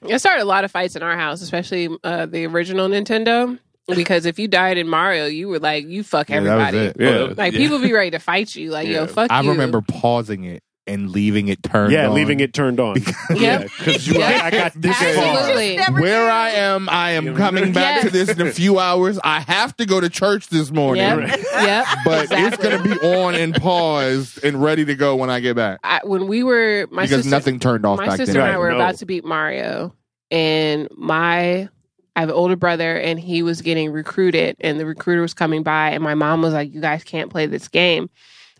[SPEAKER 3] It started a lot of fights in our house, especially uh, the original Nintendo. Because if you died in Mario, you were like, you fuck
[SPEAKER 8] Yeah, that was
[SPEAKER 3] everybody.
[SPEAKER 8] it.
[SPEAKER 4] Yeah.
[SPEAKER 3] Like
[SPEAKER 5] Yeah.
[SPEAKER 3] people be ready to fight you. Like yo,
[SPEAKER 5] Yeah.
[SPEAKER 3] fuck
[SPEAKER 8] I
[SPEAKER 3] you.
[SPEAKER 8] remember pausing it and leaving it turned
[SPEAKER 4] yeah,
[SPEAKER 8] on.
[SPEAKER 4] leaving it turned on.
[SPEAKER 3] Yeah.
[SPEAKER 4] because you were like, I got this far.
[SPEAKER 3] Absolutely.
[SPEAKER 8] Where I am, I am coming back to this in a few hours. I have to go to church this morning.
[SPEAKER 3] Yep. yep.
[SPEAKER 8] But it's
[SPEAKER 3] Exactly.
[SPEAKER 8] going to be on and paused and ready to go when I get back.
[SPEAKER 3] I, when we were my
[SPEAKER 8] because
[SPEAKER 3] sister,
[SPEAKER 8] nothing turned off
[SPEAKER 3] my
[SPEAKER 8] back
[SPEAKER 3] sister
[SPEAKER 8] then.
[SPEAKER 3] and I
[SPEAKER 4] Right,
[SPEAKER 3] were
[SPEAKER 4] no.
[SPEAKER 3] about to beat Mario, and my I have an older brother, and he was getting recruited, and the recruiter was coming by, and my mom was like, "You guys can't play this game,"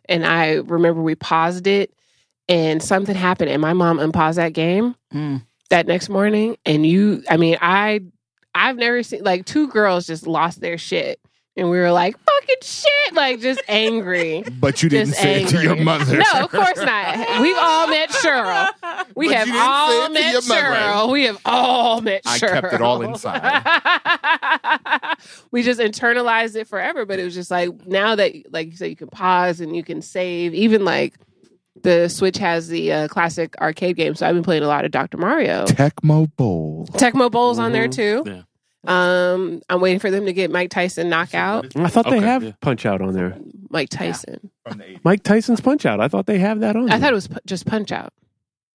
[SPEAKER 3] and I remember we paused it, and something happened, and my mom unpaused that game
[SPEAKER 7] Mm.
[SPEAKER 3] that next morning, and you, I mean, I I've never seen like two girls just lost their shit and we were like, fucking shit, like just angry.
[SPEAKER 8] But you didn't
[SPEAKER 3] Just
[SPEAKER 8] say it to
[SPEAKER 3] angry.
[SPEAKER 8] your mother.
[SPEAKER 3] No, of course not. We've all met Cheryl. We
[SPEAKER 8] But
[SPEAKER 3] have
[SPEAKER 8] you didn't say it
[SPEAKER 3] all
[SPEAKER 8] to
[SPEAKER 3] met
[SPEAKER 8] your mother.
[SPEAKER 3] Cheryl. We have all met
[SPEAKER 8] I
[SPEAKER 3] Cheryl.
[SPEAKER 8] kept it all inside.
[SPEAKER 3] we just internalized it forever, but it was just like now that, like you said, you can pause and you can save. Even like the Switch has the uh, classic arcade game, so I've been playing a lot of Dr. Mario.
[SPEAKER 8] Tecmo Bowl.
[SPEAKER 3] Tecmo Bowl's on there
[SPEAKER 8] mm-hmm.
[SPEAKER 3] too.
[SPEAKER 5] Yeah.
[SPEAKER 3] Um, I'm waiting for them to get Mike Tyson knockout.
[SPEAKER 4] I thought they
[SPEAKER 5] Okay,
[SPEAKER 4] have
[SPEAKER 5] yeah.
[SPEAKER 4] Punch Out on there.
[SPEAKER 3] Mike Tyson.
[SPEAKER 4] Mike Tyson's Punch Out. I thought they have that on.
[SPEAKER 3] I
[SPEAKER 4] there.
[SPEAKER 3] thought it was pu- just Punch Out.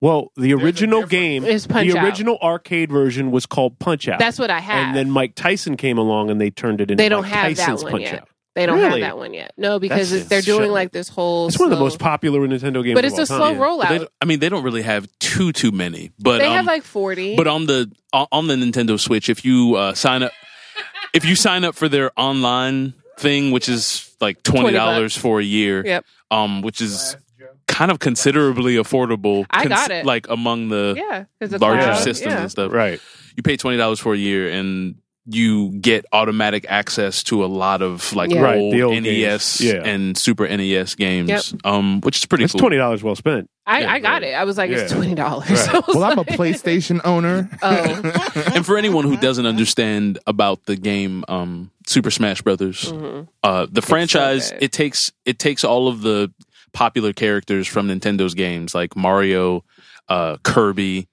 [SPEAKER 4] well, the
[SPEAKER 8] a
[SPEAKER 4] original
[SPEAKER 8] difference.
[SPEAKER 4] game,
[SPEAKER 3] It's Punch
[SPEAKER 4] the
[SPEAKER 3] Out.
[SPEAKER 4] original arcade version was called Punch Out.
[SPEAKER 3] That's what I have.
[SPEAKER 4] and then Mike Tyson came along and they turned it into
[SPEAKER 3] They don't
[SPEAKER 4] Mike
[SPEAKER 3] have that
[SPEAKER 4] Tyson's
[SPEAKER 3] one
[SPEAKER 4] Punch
[SPEAKER 3] yet.
[SPEAKER 4] Out.
[SPEAKER 3] They don't
[SPEAKER 4] Really?
[SPEAKER 3] have that one yet. No, because
[SPEAKER 5] That's-
[SPEAKER 3] they're doing
[SPEAKER 5] shit.
[SPEAKER 3] like this whole.
[SPEAKER 4] It's one of the
[SPEAKER 3] slow-
[SPEAKER 4] most popular Nintendo games.
[SPEAKER 3] But it's
[SPEAKER 4] of all
[SPEAKER 3] a slow
[SPEAKER 4] time.
[SPEAKER 3] rollout.
[SPEAKER 5] They don't- I mean, they don't really have too too many, but
[SPEAKER 3] they
[SPEAKER 5] um,
[SPEAKER 3] have like forty.
[SPEAKER 5] but on the on on the Nintendo Switch, if you uh, sign up, if you sign up for their online thing, which is like twenty dollars for a year,
[SPEAKER 3] Yep.
[SPEAKER 5] um, which is kind of considerably affordable.
[SPEAKER 3] I got it.
[SPEAKER 5] Like among the
[SPEAKER 3] yeah, because
[SPEAKER 5] larger
[SPEAKER 4] cloud,
[SPEAKER 5] systems
[SPEAKER 3] Yeah.
[SPEAKER 5] and stuff,
[SPEAKER 4] Right.
[SPEAKER 5] you pay twenty dollars for a year and you get automatic access to a lot of like
[SPEAKER 3] Yeah.
[SPEAKER 4] Right,
[SPEAKER 5] old,
[SPEAKER 4] the old
[SPEAKER 5] NES
[SPEAKER 4] games. Yeah.
[SPEAKER 5] and Super NES games, um, which is pretty
[SPEAKER 4] It's
[SPEAKER 5] cool.
[SPEAKER 4] twenty dollars well spent.
[SPEAKER 3] I,
[SPEAKER 5] Yeah,
[SPEAKER 3] I got it. I was like, it's
[SPEAKER 4] Yeah.
[SPEAKER 3] twenty dollars.
[SPEAKER 4] Right.
[SPEAKER 8] Well, I'm a PlayStation owner.
[SPEAKER 3] oh,
[SPEAKER 5] and for anyone who doesn't understand about the game um, Super Smash Brothers,
[SPEAKER 3] mhm.
[SPEAKER 5] uh, the franchise
[SPEAKER 3] good.
[SPEAKER 5] it takes it takes all of the popular characters from Nintendo's games like Mario, uh, Kirby,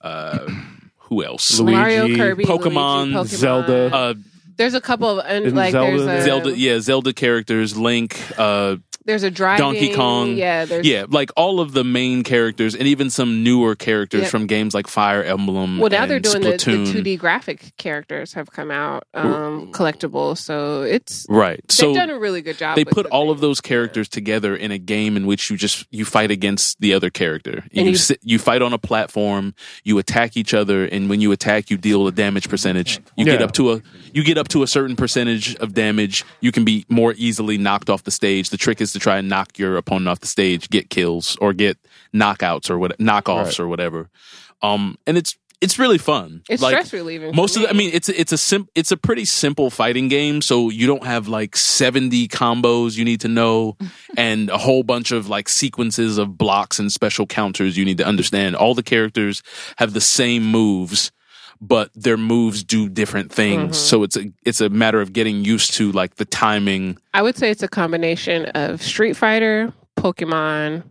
[SPEAKER 5] uh, who else?
[SPEAKER 4] Luigi,
[SPEAKER 3] Mario, Kirby,
[SPEAKER 5] Pokemon,
[SPEAKER 3] Luigi, Pokemon.
[SPEAKER 4] Zelda.
[SPEAKER 5] Uh,
[SPEAKER 3] there's a couple of un-
[SPEAKER 4] Isn't
[SPEAKER 3] like
[SPEAKER 4] Zelda-
[SPEAKER 3] there's a
[SPEAKER 5] Zelda, yeah, Zelda characters, Link, uh,
[SPEAKER 3] There's a driving
[SPEAKER 5] Donkey Kong.
[SPEAKER 3] Yeah, there's
[SPEAKER 5] yeah, like all of the main characters, and even some newer characters
[SPEAKER 3] Yep.
[SPEAKER 5] from games like Fire Emblem.
[SPEAKER 3] Well, now they're
[SPEAKER 5] and
[SPEAKER 3] doing the, the
[SPEAKER 5] Splatoon.
[SPEAKER 3] 2D graphic characters have come out um, collectible, so it's
[SPEAKER 5] right?
[SPEAKER 3] they've
[SPEAKER 5] so
[SPEAKER 3] done a really good job.
[SPEAKER 5] they
[SPEAKER 3] with
[SPEAKER 5] put
[SPEAKER 3] the
[SPEAKER 5] all of
[SPEAKER 3] thing.
[SPEAKER 5] those characters together in a game in which you just you fight against the other character and you
[SPEAKER 3] you-
[SPEAKER 5] sit, you fight on a platform you attack each other and when you attack you deal a damage percentage you get
[SPEAKER 4] Yeah.
[SPEAKER 5] up to a you get up to a certain percentage of damage you can be more easily knocked off the stage the trick is to try and knock your opponent off the stage get kills or get knockouts or what knockoffs or whatever um and it's it's really fun
[SPEAKER 3] It's
[SPEAKER 5] Like,
[SPEAKER 3] stress relieving. for
[SPEAKER 5] most of the, I
[SPEAKER 3] me.
[SPEAKER 5] mean, it's it's a sim, it's a pretty simple fighting game, so you don't have like seventy combos you need to know, and a whole bunch of like sequences of blocks and special counters you need to understand. All the characters have the same moves, but their moves do different things. So it's a it's a matter of getting used to like the timing.
[SPEAKER 3] I would say it's a combination of Street Fighter, Pokemon,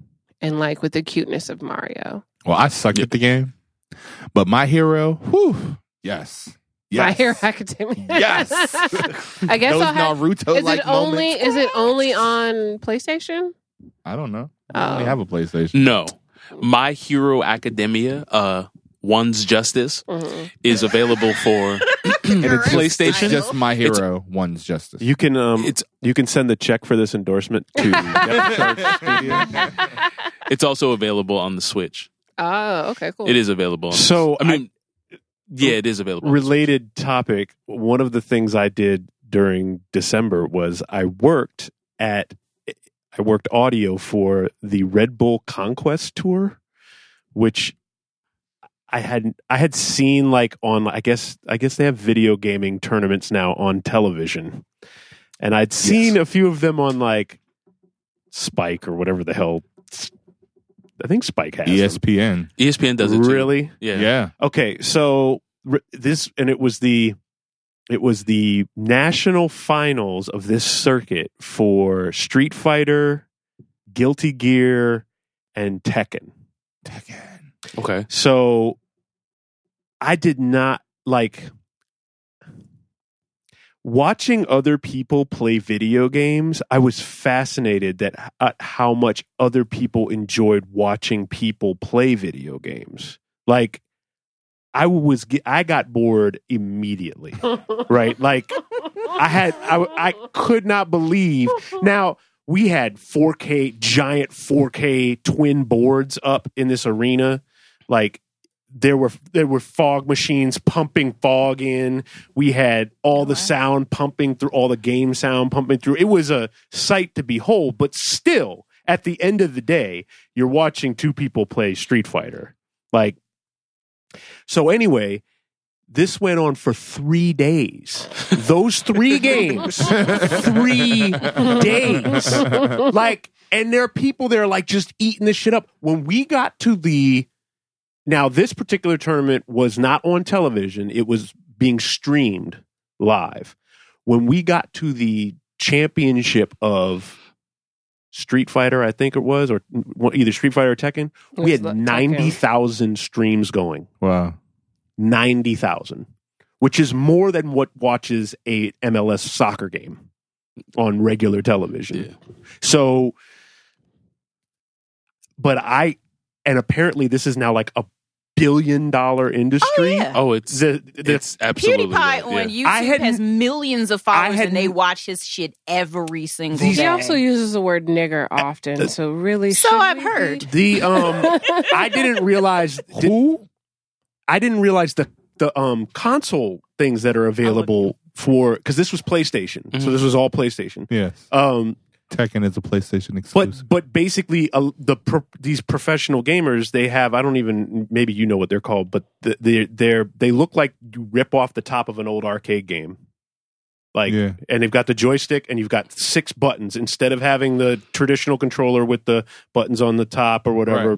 [SPEAKER 3] and like with the cuteness of Mario.
[SPEAKER 8] Well, I sucked at the game, but my hero, whew, yes, yes,
[SPEAKER 3] My Hero Academia.
[SPEAKER 8] yes.
[SPEAKER 3] I guess
[SPEAKER 8] Those
[SPEAKER 3] I'll have.
[SPEAKER 8] Naruto
[SPEAKER 3] Is
[SPEAKER 8] like
[SPEAKER 3] it only?
[SPEAKER 8] moments.
[SPEAKER 3] Is it only on PlayStation?
[SPEAKER 8] I don't know. I
[SPEAKER 3] Oh.
[SPEAKER 8] only have a PlayStation.
[SPEAKER 5] No, My Hero Academia, uh, One's Justice
[SPEAKER 3] Mhm.
[SPEAKER 5] is available for PlayStation.
[SPEAKER 8] It's just my hero. one's justice.
[SPEAKER 4] You can um,
[SPEAKER 5] It's-
[SPEAKER 4] you can send the check for this endorsement to.
[SPEAKER 5] It's also available on the Switch.
[SPEAKER 3] Oh, okay, cool.
[SPEAKER 5] It is available. on the
[SPEAKER 4] So,
[SPEAKER 5] I mean, yeah, it is available.
[SPEAKER 4] related topic. One of the things I did during December was I worked at I worked audio for the Red Bull Conquest tour, which I had I had seen like on I guess I guess they have video gaming tournaments now on television. And I'd seen a few of them on like Spike or whatever the hell I think Spike
[SPEAKER 8] E
[SPEAKER 5] E
[SPEAKER 4] has. them.
[SPEAKER 8] ESPN.
[SPEAKER 5] ESPN does it too.
[SPEAKER 4] really?
[SPEAKER 5] Yeah.
[SPEAKER 8] Yeah.
[SPEAKER 4] Okay, so r- this and it was the it was the national finals of this circuit for Street Fighter, Guilty Gear, and Tekken.
[SPEAKER 8] Tekken.
[SPEAKER 5] Okay.
[SPEAKER 4] So I did not like watching other people play video games. I was fascinated that at how much other people enjoyed watching people play video games. Like I was ge- I got bored immediately. right? Like I had I I could not believe. Now we had 4K giant 4K twin boards up in this arena like there were there were fog machines pumping fog in we had all the sound pumping through all the game sound pumping through it was a sight to behold but still at the end of the day you're watching two people play street fighter like so anyway This went on for three days. Those three games, three days. Like, and there are people there like just eating this shit up. When we got to the, now this particular tournament was not on television, it was being streamed live. When we got to the championship of Street Fighter, I think it was, or either Street Fighter or Tekken, we had
[SPEAKER 3] It's like-
[SPEAKER 4] 90,000 streams going.
[SPEAKER 8] Wow.
[SPEAKER 4] 90,000, which is more than what watches a MLS soccer game on regular television. So but I and apparently this is now like a billion dollar industry.
[SPEAKER 7] yeah.
[SPEAKER 5] Oh, it's
[SPEAKER 4] The- the-
[SPEAKER 5] it's absolutely
[SPEAKER 7] PewDiePie
[SPEAKER 5] right, yeah.
[SPEAKER 7] on
[SPEAKER 4] I
[SPEAKER 7] YouTube
[SPEAKER 4] hadn't-
[SPEAKER 7] has millions of
[SPEAKER 4] I
[SPEAKER 7] followers, and they
[SPEAKER 4] hadn't-
[SPEAKER 7] watch his shit every single
[SPEAKER 4] These-
[SPEAKER 7] day.
[SPEAKER 3] He
[SPEAKER 4] He
[SPEAKER 3] also uses the word nigger often, so really.
[SPEAKER 7] So
[SPEAKER 3] should
[SPEAKER 7] I've
[SPEAKER 3] we
[SPEAKER 7] heard.
[SPEAKER 3] be-
[SPEAKER 4] the um I didn't realize who I didn't realize the the um console things that are available for cuz this was PlayStation. So
[SPEAKER 5] Mhm.
[SPEAKER 4] this was all PlayStation.
[SPEAKER 8] Yes.
[SPEAKER 4] Um
[SPEAKER 8] Tekken is a PlayStation exclusive.
[SPEAKER 4] But but basically, uh, the pro- these professional gamers they have I don't even maybe you know what they're called, but the, they they're they look like you rip off the top of an old arcade game, like
[SPEAKER 8] Yeah.
[SPEAKER 4] and they've got the joystick and you've got six buttons instead of having the traditional controller with the buttons on the top or whatever.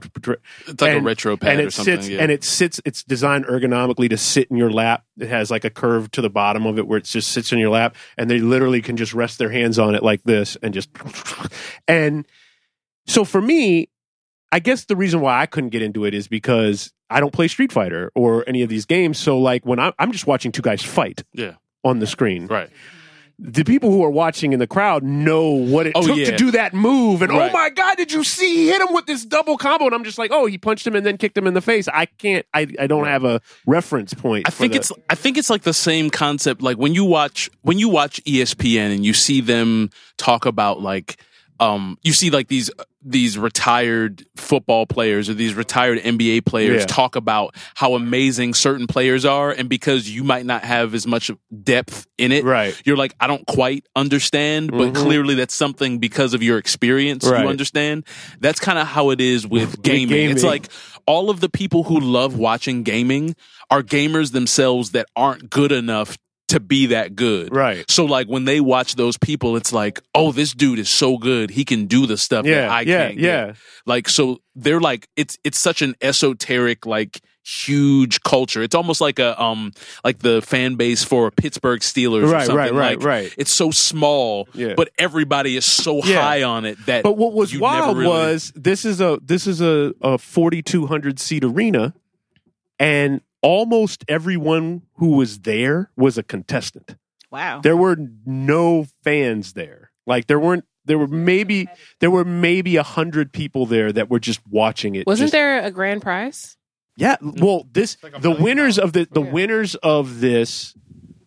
[SPEAKER 5] it's like
[SPEAKER 4] and-
[SPEAKER 5] a retro pad
[SPEAKER 4] And
[SPEAKER 5] or
[SPEAKER 4] it
[SPEAKER 5] something.
[SPEAKER 4] sits
[SPEAKER 5] yeah.
[SPEAKER 4] and it sits. It's designed ergonomically to sit in your lap. It has like a curve to the bottom of it where it just sits in your lap, and they literally can just rest their hands on it like this and just and so for me, I guess the reason why I couldn't get into it is because I don't play Street Fighter or any of these games. So like when I, I'm just watching two guys fight,
[SPEAKER 5] Yeah.
[SPEAKER 4] on the screen.
[SPEAKER 5] right.
[SPEAKER 4] The people who are watching in the crowd know what it
[SPEAKER 5] Oh,
[SPEAKER 4] took
[SPEAKER 5] yeah.
[SPEAKER 4] to do that move, and
[SPEAKER 5] Right.
[SPEAKER 4] oh my god, did you see? He hit him with this double combo, and I'm just like, oh, he punched him and then kicked him in the face. I can't. I, I don't have a reference point.
[SPEAKER 5] I
[SPEAKER 4] for
[SPEAKER 5] think
[SPEAKER 4] the-
[SPEAKER 5] it's I think it's like the same concept. Like when you watch when you watch E ESPN and you see them talk about like um you see like these these retired football players or these retired NBA players
[SPEAKER 4] Yeah.
[SPEAKER 5] talk about how amazing certain players are and because you might not have as much depth in it
[SPEAKER 4] Right.
[SPEAKER 5] you're like I don't quite understand but clearly that's something because of your experience
[SPEAKER 4] Mm-hmm. Right.
[SPEAKER 5] you understand that's kind of how it is with gaming. It's
[SPEAKER 4] gaming.
[SPEAKER 5] like all of the people who love watching gaming are gamers themselves that aren't good enough to be that good.
[SPEAKER 4] Right.
[SPEAKER 5] So like when they watch those people, it's like, oh, this dude is so good. He can do the stuff that
[SPEAKER 4] yeah,
[SPEAKER 5] I
[SPEAKER 4] yeah,
[SPEAKER 5] can't.
[SPEAKER 4] yeah.
[SPEAKER 5] Get. Like so they're like it's it's such an esoteric like huge culture. It's almost like a um like the fan base for Pittsburgh Steelers. or
[SPEAKER 4] Right,
[SPEAKER 5] something.
[SPEAKER 4] right, right,
[SPEAKER 5] Like,
[SPEAKER 4] right.
[SPEAKER 5] It's so small,
[SPEAKER 4] Yeah.
[SPEAKER 5] but everybody is so
[SPEAKER 4] Yeah.
[SPEAKER 5] high on it that.
[SPEAKER 4] But what was
[SPEAKER 5] you never
[SPEAKER 4] wild
[SPEAKER 5] really-
[SPEAKER 4] was this is a this is a a forty two hundred seat arena, and almost everyone who was there was a contestant.
[SPEAKER 7] Wow.
[SPEAKER 4] There were no fans there. Like there weren't. There were maybe there were maybe a hundred people there that were just watching it.
[SPEAKER 3] Wasn't
[SPEAKER 4] Just-
[SPEAKER 3] there a grand prize?
[SPEAKER 4] Yeah. Well, this the winners of the the winners of this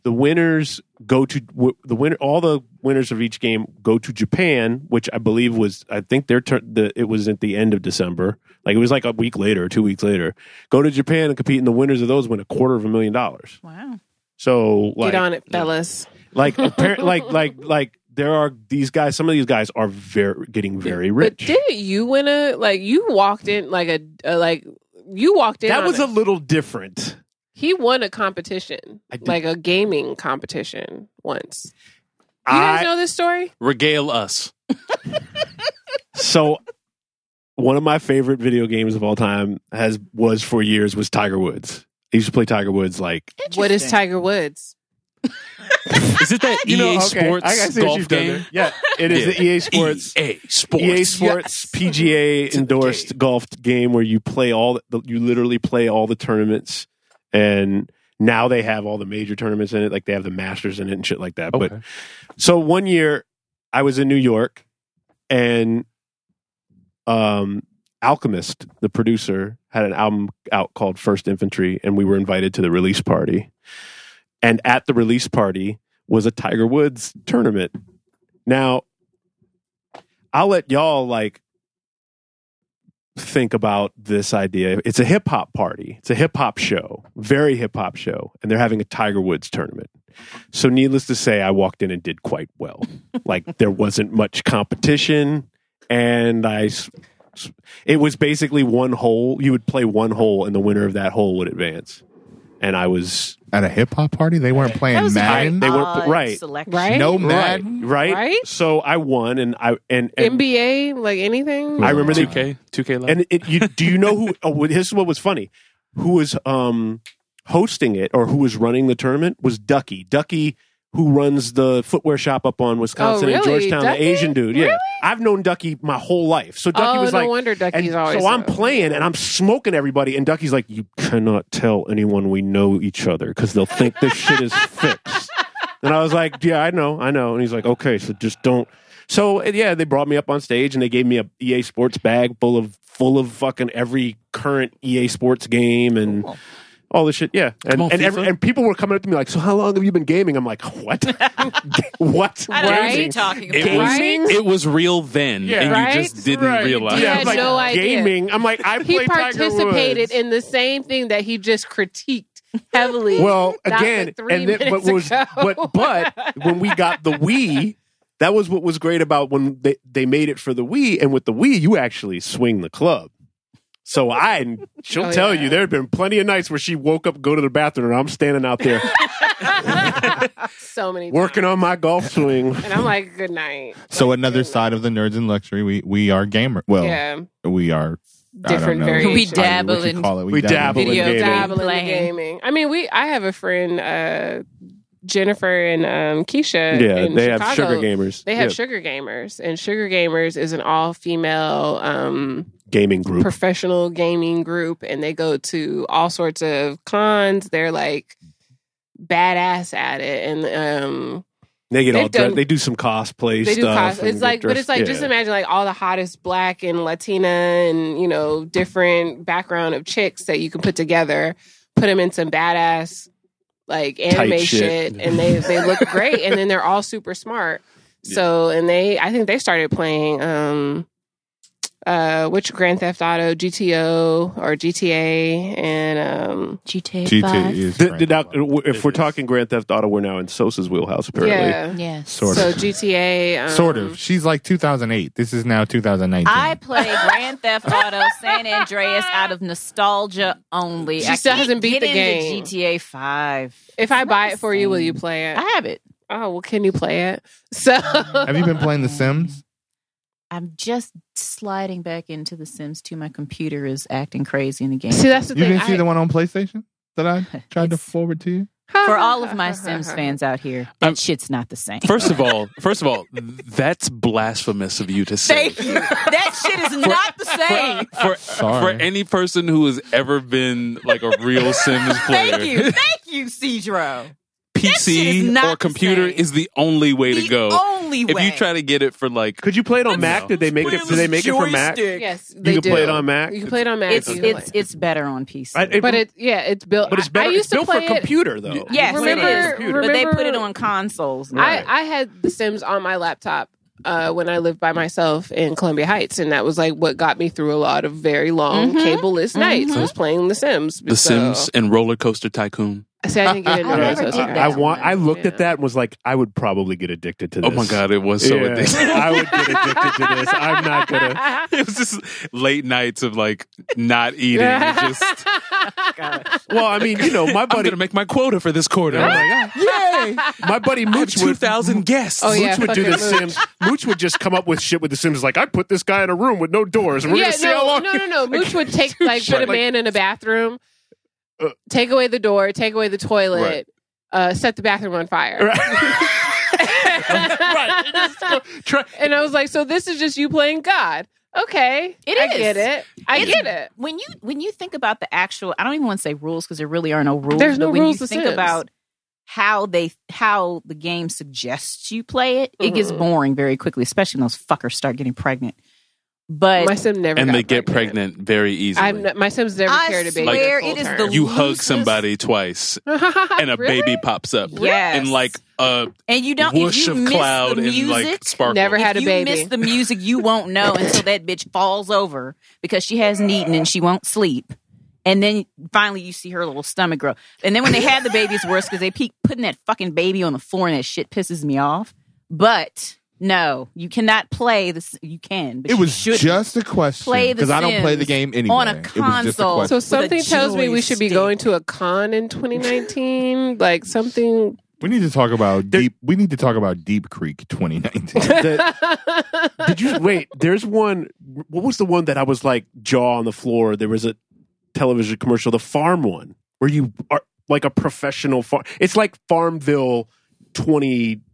[SPEAKER 4] the winners go to w- the winner. All the winners of each game go to Japan, which I believe was I think their turn. The, it was at the end of December. Like it was like a week later, or two weeks later. Go to Japan and compete, and the winners of those win a quarter of a million dollars.
[SPEAKER 7] Wow.
[SPEAKER 4] So like,
[SPEAKER 3] Get on it, fellas.
[SPEAKER 4] like apparent, like like like there are these guys. Some of these guys are very getting very
[SPEAKER 3] But
[SPEAKER 4] rich.
[SPEAKER 3] didn't you win a like? You walked in like a, a like you walked in.
[SPEAKER 4] That
[SPEAKER 3] on
[SPEAKER 4] was
[SPEAKER 3] a,
[SPEAKER 4] a little different.
[SPEAKER 3] he won a competition,
[SPEAKER 4] I did-
[SPEAKER 3] like a gaming competition once. You guys
[SPEAKER 4] I
[SPEAKER 3] know this story?
[SPEAKER 5] regale us.
[SPEAKER 4] so one of my favorite video games of all time has was for years was Tiger Woods. I used to play Tiger Woods like
[SPEAKER 3] What is Tiger Woods?
[SPEAKER 5] Is it that EA E
[SPEAKER 3] Oh,
[SPEAKER 5] Sports golf game?
[SPEAKER 4] Yeah, it is the
[SPEAKER 5] Yeah.
[SPEAKER 4] EA Sports.
[SPEAKER 5] EA Sports.
[SPEAKER 4] EA Sports PGA endorsed golf game where you play all the, you literally play all the tournaments and now they have all the major tournaments in it like they have the Masters in it and shit like that. But
[SPEAKER 5] Okay.
[SPEAKER 4] so one year I was in New York and um Alchemist, the producer, had an album out called First Infantry and we were invited to the release party. And at the release party was a Tiger Woods tournament. Now I'll let y'all like think about this idea. It's a hip hop party. It's a hip hop show, very hip hop show, and they're having a Tiger Woods tournament. So needless to say, I walked in and did quite well. like there wasn't much competition and I s- s- it was basically one hole. You would play one hole and the winner of that hole would advance. And I was
[SPEAKER 8] at a hip hop party. They weren't
[SPEAKER 7] That
[SPEAKER 8] playing
[SPEAKER 7] was
[SPEAKER 8] Madden.
[SPEAKER 4] They were-
[SPEAKER 7] odd
[SPEAKER 4] right.
[SPEAKER 7] selection.
[SPEAKER 3] Right?
[SPEAKER 8] no
[SPEAKER 4] Right,
[SPEAKER 8] Madden.
[SPEAKER 4] right,
[SPEAKER 3] Right?
[SPEAKER 4] So I won, and I and, and
[SPEAKER 3] NBA, like anything.
[SPEAKER 4] I remember they-
[SPEAKER 5] 2K, 2K live.
[SPEAKER 4] and it, you do you know who? Oh, this is what was funny. Who was um hosting it or who was running the tournament was Ducky. Ducky, who runs the footwear shop up on Wisconsin
[SPEAKER 3] Oh,
[SPEAKER 4] and
[SPEAKER 3] really?
[SPEAKER 4] Georgetown,
[SPEAKER 3] Ducky?
[SPEAKER 4] the Asian dude. Yeah,
[SPEAKER 3] Really?
[SPEAKER 4] I've known Ducky my whole life. So Ducky
[SPEAKER 3] oh,
[SPEAKER 4] was
[SPEAKER 3] no
[SPEAKER 4] like.
[SPEAKER 3] wonder
[SPEAKER 4] and
[SPEAKER 3] Ducky's always.
[SPEAKER 4] so I'm
[SPEAKER 3] up.
[SPEAKER 4] playing and I'm smoking everybody, and Ducky's like, "You cannot tell anyone we know each other because they'll think this shit is fixed." And I was like, "Yeah, I know, I know." And he's like, "Okay, so just don't." So and yeah, they brought me up on stage and they gave me a EA Sports bag full of full of fucking every current EA Sports game and. All this shit, yeah, and
[SPEAKER 5] Come on,
[SPEAKER 4] and, every,
[SPEAKER 5] FIFA.
[SPEAKER 4] and people were coming up to me like, "So how long have you been gaming?" I'm like, "What? what?
[SPEAKER 7] I don't know what
[SPEAKER 3] Right?
[SPEAKER 7] you're talking
[SPEAKER 5] It
[SPEAKER 7] about.
[SPEAKER 5] was,
[SPEAKER 3] Right?
[SPEAKER 5] it was real then,
[SPEAKER 4] Yeah.
[SPEAKER 5] and
[SPEAKER 3] Right?
[SPEAKER 5] you just didn't
[SPEAKER 4] Right.
[SPEAKER 5] realize.
[SPEAKER 4] Yeah,
[SPEAKER 3] He
[SPEAKER 4] I'm
[SPEAKER 3] had
[SPEAKER 4] like,
[SPEAKER 3] no idea.
[SPEAKER 4] gaming. I'm like, I
[SPEAKER 3] He
[SPEAKER 4] play Tiger Woods.
[SPEAKER 3] participated in the same thing that he just critiqued heavily.
[SPEAKER 4] Well,
[SPEAKER 3] Not
[SPEAKER 4] again,
[SPEAKER 3] the three
[SPEAKER 4] and then, but
[SPEAKER 3] minutes
[SPEAKER 4] was
[SPEAKER 3] ago.
[SPEAKER 4] but but when we got the Wii, that was what was great about when they they made it for the Wii, and with the Wii, you actually swing the club. So I, she'll
[SPEAKER 3] Oh,
[SPEAKER 4] tell
[SPEAKER 3] yeah.
[SPEAKER 4] you, there had been plenty of nights where she woke up, go to the bathroom, and I'm standing out there
[SPEAKER 3] so many
[SPEAKER 4] working on my golf swing.
[SPEAKER 3] times. and I'm like, good night.
[SPEAKER 8] So
[SPEAKER 3] Like,
[SPEAKER 8] another
[SPEAKER 4] uh,
[SPEAKER 3] good
[SPEAKER 8] side of the nerds and luxury, we we are gamer. Well,
[SPEAKER 3] night. yeah,
[SPEAKER 8] we are I don't
[SPEAKER 3] different
[SPEAKER 8] know.
[SPEAKER 3] variations.
[SPEAKER 7] We dab-
[SPEAKER 8] I don't know what
[SPEAKER 7] dabble
[SPEAKER 8] you
[SPEAKER 7] in-
[SPEAKER 8] call it.
[SPEAKER 4] We dabble in
[SPEAKER 7] Video
[SPEAKER 4] gaming.
[SPEAKER 7] dabble.
[SPEAKER 3] dabble in
[SPEAKER 7] Playing.
[SPEAKER 3] the gaming. I mean, we. I have a friend, uh, Jennifer and um, Keisha.
[SPEAKER 4] Yeah,
[SPEAKER 3] in
[SPEAKER 4] they
[SPEAKER 3] Chicago.
[SPEAKER 4] have sugar gamers.
[SPEAKER 3] They have
[SPEAKER 4] Yeah,
[SPEAKER 3] Sugar Gamers, and Sugar Gamers is an all-female um,
[SPEAKER 4] gaming group.
[SPEAKER 3] professional gaming group and they go to all sorts of cons. They're like badass at it and um
[SPEAKER 4] they get all
[SPEAKER 3] they've done-
[SPEAKER 4] dressed. They do some cosplay
[SPEAKER 3] they do
[SPEAKER 4] stuff.
[SPEAKER 3] cos
[SPEAKER 4] and
[SPEAKER 3] it's
[SPEAKER 4] get
[SPEAKER 3] like but
[SPEAKER 4] dressed-
[SPEAKER 3] it's like just
[SPEAKER 4] yeah.
[SPEAKER 3] imagine like all the hottest black and latina and you know different background of chicks that you can put together put them in some badass like anime
[SPEAKER 4] shit.
[SPEAKER 3] shit, and they they look great and then they're all super smart so and they i think they started playing um uh which grand theft auto gto or gta and um
[SPEAKER 7] GTA,
[SPEAKER 8] GTA is
[SPEAKER 4] Th-
[SPEAKER 8] Grand
[SPEAKER 4] th- now,
[SPEAKER 8] Theft Auto.
[SPEAKER 4] if we're talking Grand Theft Auto, we're now in Sosa's wheelhouse, apparently.
[SPEAKER 3] yeah
[SPEAKER 7] Yes.
[SPEAKER 8] Sort
[SPEAKER 3] so
[SPEAKER 8] of.
[SPEAKER 3] gta um,
[SPEAKER 8] sort of. She's like 2008. This is now 2019.
[SPEAKER 7] I play Grand Theft Auto San Andreas out of nostalgia only.
[SPEAKER 3] She
[SPEAKER 7] I
[SPEAKER 3] still
[SPEAKER 7] can't
[SPEAKER 3] hasn't beat
[SPEAKER 7] get
[SPEAKER 3] the game.
[SPEAKER 7] into GTA Five.
[SPEAKER 3] if i
[SPEAKER 7] It's not
[SPEAKER 3] buy
[SPEAKER 7] the
[SPEAKER 3] it for you will
[SPEAKER 7] same.
[SPEAKER 3] you play it
[SPEAKER 7] I have it.
[SPEAKER 3] oh well can you play it so
[SPEAKER 8] Have you been playing The Sims?
[SPEAKER 7] I'm just sliding back into The Sims 2. My computer is acting crazy in the
[SPEAKER 4] Mm-hmm.
[SPEAKER 7] game.
[SPEAKER 3] See, that's the
[SPEAKER 8] You
[SPEAKER 3] thing.
[SPEAKER 8] didn't see
[SPEAKER 3] I-
[SPEAKER 8] the one on PlayStation that I tried to
[SPEAKER 7] It's-
[SPEAKER 8] forward to you?
[SPEAKER 7] For all of my Sims fans out here, that
[SPEAKER 5] I'm-
[SPEAKER 7] shit's not the same.
[SPEAKER 5] Um, First of all, first of all, that's blasphemous of you to say.
[SPEAKER 7] you. That shit is not the same.
[SPEAKER 5] For, for
[SPEAKER 8] Sorry.
[SPEAKER 5] any person who has ever been like a real Sims player,
[SPEAKER 7] Thank you. Thank you, Cedro. shit is
[SPEAKER 5] PC
[SPEAKER 7] not
[SPEAKER 5] or
[SPEAKER 7] the
[SPEAKER 5] computer
[SPEAKER 7] same.
[SPEAKER 5] is the only way
[SPEAKER 7] The
[SPEAKER 5] to go.
[SPEAKER 7] only way.
[SPEAKER 5] if you try to get it for like
[SPEAKER 4] Could you play it on Mac?
[SPEAKER 5] No.
[SPEAKER 4] Did they make it? Did they make it for Mac?
[SPEAKER 3] Yes, they
[SPEAKER 4] can
[SPEAKER 3] do.
[SPEAKER 4] play it on Mac?
[SPEAKER 3] You can play it on Mac.
[SPEAKER 7] it's
[SPEAKER 3] you can play
[SPEAKER 7] it's it's better on PC.
[SPEAKER 4] I-
[SPEAKER 3] it. but it yeah, it's built.
[SPEAKER 4] but it's better.
[SPEAKER 3] I, I used
[SPEAKER 4] it's built
[SPEAKER 3] to play
[SPEAKER 4] for
[SPEAKER 3] it.
[SPEAKER 4] computer though.
[SPEAKER 7] yes,
[SPEAKER 4] You play
[SPEAKER 7] it
[SPEAKER 4] it on
[SPEAKER 7] is.
[SPEAKER 4] a computer.
[SPEAKER 7] But they put it
[SPEAKER 3] Remember-
[SPEAKER 7] on consoles.
[SPEAKER 4] Right.
[SPEAKER 3] I I had The Sims on my laptop uh, when I lived by myself in Columbia Heights, and that was like what got me through a lot of very long
[SPEAKER 7] Mhm.
[SPEAKER 3] cableless nights. Was playing The Sims.
[SPEAKER 5] The
[SPEAKER 3] So-
[SPEAKER 5] Sims and Roller Coaster Tycoon.
[SPEAKER 3] I said I didn't get into
[SPEAKER 7] I
[SPEAKER 4] Yeah,
[SPEAKER 7] never
[SPEAKER 3] those.
[SPEAKER 7] did
[SPEAKER 3] Okay.
[SPEAKER 4] I, I want. I looked at
[SPEAKER 3] Yeah.
[SPEAKER 4] that and was like, I would probably get addicted to this.
[SPEAKER 5] Oh my god, it was so
[SPEAKER 4] Yeah,
[SPEAKER 5] addicting.
[SPEAKER 4] I would get addicted to this. I'm not gonna.
[SPEAKER 5] It was just late nights of like not eating. and Just
[SPEAKER 4] Well, I mean, you know, my
[SPEAKER 5] I'm
[SPEAKER 4] buddy,
[SPEAKER 5] gonna make my quota for this quarter.
[SPEAKER 4] Oh
[SPEAKER 5] I'm
[SPEAKER 4] my God. my buddy
[SPEAKER 5] like,
[SPEAKER 4] Mooch
[SPEAKER 5] two
[SPEAKER 4] would.
[SPEAKER 5] thousand guests.
[SPEAKER 3] Oh, yeah.
[SPEAKER 4] Mooch would do
[SPEAKER 3] fucking
[SPEAKER 4] the
[SPEAKER 3] Mooch.
[SPEAKER 4] Sims. Mooch would just come up with shit with the Sims. Like, I put this guy in a room with no doors, and we're
[SPEAKER 3] yeah,
[SPEAKER 4] gonna see how
[SPEAKER 3] no,
[SPEAKER 4] long.
[SPEAKER 3] no, no, no. Mooch would take like put a
[SPEAKER 4] Right.
[SPEAKER 3] man in a bathroom, take away the door, take away the toilet,
[SPEAKER 4] Uh, Right.
[SPEAKER 3] uh, set the bathroom on fire.
[SPEAKER 4] right. Try,
[SPEAKER 3] And I was like, so this is just you playing God. Okay.
[SPEAKER 7] It
[SPEAKER 3] I
[SPEAKER 7] is.
[SPEAKER 3] get it. I get it.
[SPEAKER 7] when you when you think about the actual I don't even want to say rules because there really are no rules.
[SPEAKER 3] There's no
[SPEAKER 7] but when
[SPEAKER 3] rules to
[SPEAKER 7] you think
[SPEAKER 3] Sims.
[SPEAKER 7] about how they how the game suggests you play it, it gets
[SPEAKER 3] Mhm.
[SPEAKER 7] boring very quickly, especially when those fuckers start getting pregnant. But
[SPEAKER 3] my sim never
[SPEAKER 5] and
[SPEAKER 3] got
[SPEAKER 5] they get pregnant very easily.
[SPEAKER 3] I'm not, my sims never
[SPEAKER 7] I
[SPEAKER 3] carried a baby.
[SPEAKER 7] swear
[SPEAKER 3] to full
[SPEAKER 7] it is the
[SPEAKER 3] term.
[SPEAKER 5] you hug
[SPEAKER 7] loosest-
[SPEAKER 5] somebody twice and a
[SPEAKER 3] Really?
[SPEAKER 5] baby pops up.
[SPEAKER 7] Yes.
[SPEAKER 5] And like a
[SPEAKER 7] and you don't if
[SPEAKER 5] whoosh
[SPEAKER 7] you
[SPEAKER 5] of
[SPEAKER 7] miss
[SPEAKER 5] cloud
[SPEAKER 7] the music,
[SPEAKER 5] and like sparkle.
[SPEAKER 3] Never had a
[SPEAKER 7] if you
[SPEAKER 3] baby.
[SPEAKER 7] miss the music, you won't know until that bitch falls over because she hasn't eaten and she won't sleep. And then finally, you see her little stomach grow. And then when they had the baby, it's worse because they keep putting that fucking baby on the floor, and that shit pisses me off. But No, you cannot play this. You can, but
[SPEAKER 8] It
[SPEAKER 7] you
[SPEAKER 8] was
[SPEAKER 7] shouldn't.
[SPEAKER 8] just a question
[SPEAKER 7] Play The
[SPEAKER 8] because I don't play the
[SPEAKER 7] Sims
[SPEAKER 8] game anyway.
[SPEAKER 7] on a
[SPEAKER 8] It was just a
[SPEAKER 7] console.
[SPEAKER 8] question.
[SPEAKER 3] So
[SPEAKER 7] With a
[SPEAKER 3] something tells me we should be
[SPEAKER 7] joystick.
[SPEAKER 3] going to a con in 2019. like something.
[SPEAKER 8] we need to talk about deep. We need to talk about Deep Creek 2019.
[SPEAKER 4] The- did you wait? There's one. What was the one that I was like jaw on the floor? There was a television commercial, the farm one, where you are like a professional farm. It's like Farmville 2018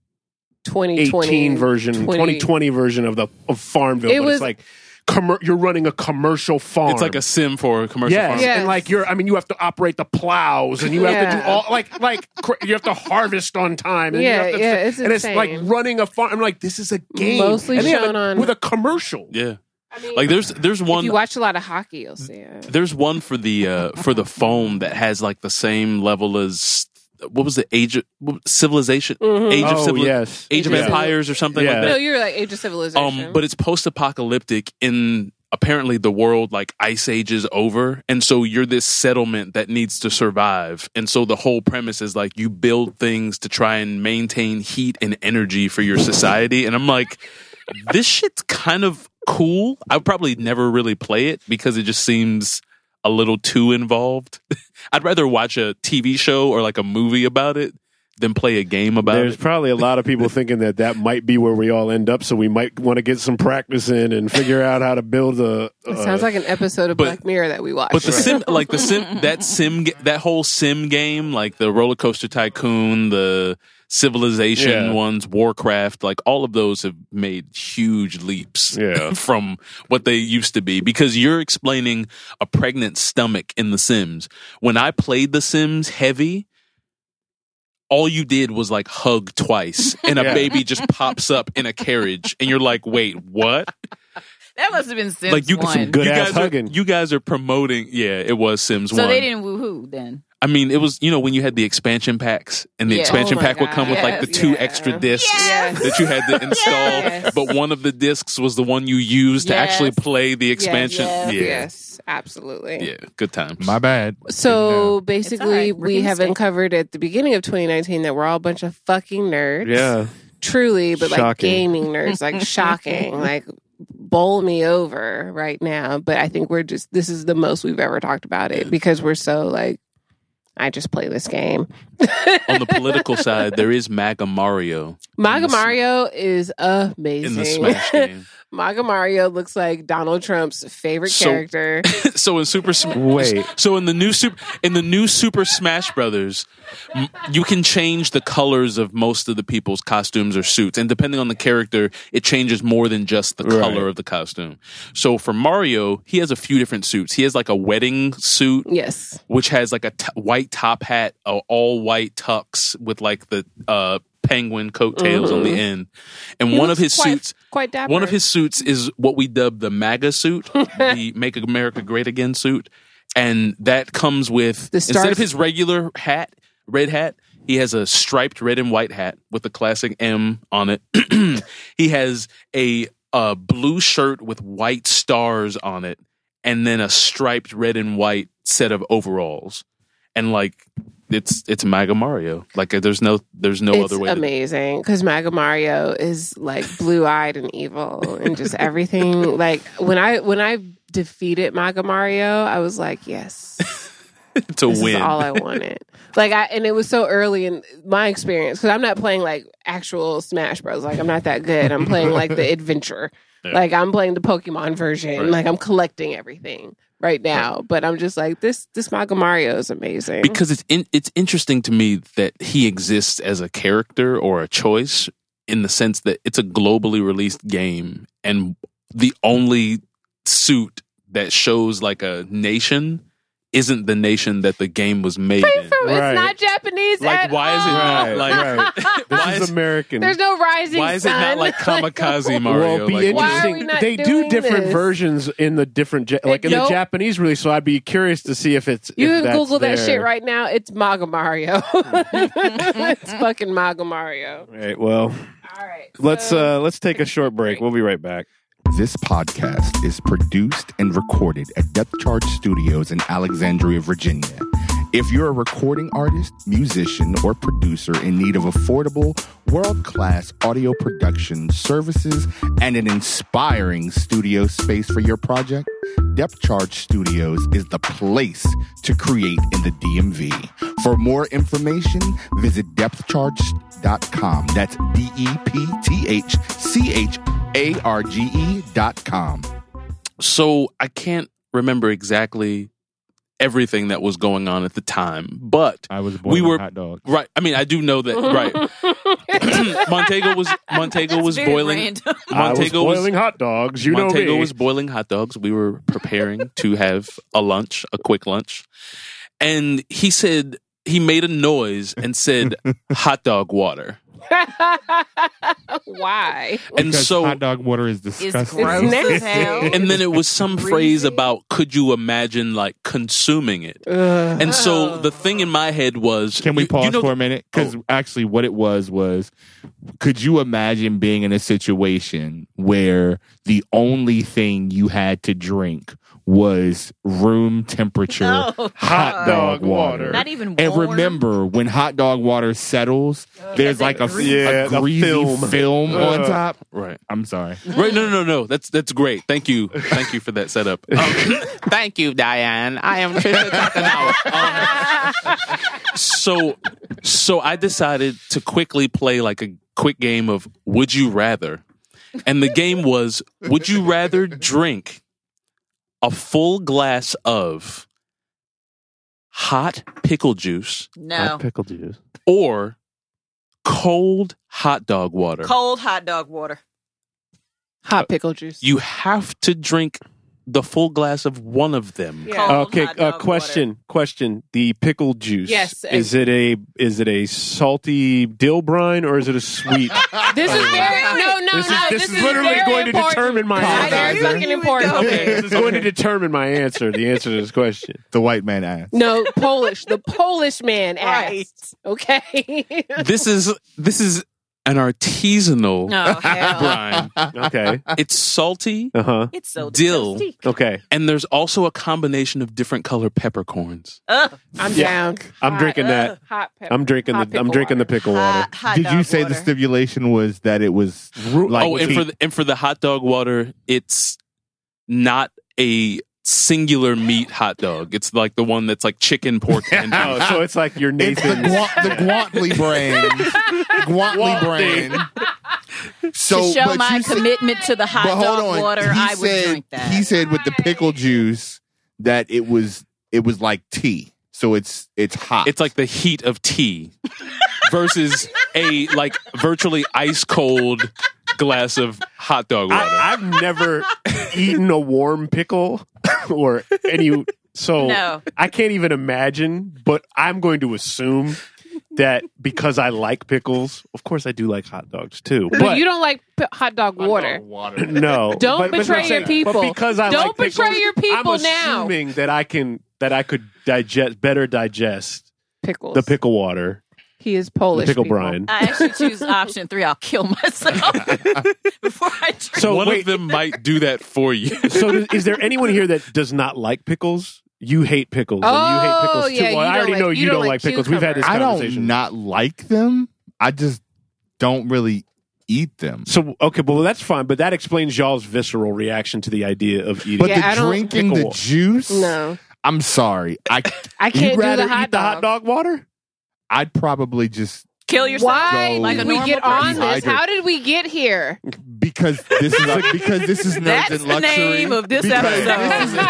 [SPEAKER 3] 2020
[SPEAKER 4] version,
[SPEAKER 3] 20
[SPEAKER 4] 2020 version of the of Farmville.
[SPEAKER 3] It
[SPEAKER 4] but
[SPEAKER 3] was-
[SPEAKER 4] it's like commer- you're running a commercial farm.
[SPEAKER 5] It's like a sim for a commercial
[SPEAKER 4] Yes.
[SPEAKER 5] farm.
[SPEAKER 3] Yeah.
[SPEAKER 4] and like you're, I mean, you have to operate the plows, and you have to
[SPEAKER 3] Yeah.
[SPEAKER 4] do all like like cr- you have to harvest on time. And
[SPEAKER 3] Yeah,
[SPEAKER 4] you have to,
[SPEAKER 3] yeah, it's
[SPEAKER 4] and it's like
[SPEAKER 3] insane.
[SPEAKER 4] running a farm. I'm like, this is a game,
[SPEAKER 3] Mostly
[SPEAKER 4] and they have
[SPEAKER 3] shown
[SPEAKER 4] a-
[SPEAKER 3] on-
[SPEAKER 4] with a commercial.
[SPEAKER 5] Yeah.
[SPEAKER 3] I mean,
[SPEAKER 5] Like there's there's
[SPEAKER 3] if
[SPEAKER 5] one
[SPEAKER 3] you watch a lot of hockey, you'll see it.
[SPEAKER 5] there's one for the uh for the phone that has like the same level as what was the age of what- civilization
[SPEAKER 3] Mhm.
[SPEAKER 5] age of
[SPEAKER 4] Oh,
[SPEAKER 5] civili-
[SPEAKER 4] yes.
[SPEAKER 5] age of
[SPEAKER 4] Yeah.
[SPEAKER 5] empires or something
[SPEAKER 4] Yeah.
[SPEAKER 5] like
[SPEAKER 3] No,
[SPEAKER 5] that.
[SPEAKER 3] you're like Age of Civilization.
[SPEAKER 5] Um, but it's post-apocalyptic in apparently the world like ice age is over, and so you're this settlement that needs to survive, and so the whole premise is like you build things to try and maintain heat and energy for your society, and I'm like, this shit's kind of cool. I would probably never really play it because it just seems a little too involved. I'd rather watch a TV show or like a movie about it than play a game about
[SPEAKER 4] There's
[SPEAKER 5] it.
[SPEAKER 4] probably a lot of people thinking that that might be where we all end up, so we might want to get some practice in and figure out how to build a.
[SPEAKER 3] it sounds like an episode of
[SPEAKER 5] uh, but-
[SPEAKER 3] Black Mirror that we watched.
[SPEAKER 5] But the sim, like the sim, that sim, ga- that whole sim game, like the Roller Coaster Tycoon, the Civilization
[SPEAKER 4] Yeah.
[SPEAKER 5] ones, Warcraft, like all of those have made huge leaps
[SPEAKER 4] Yeah.
[SPEAKER 5] from what they used to be. Because you're explaining a pregnant stomach in The Sims. When I played The Sims heavy. All you did was like hug twice, and a
[SPEAKER 4] Yeah.
[SPEAKER 5] baby just pops up in a carriage, and you're like, "Wait, what?"
[SPEAKER 7] that must have been Sims
[SPEAKER 5] like you
[SPEAKER 7] one.
[SPEAKER 4] some good
[SPEAKER 5] you
[SPEAKER 4] ass
[SPEAKER 5] guys
[SPEAKER 4] hugging.
[SPEAKER 5] Are, you guys are promoting. Yeah, it was Sims
[SPEAKER 7] so
[SPEAKER 5] One.
[SPEAKER 7] they didn't woohoo then.
[SPEAKER 5] I mean, it was you know when you had the expansion packs, and the
[SPEAKER 7] Yeah.
[SPEAKER 5] expansion
[SPEAKER 3] Oh my
[SPEAKER 5] pack would come with like the
[SPEAKER 3] God.
[SPEAKER 5] two
[SPEAKER 3] Yes,
[SPEAKER 5] extra
[SPEAKER 3] yeah.
[SPEAKER 5] discs
[SPEAKER 3] Yes.
[SPEAKER 5] that you had to install,
[SPEAKER 3] Yes.
[SPEAKER 5] but one of the discs was the one you used to
[SPEAKER 7] Yes.
[SPEAKER 5] actually play the
[SPEAKER 3] Yes,
[SPEAKER 5] expansion.
[SPEAKER 3] yes,
[SPEAKER 5] yeah,
[SPEAKER 3] yes, absolutely.
[SPEAKER 5] yeah, good times.
[SPEAKER 8] My bad.
[SPEAKER 3] So
[SPEAKER 7] It's all
[SPEAKER 3] basically,
[SPEAKER 7] right. We're
[SPEAKER 3] we
[SPEAKER 7] gonna
[SPEAKER 3] have
[SPEAKER 7] stay.
[SPEAKER 3] uncovered at the beginning of 2019 that we're all a bunch of fucking nerds.
[SPEAKER 4] yeah,
[SPEAKER 3] Truly, but like
[SPEAKER 4] Shocking.
[SPEAKER 3] gaming nerds, like shocking, like bowl me over right now. But I think we're just, this is the most we've ever talked about it because we're so like, I just play this game.
[SPEAKER 5] On the political side, there is MAGA Mario
[SPEAKER 3] Maga
[SPEAKER 5] In the-
[SPEAKER 3] Mario is amazing.
[SPEAKER 5] in the Smash game.
[SPEAKER 3] Maga Mario looks like Donald Trump's favorite
[SPEAKER 5] So-
[SPEAKER 3] character.
[SPEAKER 5] so in Super Smash,
[SPEAKER 4] Wait.
[SPEAKER 5] So in the new Super in the new Super Smash Brothers, m- you can change the colors of most of the people's costumes or suits, and depending on the character, it changes more than just the color of the costume. So for Mario, he has a few different suits. He has like a wedding suit,
[SPEAKER 3] yes.
[SPEAKER 5] which has like a t- white top hat, a all white tux with like the uh, penguin coattails on the end, and
[SPEAKER 3] Mm-hmm. He
[SPEAKER 5] one of
[SPEAKER 3] looks
[SPEAKER 5] his
[SPEAKER 3] quite,
[SPEAKER 5] suits.
[SPEAKER 3] Quite dapper.
[SPEAKER 5] One of his suits is what we dub the MAGA suit, the Make America Great Again suit. And that comes with,
[SPEAKER 3] The
[SPEAKER 5] instead of
[SPEAKER 3] stars-
[SPEAKER 5] his regular hat, red hat, he has a striped red and white hat with the classic M on it. he has a, uh blue shirt with white stars on it, and then a striped red and white set of overalls. And like, it's it's MAGA Mario. Like, there's no there's no
[SPEAKER 3] it's
[SPEAKER 5] other way. to-
[SPEAKER 3] amazing because Maga Mario is like blue eyed and evil and just everything. like when I when I defeated Maga Mario, I was like, yes,
[SPEAKER 5] to,
[SPEAKER 3] this
[SPEAKER 5] win.
[SPEAKER 3] is all I wanted. like I and it was so early in my experience because I'm not playing like actual Smash Bros. Like I'm not that good. I'm playing like the adventure. Like I'm playing the Pokemon version.
[SPEAKER 5] Right.
[SPEAKER 3] Like I'm collecting everything right now. But I'm just like this. This Maga Mario is amazing.
[SPEAKER 5] because it's in, it's interesting to me that he exists as a character or a choice in the sense that it's a globally released game and the only suit that shows like a nation isn't the nation that the game was made in.
[SPEAKER 4] Right.
[SPEAKER 3] It's not Japanese.
[SPEAKER 5] Like
[SPEAKER 3] at
[SPEAKER 5] why is it
[SPEAKER 3] all.
[SPEAKER 5] not like why
[SPEAKER 4] this is
[SPEAKER 5] is,
[SPEAKER 4] American.
[SPEAKER 3] There's no rising
[SPEAKER 5] why is it not
[SPEAKER 3] sun.
[SPEAKER 5] like kamikaze Mario?
[SPEAKER 4] Well, it'd be
[SPEAKER 5] Like,
[SPEAKER 3] Why are
[SPEAKER 4] interesting.
[SPEAKER 3] we not
[SPEAKER 4] they do
[SPEAKER 3] doing
[SPEAKER 4] different
[SPEAKER 3] this?
[SPEAKER 4] versions in the different, ja- like in the
[SPEAKER 3] Nope.
[SPEAKER 4] Japanese release. So I'd be curious to see if it's.
[SPEAKER 3] you
[SPEAKER 4] if
[SPEAKER 3] can
[SPEAKER 4] that's
[SPEAKER 3] Google that
[SPEAKER 4] there.
[SPEAKER 3] shit right now. It's Maga Mario. it's fucking Maga Mario.
[SPEAKER 4] All right. Well,
[SPEAKER 3] All right.
[SPEAKER 4] let's uh let's take a short break. We'll be right back.
[SPEAKER 8] This podcast is produced and recorded at Depth Charge Studios in Alexandria, Virginia. If you're a recording artist, musician, or producer in need of affordable, world class audio production services and an inspiring studio space for your project, Depth Charge Studios is the place to create in the DMV. For more information, visit depthcharge.com. That's D E P T H C H A R G
[SPEAKER 2] E
[SPEAKER 8] E.com.
[SPEAKER 5] So I can't remember exactly everything that was going on at the time, but
[SPEAKER 8] I was
[SPEAKER 5] born We on were- hot
[SPEAKER 8] dog.
[SPEAKER 5] right. I mean, I do know that. Right. Montego was Montego was
[SPEAKER 7] very
[SPEAKER 5] boiling.
[SPEAKER 7] random.
[SPEAKER 4] I
[SPEAKER 5] Montego
[SPEAKER 4] was
[SPEAKER 5] was,
[SPEAKER 4] boiling hot dogs. You
[SPEAKER 5] Montego
[SPEAKER 4] know me.
[SPEAKER 5] was boiling hot dogs. We were preparing to have a lunch, a quick lunch, and he said he made a noise and said hot dog water,
[SPEAKER 3] Why?
[SPEAKER 5] and so
[SPEAKER 8] dog water is
[SPEAKER 7] gross
[SPEAKER 3] It's
[SPEAKER 7] as hell.
[SPEAKER 5] and then it was some phrase about could you imagine like consuming it.
[SPEAKER 3] Ugh.
[SPEAKER 5] And
[SPEAKER 7] Oh.
[SPEAKER 5] so the thing in my head was
[SPEAKER 2] Can we
[SPEAKER 5] you-
[SPEAKER 2] pause
[SPEAKER 5] you know, Oh.
[SPEAKER 2] for a minute? Because actually, what it was was, could you imagine being in a situation where the only thing you had to drink was room temperature
[SPEAKER 7] Oh,
[SPEAKER 2] hot
[SPEAKER 7] God.
[SPEAKER 2] dog water?
[SPEAKER 7] Not even warm.
[SPEAKER 2] and remember, when hot dog water settles, there's
[SPEAKER 7] that
[SPEAKER 2] like a,
[SPEAKER 7] grease.
[SPEAKER 2] a
[SPEAKER 4] Yeah, the
[SPEAKER 2] greasy
[SPEAKER 4] film.
[SPEAKER 2] film, on
[SPEAKER 4] Ugh.
[SPEAKER 2] top.
[SPEAKER 5] Right.
[SPEAKER 2] I'm sorry.
[SPEAKER 5] Right. No, no, no, no. That's that's great. Thank you. Thank you for that setup. Um, thank you, Diane. I am Trisha Takanawa. Um, so so I decided to quickly play like a quick game of would you rather. And the game was would you rather drink a full glass of hot pickle juice
[SPEAKER 7] No.
[SPEAKER 4] pickle juice.
[SPEAKER 5] or cold hot dog water?
[SPEAKER 7] Cold hot dog water.
[SPEAKER 3] Hot pickle juice.
[SPEAKER 5] you have to drink the full glass of one of them.
[SPEAKER 7] Yeah. Cold
[SPEAKER 4] Okay,
[SPEAKER 7] hot
[SPEAKER 4] uh,
[SPEAKER 7] dog
[SPEAKER 4] question, question. The pickle juice.
[SPEAKER 3] Yes,
[SPEAKER 4] Is it a is it a salty dill brine or is it a sweet?
[SPEAKER 3] this is very no, no,
[SPEAKER 4] this is,
[SPEAKER 3] no.
[SPEAKER 4] this is literally
[SPEAKER 3] very
[SPEAKER 4] going
[SPEAKER 3] important.
[SPEAKER 4] to determine my
[SPEAKER 3] It's very
[SPEAKER 4] answer.
[SPEAKER 3] fucking important.
[SPEAKER 4] This is going to determine my answer. The answer to this question.
[SPEAKER 8] The white man asked.
[SPEAKER 3] No, Polish. The Polish man
[SPEAKER 7] Right.
[SPEAKER 3] asked. Okay.
[SPEAKER 5] This is this is an artisanal
[SPEAKER 7] No, hell.
[SPEAKER 5] brine.
[SPEAKER 4] Okay.
[SPEAKER 5] It's salty
[SPEAKER 4] Uh huh.
[SPEAKER 7] it's so
[SPEAKER 5] Dill.
[SPEAKER 7] disgusting.
[SPEAKER 4] Okay.
[SPEAKER 5] and there's also a combination of different color peppercorns.
[SPEAKER 7] Ugh,
[SPEAKER 3] I'm
[SPEAKER 4] Yeah.
[SPEAKER 3] down.
[SPEAKER 4] I'm
[SPEAKER 3] Hot-
[SPEAKER 4] drinking that.
[SPEAKER 3] ugh, Hot pepper.
[SPEAKER 4] I'm drinking
[SPEAKER 3] hot
[SPEAKER 4] the I'm
[SPEAKER 3] pickle
[SPEAKER 4] drinking the pickle water.
[SPEAKER 7] hot, hot
[SPEAKER 8] Did you
[SPEAKER 7] dog
[SPEAKER 8] say
[SPEAKER 7] water.
[SPEAKER 8] the stipulation was that it was like
[SPEAKER 5] oh, and for the, and for the hot dog water, it's not a singular meat hot dog. It's like the one that's like chicken, pork, and
[SPEAKER 4] Oh, so it's like your
[SPEAKER 8] it's the,
[SPEAKER 4] Nathan.
[SPEAKER 8] Gwa- the Guantley brand, Guantley brand. So
[SPEAKER 7] to show
[SPEAKER 8] but
[SPEAKER 7] my
[SPEAKER 8] you said-
[SPEAKER 7] commitment to the hot
[SPEAKER 8] but hold
[SPEAKER 7] dog
[SPEAKER 8] on,
[SPEAKER 7] water,
[SPEAKER 8] he
[SPEAKER 7] I would
[SPEAKER 8] said,
[SPEAKER 7] drink that.
[SPEAKER 8] He said with the pickle juice that it was it was like tea, so it's it's hot.
[SPEAKER 5] It's like the heat of tea versus a like virtually ice cold glass of hot dog water.
[SPEAKER 4] I, I've never eaten a warm pickle or any. So
[SPEAKER 7] No.
[SPEAKER 4] I can't even imagine, but I'm going to assume that because I like pickles, of course I do like hot dogs too.
[SPEAKER 3] But,
[SPEAKER 4] But
[SPEAKER 3] you don't like p- hot dog Oh, water.
[SPEAKER 4] no,
[SPEAKER 3] Don't
[SPEAKER 4] but- but
[SPEAKER 3] betray
[SPEAKER 4] I'm
[SPEAKER 3] your people.
[SPEAKER 4] But because I
[SPEAKER 3] Don't
[SPEAKER 4] like pickles,
[SPEAKER 3] betray your people
[SPEAKER 4] I'm
[SPEAKER 3] now.
[SPEAKER 4] Assuming that I can that I could digest better digest
[SPEAKER 3] Pickles.
[SPEAKER 4] the pickle water,
[SPEAKER 3] He is Polish.
[SPEAKER 4] the pickle
[SPEAKER 3] people.
[SPEAKER 4] brine.
[SPEAKER 7] I actually choose option three. I'll kill myself before I drink.
[SPEAKER 4] So
[SPEAKER 5] One
[SPEAKER 4] wait,
[SPEAKER 5] of them might do that for you.
[SPEAKER 4] so does- is there anyone here that does not like pickles? You hate pickles. and you hate
[SPEAKER 3] Oh,
[SPEAKER 4] pickles
[SPEAKER 3] yeah,
[SPEAKER 4] too. Well,
[SPEAKER 3] you
[SPEAKER 4] I already
[SPEAKER 3] don't
[SPEAKER 4] know
[SPEAKER 3] like-
[SPEAKER 4] you, don't, like pickles. We've had this
[SPEAKER 8] I
[SPEAKER 4] conversation.
[SPEAKER 8] don't not like them. I just don't really eat them.
[SPEAKER 4] So okay, well that's fine, but that explains y'all's visceral reaction to the idea of eating.
[SPEAKER 8] But
[SPEAKER 3] Yeah, I
[SPEAKER 8] the
[SPEAKER 3] don't-
[SPEAKER 8] drinking the
[SPEAKER 4] Pickle.
[SPEAKER 8] juice,
[SPEAKER 3] No,
[SPEAKER 8] I'm sorry. I
[SPEAKER 3] I
[SPEAKER 8] you'd
[SPEAKER 3] can't do
[SPEAKER 8] rather
[SPEAKER 3] the hot
[SPEAKER 8] eat the
[SPEAKER 3] dog.
[SPEAKER 8] hot dog water. I'd probably just
[SPEAKER 7] Kill yourself.
[SPEAKER 3] Why
[SPEAKER 8] Like a
[SPEAKER 3] did we
[SPEAKER 7] normal
[SPEAKER 3] get on
[SPEAKER 8] person.
[SPEAKER 3] this? How did we get here?
[SPEAKER 8] because this is because this is nerds
[SPEAKER 7] That's
[SPEAKER 8] and
[SPEAKER 7] the
[SPEAKER 8] luxury.
[SPEAKER 7] name of this
[SPEAKER 8] Because
[SPEAKER 7] episode.
[SPEAKER 8] this is-
[SPEAKER 7] Hot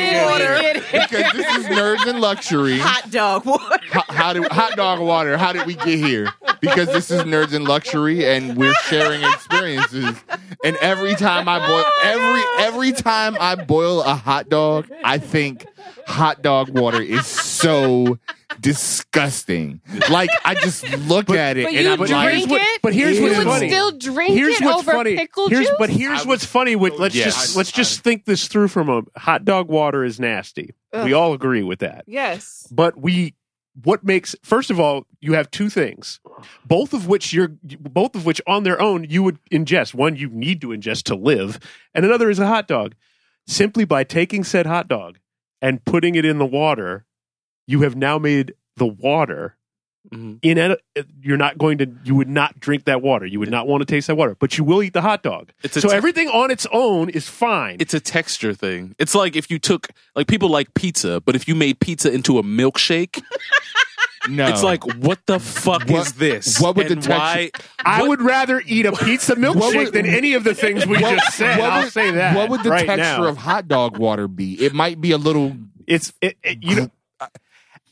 [SPEAKER 7] dog
[SPEAKER 8] How did we
[SPEAKER 7] water.
[SPEAKER 8] get here? Because this is nerds and luxury. Ho-
[SPEAKER 7] Hot dog water.
[SPEAKER 8] How, do hot dog water? How did we get here? Because this is nerds and luxury, and we're sharing experiences. And every time I boil every every time I boil a hot dog, I think hot dog water is so disgusting. Like I just look at it
[SPEAKER 3] But
[SPEAKER 8] and
[SPEAKER 3] you
[SPEAKER 8] I'm
[SPEAKER 3] drink
[SPEAKER 8] like,
[SPEAKER 4] what-
[SPEAKER 3] it.
[SPEAKER 4] but here's
[SPEAKER 3] you
[SPEAKER 8] what's
[SPEAKER 3] would
[SPEAKER 8] funny.
[SPEAKER 3] still drink it over pickle
[SPEAKER 4] here's,
[SPEAKER 3] juice.
[SPEAKER 4] But here's what's funny
[SPEAKER 8] Oh,
[SPEAKER 4] with let's
[SPEAKER 5] Yes.
[SPEAKER 4] just let's just think this through from a hot dog water is nasty. We all agree with that.
[SPEAKER 3] yes,
[SPEAKER 4] But we what makes first of all, you have two things. Both of which you're both of which on their own you would ingest. One you need to ingest to live, and another is a hot dog. Simply by taking said hot dog and putting it in the water, you have now made the water
[SPEAKER 5] Mhm.
[SPEAKER 4] in uh, you're not going to you would not drink that water you would not want to taste that water but you will eat the hot dog
[SPEAKER 5] It's a
[SPEAKER 4] so
[SPEAKER 5] te-
[SPEAKER 4] everything on its own is fine
[SPEAKER 5] It's a texture thing. It's like if you took like people like pizza, but if you made pizza into a milkshake,
[SPEAKER 8] No,
[SPEAKER 5] it's like what the fuck is
[SPEAKER 8] What-
[SPEAKER 5] this?
[SPEAKER 8] what would the
[SPEAKER 5] And
[SPEAKER 8] texture-
[SPEAKER 5] why?
[SPEAKER 4] I
[SPEAKER 5] what-
[SPEAKER 4] would rather eat a pizza milkshake
[SPEAKER 8] would-
[SPEAKER 4] than any of the things we just said. I'll
[SPEAKER 8] would,
[SPEAKER 4] say that.
[SPEAKER 8] What would the
[SPEAKER 4] right
[SPEAKER 8] texture
[SPEAKER 4] now.
[SPEAKER 8] of hot dog water be? It might be a little.
[SPEAKER 4] it's it, it- you know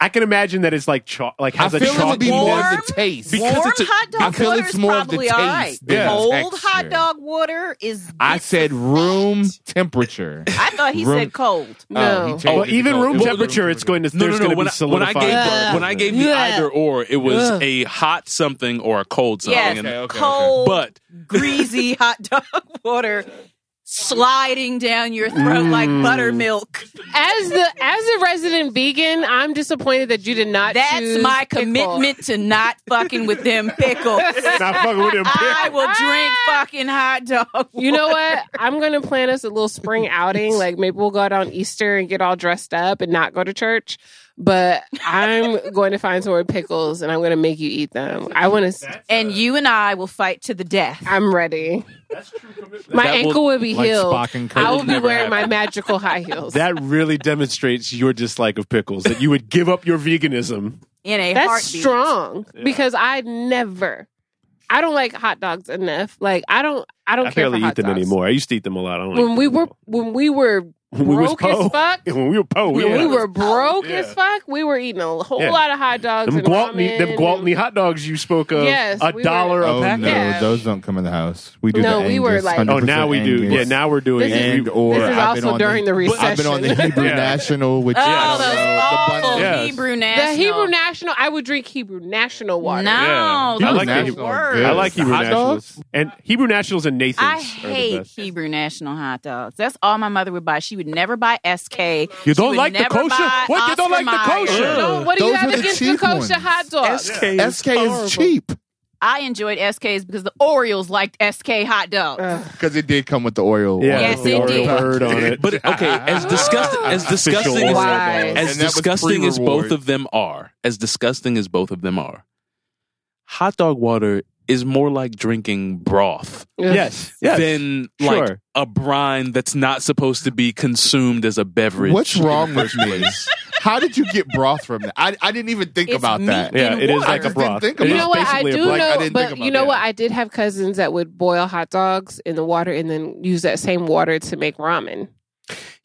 [SPEAKER 4] I can imagine that it's like chalk like
[SPEAKER 8] I
[SPEAKER 4] has
[SPEAKER 8] feel
[SPEAKER 4] a
[SPEAKER 8] it would be
[SPEAKER 4] chalky
[SPEAKER 8] more
[SPEAKER 4] look.
[SPEAKER 8] of the taste.
[SPEAKER 5] Because
[SPEAKER 7] warm
[SPEAKER 5] it's a-
[SPEAKER 7] hot dog
[SPEAKER 8] I feel
[SPEAKER 7] water
[SPEAKER 8] it's
[SPEAKER 7] is
[SPEAKER 8] more of the
[SPEAKER 7] probably
[SPEAKER 8] taste
[SPEAKER 7] all right.
[SPEAKER 8] than the
[SPEAKER 7] Cold
[SPEAKER 8] texture.
[SPEAKER 7] hot dog water is.
[SPEAKER 8] I said room temperature. Uh,
[SPEAKER 7] I thought he
[SPEAKER 8] room-
[SPEAKER 7] said cold.
[SPEAKER 8] Oh, he
[SPEAKER 3] No.
[SPEAKER 8] changed
[SPEAKER 5] Oh,
[SPEAKER 8] it
[SPEAKER 4] But
[SPEAKER 8] to
[SPEAKER 4] even
[SPEAKER 8] cold.
[SPEAKER 4] room
[SPEAKER 8] It was
[SPEAKER 4] temperature, it's going to
[SPEAKER 5] No,
[SPEAKER 4] there's
[SPEAKER 5] no, no.
[SPEAKER 4] going to
[SPEAKER 5] When
[SPEAKER 4] be
[SPEAKER 5] I, when I
[SPEAKER 4] solidified.
[SPEAKER 5] gave the, when I gave the
[SPEAKER 3] Ugh.
[SPEAKER 5] either or, it was
[SPEAKER 3] Ugh.
[SPEAKER 5] a hot something or a cold something.
[SPEAKER 7] Yes,
[SPEAKER 5] And-
[SPEAKER 8] Okay, okay,
[SPEAKER 7] cold,
[SPEAKER 5] But
[SPEAKER 7] greasy hot dog water sliding down your throat like
[SPEAKER 4] Mm.
[SPEAKER 7] buttermilk.
[SPEAKER 3] As the as a resident vegan, I'm disappointed that you did not.
[SPEAKER 7] That's
[SPEAKER 3] choose
[SPEAKER 7] my
[SPEAKER 3] pickle.
[SPEAKER 7] commitment to not fucking with them pickles.
[SPEAKER 4] Not fucking with them
[SPEAKER 7] I
[SPEAKER 4] pickles.
[SPEAKER 7] will drink fucking hot dog.
[SPEAKER 3] You know what? I'm gonna plan us a little spring outing. Like maybe we'll go out on Easter and get all dressed up and not go to church. But I'm going to find somewhere with pickles and I'm gonna make you eat them. I want to.
[SPEAKER 7] And you and I will fight to the death.
[SPEAKER 3] I'm ready. My
[SPEAKER 5] That will-
[SPEAKER 3] ankle will be
[SPEAKER 8] like
[SPEAKER 3] healed.
[SPEAKER 8] Spock and Kirk.
[SPEAKER 3] I will be
[SPEAKER 5] never
[SPEAKER 3] wearing my
[SPEAKER 5] happen.
[SPEAKER 3] magical high heels.
[SPEAKER 4] That really demonstrates your dislike of pickles. That you would give up your veganism.
[SPEAKER 7] in a
[SPEAKER 3] That's
[SPEAKER 7] heartbeat.
[SPEAKER 3] strong because I never. I don't like hot dogs enough. Like I don't. I don't
[SPEAKER 4] I
[SPEAKER 3] care
[SPEAKER 4] barely
[SPEAKER 3] for
[SPEAKER 4] eat
[SPEAKER 3] hot
[SPEAKER 4] them
[SPEAKER 3] dogs.
[SPEAKER 4] anymore. I used to eat them a lot. I don't like
[SPEAKER 3] When we
[SPEAKER 4] them
[SPEAKER 3] were
[SPEAKER 4] anymore.
[SPEAKER 3] when we were
[SPEAKER 4] When we was
[SPEAKER 3] broke as
[SPEAKER 4] po.
[SPEAKER 3] fuck.
[SPEAKER 4] when we were po,
[SPEAKER 3] When
[SPEAKER 4] yeah.
[SPEAKER 3] we were broke
[SPEAKER 4] Yeah.
[SPEAKER 3] as fuck, we were eating a whole
[SPEAKER 4] Yeah.
[SPEAKER 3] lot of hot dogs.
[SPEAKER 4] them
[SPEAKER 3] and
[SPEAKER 4] Gwaltney,
[SPEAKER 3] ramen
[SPEAKER 4] them Gwaltney
[SPEAKER 3] and-
[SPEAKER 4] hot dogs you spoke of.
[SPEAKER 3] Yes,
[SPEAKER 4] a
[SPEAKER 3] we were-
[SPEAKER 4] dollar a
[SPEAKER 8] Oh
[SPEAKER 4] pack.
[SPEAKER 8] no,
[SPEAKER 3] Yeah.
[SPEAKER 8] those don't come in the house. We do.
[SPEAKER 3] No,
[SPEAKER 8] the
[SPEAKER 3] we were
[SPEAKER 8] Angus,
[SPEAKER 3] like-
[SPEAKER 4] Oh,
[SPEAKER 8] 100%
[SPEAKER 4] now we do.
[SPEAKER 8] Angus.
[SPEAKER 4] Yeah, now we're doing.
[SPEAKER 3] This is-
[SPEAKER 4] we-
[SPEAKER 8] and or
[SPEAKER 3] This is
[SPEAKER 8] I've been
[SPEAKER 3] also
[SPEAKER 8] on
[SPEAKER 3] during the recession.
[SPEAKER 8] I've been on the Hebrew
[SPEAKER 4] Yeah.
[SPEAKER 8] National, which
[SPEAKER 7] Oh,
[SPEAKER 8] is,
[SPEAKER 7] those
[SPEAKER 8] uh, the
[SPEAKER 7] awful
[SPEAKER 8] bun-
[SPEAKER 4] Yes.
[SPEAKER 7] Hebrew
[SPEAKER 3] The
[SPEAKER 7] national.
[SPEAKER 3] Hebrew National. I would drink Hebrew National water.
[SPEAKER 7] No,
[SPEAKER 4] Yeah.
[SPEAKER 7] those
[SPEAKER 4] I like
[SPEAKER 7] are
[SPEAKER 4] the
[SPEAKER 7] the
[SPEAKER 8] Hebrew-
[SPEAKER 7] worst.
[SPEAKER 4] I like
[SPEAKER 8] The
[SPEAKER 4] Hebrew
[SPEAKER 8] hot
[SPEAKER 4] Nationals
[SPEAKER 8] dogs?
[SPEAKER 4] and Hebrew Nationals and Nathan's.
[SPEAKER 7] I
[SPEAKER 4] are the
[SPEAKER 7] hate
[SPEAKER 4] best.
[SPEAKER 7] Hebrew National hot dogs. That's all my mother would buy. She would never buy SK.
[SPEAKER 4] You don't like the kosher? What you don't like the kosher?
[SPEAKER 3] No, what do
[SPEAKER 8] Those
[SPEAKER 3] you have
[SPEAKER 8] were the
[SPEAKER 3] against the
[SPEAKER 8] cheap
[SPEAKER 3] kosher
[SPEAKER 8] ones.
[SPEAKER 3] hot dogs?
[SPEAKER 5] SK
[SPEAKER 8] SK is cheap
[SPEAKER 7] I enjoyed SKs because the Orioles liked SK hot dogs.
[SPEAKER 4] Uh.
[SPEAKER 8] because it did come with the Oreo.
[SPEAKER 4] Yeah,
[SPEAKER 7] Yes,
[SPEAKER 4] with
[SPEAKER 7] it
[SPEAKER 4] the Oreo
[SPEAKER 7] did.
[SPEAKER 4] bird on it.
[SPEAKER 5] But okay, as disgusting as
[SPEAKER 4] Official
[SPEAKER 5] disgusting
[SPEAKER 4] Oreo
[SPEAKER 5] as,
[SPEAKER 3] Why?
[SPEAKER 4] dog.
[SPEAKER 5] as
[SPEAKER 8] And that was
[SPEAKER 5] disgusting as both
[SPEAKER 8] pre-reward.
[SPEAKER 5] of them are, as disgusting as both of them are, hot dog water is more like drinking broth
[SPEAKER 4] yes, yes.
[SPEAKER 5] than like
[SPEAKER 4] Sure.
[SPEAKER 5] a brine that's not supposed to be consumed as a beverage.
[SPEAKER 8] What's wrong with me?
[SPEAKER 5] place.
[SPEAKER 8] How did you get broth from that? I, I didn't even think
[SPEAKER 7] It's
[SPEAKER 8] about
[SPEAKER 7] meat
[SPEAKER 8] that.
[SPEAKER 4] yeah,
[SPEAKER 7] in
[SPEAKER 4] it is
[SPEAKER 7] water.
[SPEAKER 4] like a
[SPEAKER 8] I didn't
[SPEAKER 4] broth.
[SPEAKER 8] think
[SPEAKER 4] It
[SPEAKER 8] about
[SPEAKER 4] is
[SPEAKER 3] You know what? I
[SPEAKER 4] basically a
[SPEAKER 3] do
[SPEAKER 4] broth.
[SPEAKER 8] I
[SPEAKER 3] know,
[SPEAKER 8] didn't think
[SPEAKER 3] but
[SPEAKER 8] about
[SPEAKER 3] you know
[SPEAKER 8] that.
[SPEAKER 3] what? I did have cousins that would boil hot dogs in the water and then use that same water to make ramen.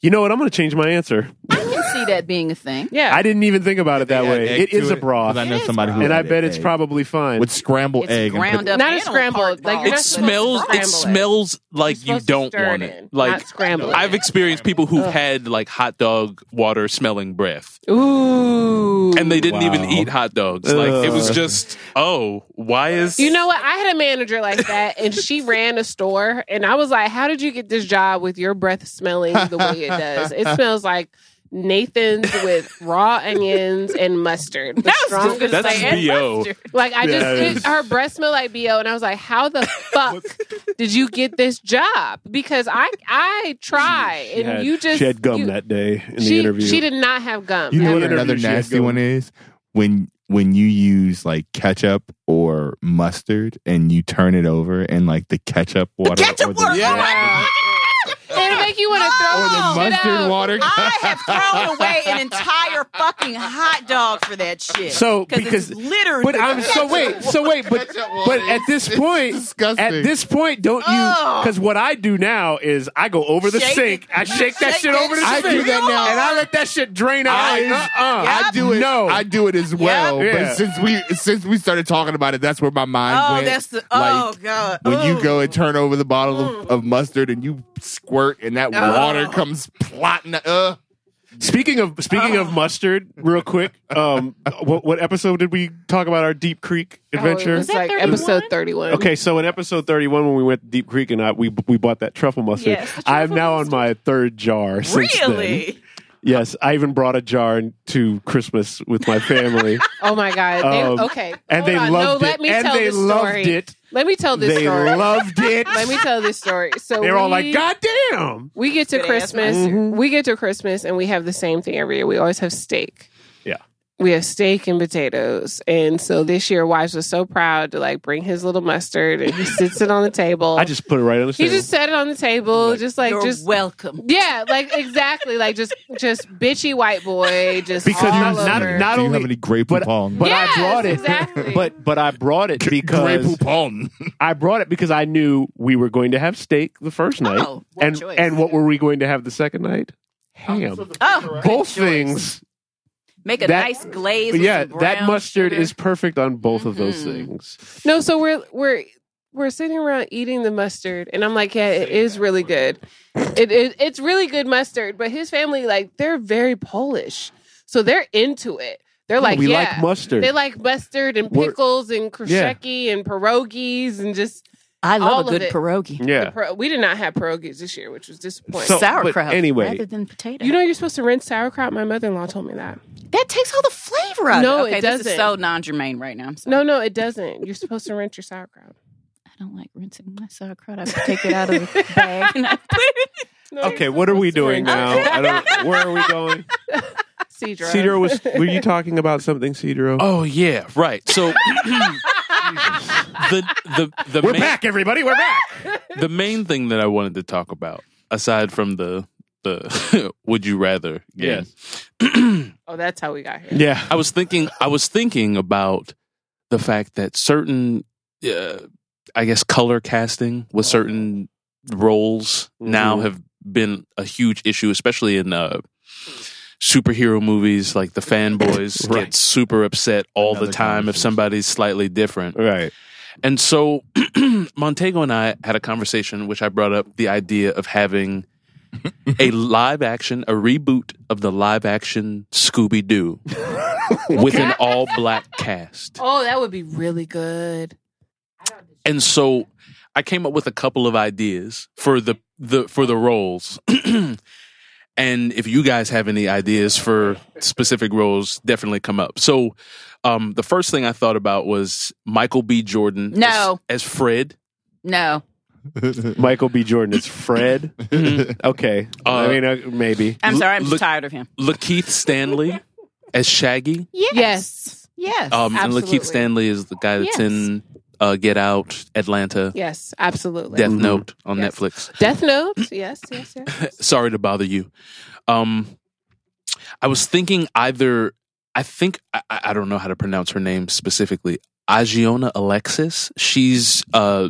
[SPEAKER 4] You know what? I'm going to change my answer.
[SPEAKER 7] I can see that being a thing.
[SPEAKER 3] Yeah,
[SPEAKER 4] I didn't even think about it that
[SPEAKER 8] They add
[SPEAKER 4] way.
[SPEAKER 8] egg
[SPEAKER 4] It
[SPEAKER 8] to
[SPEAKER 4] is a
[SPEAKER 8] it,
[SPEAKER 4] broth,
[SPEAKER 8] but I know
[SPEAKER 7] It is
[SPEAKER 8] somebody who
[SPEAKER 4] and I
[SPEAKER 8] added
[SPEAKER 4] bet it's
[SPEAKER 8] egg.
[SPEAKER 4] probably fine.
[SPEAKER 8] with scrambled
[SPEAKER 7] It's
[SPEAKER 8] egg. and
[SPEAKER 7] ground
[SPEAKER 8] put-
[SPEAKER 7] up.
[SPEAKER 3] Not a
[SPEAKER 7] animal
[SPEAKER 3] scrambled,
[SPEAKER 7] part
[SPEAKER 3] like,
[SPEAKER 5] It
[SPEAKER 3] You're not supposed to
[SPEAKER 5] smells.
[SPEAKER 3] scramble it.
[SPEAKER 5] It smells like
[SPEAKER 3] You're
[SPEAKER 5] you
[SPEAKER 3] supposed to
[SPEAKER 5] don't
[SPEAKER 3] stir
[SPEAKER 5] want
[SPEAKER 3] it
[SPEAKER 5] it.
[SPEAKER 3] in,
[SPEAKER 5] Like
[SPEAKER 3] not scramble it.
[SPEAKER 5] I've experienced people who've had like hot dog water smelling breath,
[SPEAKER 3] ooh.
[SPEAKER 5] and they didn't even
[SPEAKER 4] Wow.
[SPEAKER 5] eat hot dogs. Like it was
[SPEAKER 4] Ugh.
[SPEAKER 5] just, oh, why is
[SPEAKER 3] You know what? I had a manager like that, and she ran a store, and I was like, "How did you get this job with your breath smelling the way it does? It smells like Nathan's with raw onions and mustard. The strongest,
[SPEAKER 5] That's
[SPEAKER 3] like,
[SPEAKER 5] bo.
[SPEAKER 3] like I just
[SPEAKER 4] Yeah, it
[SPEAKER 3] it- her breath smelled like bo, and I was like, "How the fuck did you get this job? Because I I try,
[SPEAKER 4] She
[SPEAKER 3] and
[SPEAKER 4] had-
[SPEAKER 3] you just
[SPEAKER 4] she had gum
[SPEAKER 3] you-
[SPEAKER 4] that day in
[SPEAKER 3] she,
[SPEAKER 4] the interview.
[SPEAKER 3] She did not have gum.
[SPEAKER 8] You know what
[SPEAKER 4] Every
[SPEAKER 3] ever.
[SPEAKER 8] another
[SPEAKER 4] interview she had
[SPEAKER 8] nasty
[SPEAKER 4] going.
[SPEAKER 8] one is when when you use like ketchup or mustard and you turn it over and like the ketchup water.
[SPEAKER 7] ketchup
[SPEAKER 8] or
[SPEAKER 7] water,
[SPEAKER 8] Yeah.
[SPEAKER 7] right.
[SPEAKER 3] It'll make you want to throw
[SPEAKER 8] Or the
[SPEAKER 3] that shit
[SPEAKER 8] mustard
[SPEAKER 3] out.
[SPEAKER 8] water.
[SPEAKER 7] I have thrown away an entire fucking hot dog for that shit.
[SPEAKER 4] So, because-
[SPEAKER 7] because it's littered.
[SPEAKER 4] But
[SPEAKER 7] with
[SPEAKER 4] I'm so wait, so wait, but
[SPEAKER 8] Ketchup water
[SPEAKER 4] but
[SPEAKER 8] is-
[SPEAKER 4] at this
[SPEAKER 8] it's
[SPEAKER 4] point,
[SPEAKER 8] disgusting.
[SPEAKER 4] at this point, don't you?
[SPEAKER 7] Ugh.
[SPEAKER 4] Because what I do now is I go over the
[SPEAKER 7] Shake
[SPEAKER 4] sink,
[SPEAKER 7] it.
[SPEAKER 4] I shake that
[SPEAKER 7] Shake
[SPEAKER 4] shit
[SPEAKER 7] it
[SPEAKER 4] over the
[SPEAKER 7] real
[SPEAKER 8] I
[SPEAKER 4] sink,
[SPEAKER 8] do that now.
[SPEAKER 4] and I let that shit drain out.
[SPEAKER 8] I-
[SPEAKER 4] Like, uh-uh.
[SPEAKER 8] I do it.
[SPEAKER 4] No,
[SPEAKER 8] I do it as well.
[SPEAKER 4] Yeah.
[SPEAKER 8] But since we since we started talking about it, that's where my mind
[SPEAKER 7] Oh,
[SPEAKER 8] went.
[SPEAKER 7] that's the oh
[SPEAKER 8] Like,
[SPEAKER 7] god.
[SPEAKER 8] when
[SPEAKER 7] Oh.
[SPEAKER 8] you go and turn over the bottle of,
[SPEAKER 5] Hmm.
[SPEAKER 8] of mustard and you squirt and that
[SPEAKER 5] Oh.
[SPEAKER 8] water comes plotting. Uh,
[SPEAKER 4] Speaking of speaking
[SPEAKER 8] Uh-huh.
[SPEAKER 4] of mustard, real quick. Um, what, what episode did we talk about our Deep
[SPEAKER 3] Oh,
[SPEAKER 4] Creek
[SPEAKER 3] it
[SPEAKER 4] adventure?
[SPEAKER 3] was like episode 31.
[SPEAKER 4] Okay, so in episode thirty-one, when we went to Deep Creek and I, we we bought that truffle mustard.
[SPEAKER 7] Yes, the
[SPEAKER 4] I'm
[SPEAKER 7] truffle
[SPEAKER 4] now on my third jar. Since then.
[SPEAKER 7] really?
[SPEAKER 4] Yes, I even brought a jar to Christmas with my family,
[SPEAKER 3] Oh my god. They,
[SPEAKER 4] Um,
[SPEAKER 3] okay.
[SPEAKER 4] and
[SPEAKER 3] Hold
[SPEAKER 4] they
[SPEAKER 3] on.
[SPEAKER 4] loved
[SPEAKER 3] no,
[SPEAKER 4] it.
[SPEAKER 3] Let me
[SPEAKER 4] and
[SPEAKER 3] tell
[SPEAKER 4] they
[SPEAKER 3] this
[SPEAKER 4] loved
[SPEAKER 3] story.
[SPEAKER 4] it.
[SPEAKER 3] Let me tell this
[SPEAKER 4] they
[SPEAKER 3] story.
[SPEAKER 4] loved it.
[SPEAKER 3] let me tell this story. So
[SPEAKER 4] they were all
[SPEAKER 3] we-
[SPEAKER 4] like, "God Mm-hmm. damn!"
[SPEAKER 3] We get to
[SPEAKER 7] Good ass
[SPEAKER 3] Christmas.
[SPEAKER 4] mustard.
[SPEAKER 3] We get to Christmas and we have the same thing every year. We always have steak.
[SPEAKER 4] Yeah.
[SPEAKER 3] we have steak and potatoes. And so this year, wives was so proud to like bring his little mustard and he sits it on the table.
[SPEAKER 4] I just put it right on the
[SPEAKER 3] he
[SPEAKER 4] table.
[SPEAKER 3] just set it on the table, just like
[SPEAKER 7] You're
[SPEAKER 3] just
[SPEAKER 7] welcome.
[SPEAKER 3] yeah, like exactly, like just just bitchy white boy, just
[SPEAKER 4] Because
[SPEAKER 3] all
[SPEAKER 4] not- not-
[SPEAKER 3] over.
[SPEAKER 4] not
[SPEAKER 8] Do you
[SPEAKER 4] only-
[SPEAKER 8] have any grape
[SPEAKER 4] but-
[SPEAKER 8] poupon?
[SPEAKER 4] but
[SPEAKER 3] Yes,
[SPEAKER 4] I brought it.
[SPEAKER 3] exactly.
[SPEAKER 4] But but I brought it because
[SPEAKER 8] poupon.
[SPEAKER 4] I brought it because I knew we were going to have steak the first night,
[SPEAKER 7] Oh, what
[SPEAKER 4] and
[SPEAKER 7] choice.
[SPEAKER 4] and what were we going to have the second night? Ham.
[SPEAKER 7] Oh, good
[SPEAKER 4] Both
[SPEAKER 7] choice.
[SPEAKER 4] things.
[SPEAKER 7] Make a
[SPEAKER 4] That-
[SPEAKER 7] nice glaze.
[SPEAKER 4] But
[SPEAKER 7] with
[SPEAKER 4] yeah,
[SPEAKER 7] some
[SPEAKER 4] that
[SPEAKER 7] brown
[SPEAKER 4] mustard
[SPEAKER 7] sugar.
[SPEAKER 4] is perfect on both of those
[SPEAKER 7] Mhm.
[SPEAKER 3] Mm-hmm.
[SPEAKER 4] things.
[SPEAKER 3] No, so we're we're we're sitting around eating the mustard, and I'm like, yeah, it is really good. It is it's really good mustard, but his family like they're very Polish, so they're into it. They're like,
[SPEAKER 4] we
[SPEAKER 3] yeah,
[SPEAKER 4] like mustard.
[SPEAKER 3] They like mustard and
[SPEAKER 4] We're-
[SPEAKER 3] pickles and krzyzewski and pierogies and just
[SPEAKER 7] I
[SPEAKER 3] all
[SPEAKER 7] love
[SPEAKER 3] of
[SPEAKER 7] a good
[SPEAKER 3] it.
[SPEAKER 7] pierogi.
[SPEAKER 3] the
[SPEAKER 4] yeah.
[SPEAKER 3] pro- we did not have pierogies this year, which was disappointing.
[SPEAKER 4] So- but
[SPEAKER 7] Sauerkraut
[SPEAKER 4] anyway-
[SPEAKER 7] rather than potato.
[SPEAKER 3] you know you're supposed to rinse sauerkraut. My mother-in-law told me that.
[SPEAKER 7] that takes all the flavor out.
[SPEAKER 3] No,
[SPEAKER 7] of it.
[SPEAKER 3] it
[SPEAKER 7] Okay, this is
[SPEAKER 3] doesn't.
[SPEAKER 7] so non-germane right now. I'm sorry.
[SPEAKER 3] No, no, it doesn't. You're supposed to rinse your sauerkraut.
[SPEAKER 7] I don't like rinsing my sauerkraut. I take it out of the bag and I put it.
[SPEAKER 3] No,
[SPEAKER 4] Okay,
[SPEAKER 3] you're
[SPEAKER 4] what are we
[SPEAKER 3] supposed to
[SPEAKER 4] doing
[SPEAKER 3] rinse it.
[SPEAKER 4] now? I don't, where are we going?
[SPEAKER 3] Cedro.
[SPEAKER 4] Cedro was. Were you talking about something, Cedro?
[SPEAKER 5] Oh yeah, right. So the the the
[SPEAKER 4] we're
[SPEAKER 5] main,
[SPEAKER 4] back, everybody. We're back.
[SPEAKER 5] the main thing that I wanted to talk about, aside from the the would you rather, game,
[SPEAKER 3] Oh, that's how we got here.
[SPEAKER 4] yeah.
[SPEAKER 5] I was thinking I was thinking about the fact that certain uh, I guess color casting with certain roles now
[SPEAKER 4] Mhm.
[SPEAKER 5] have been a huge issue especially in uh superhero movies like the fanboys
[SPEAKER 4] Right.
[SPEAKER 5] get super upset all
[SPEAKER 8] Another
[SPEAKER 5] the time if
[SPEAKER 8] conversation.
[SPEAKER 5] somebody's slightly different
[SPEAKER 4] Right.
[SPEAKER 5] and so Montego and I had a conversation which I brought up the idea of having a live action, a reboot of the live action Scooby Doo with an all black cast.
[SPEAKER 3] Oh, that would be really good.
[SPEAKER 5] And so I came up with a couple of ideas for the, the for the roles. and if you guys have any ideas for specific roles, definitely come up. So um, the first thing I thought about was Michael B. Jordan
[SPEAKER 7] No.
[SPEAKER 5] as, as Fred.
[SPEAKER 7] No,
[SPEAKER 4] Michael B. Jordan. It's Fred. okay. I
[SPEAKER 5] Uh,
[SPEAKER 4] mean, uh, maybe.
[SPEAKER 7] I'm sorry. I'm just
[SPEAKER 5] Look-
[SPEAKER 7] tired of him.
[SPEAKER 5] Lakeith Stanley as Shaggy.
[SPEAKER 7] Yes.
[SPEAKER 3] Yes.
[SPEAKER 7] Yes.
[SPEAKER 5] Um, and
[SPEAKER 3] Absolutely.
[SPEAKER 5] Lakeith Stanley is the guy that's
[SPEAKER 7] Yes.
[SPEAKER 5] in uh, Get Out, Atlanta,
[SPEAKER 3] Yes, absolutely.
[SPEAKER 5] Death Note on
[SPEAKER 3] Yes.
[SPEAKER 5] Netflix.
[SPEAKER 3] Death Note. Yes, yes, yes.
[SPEAKER 5] Sorry to bother you. Um, I was thinking either, I think, I, I I don't know how to pronounce her name specifically, Agiona Alexis. She's, uh,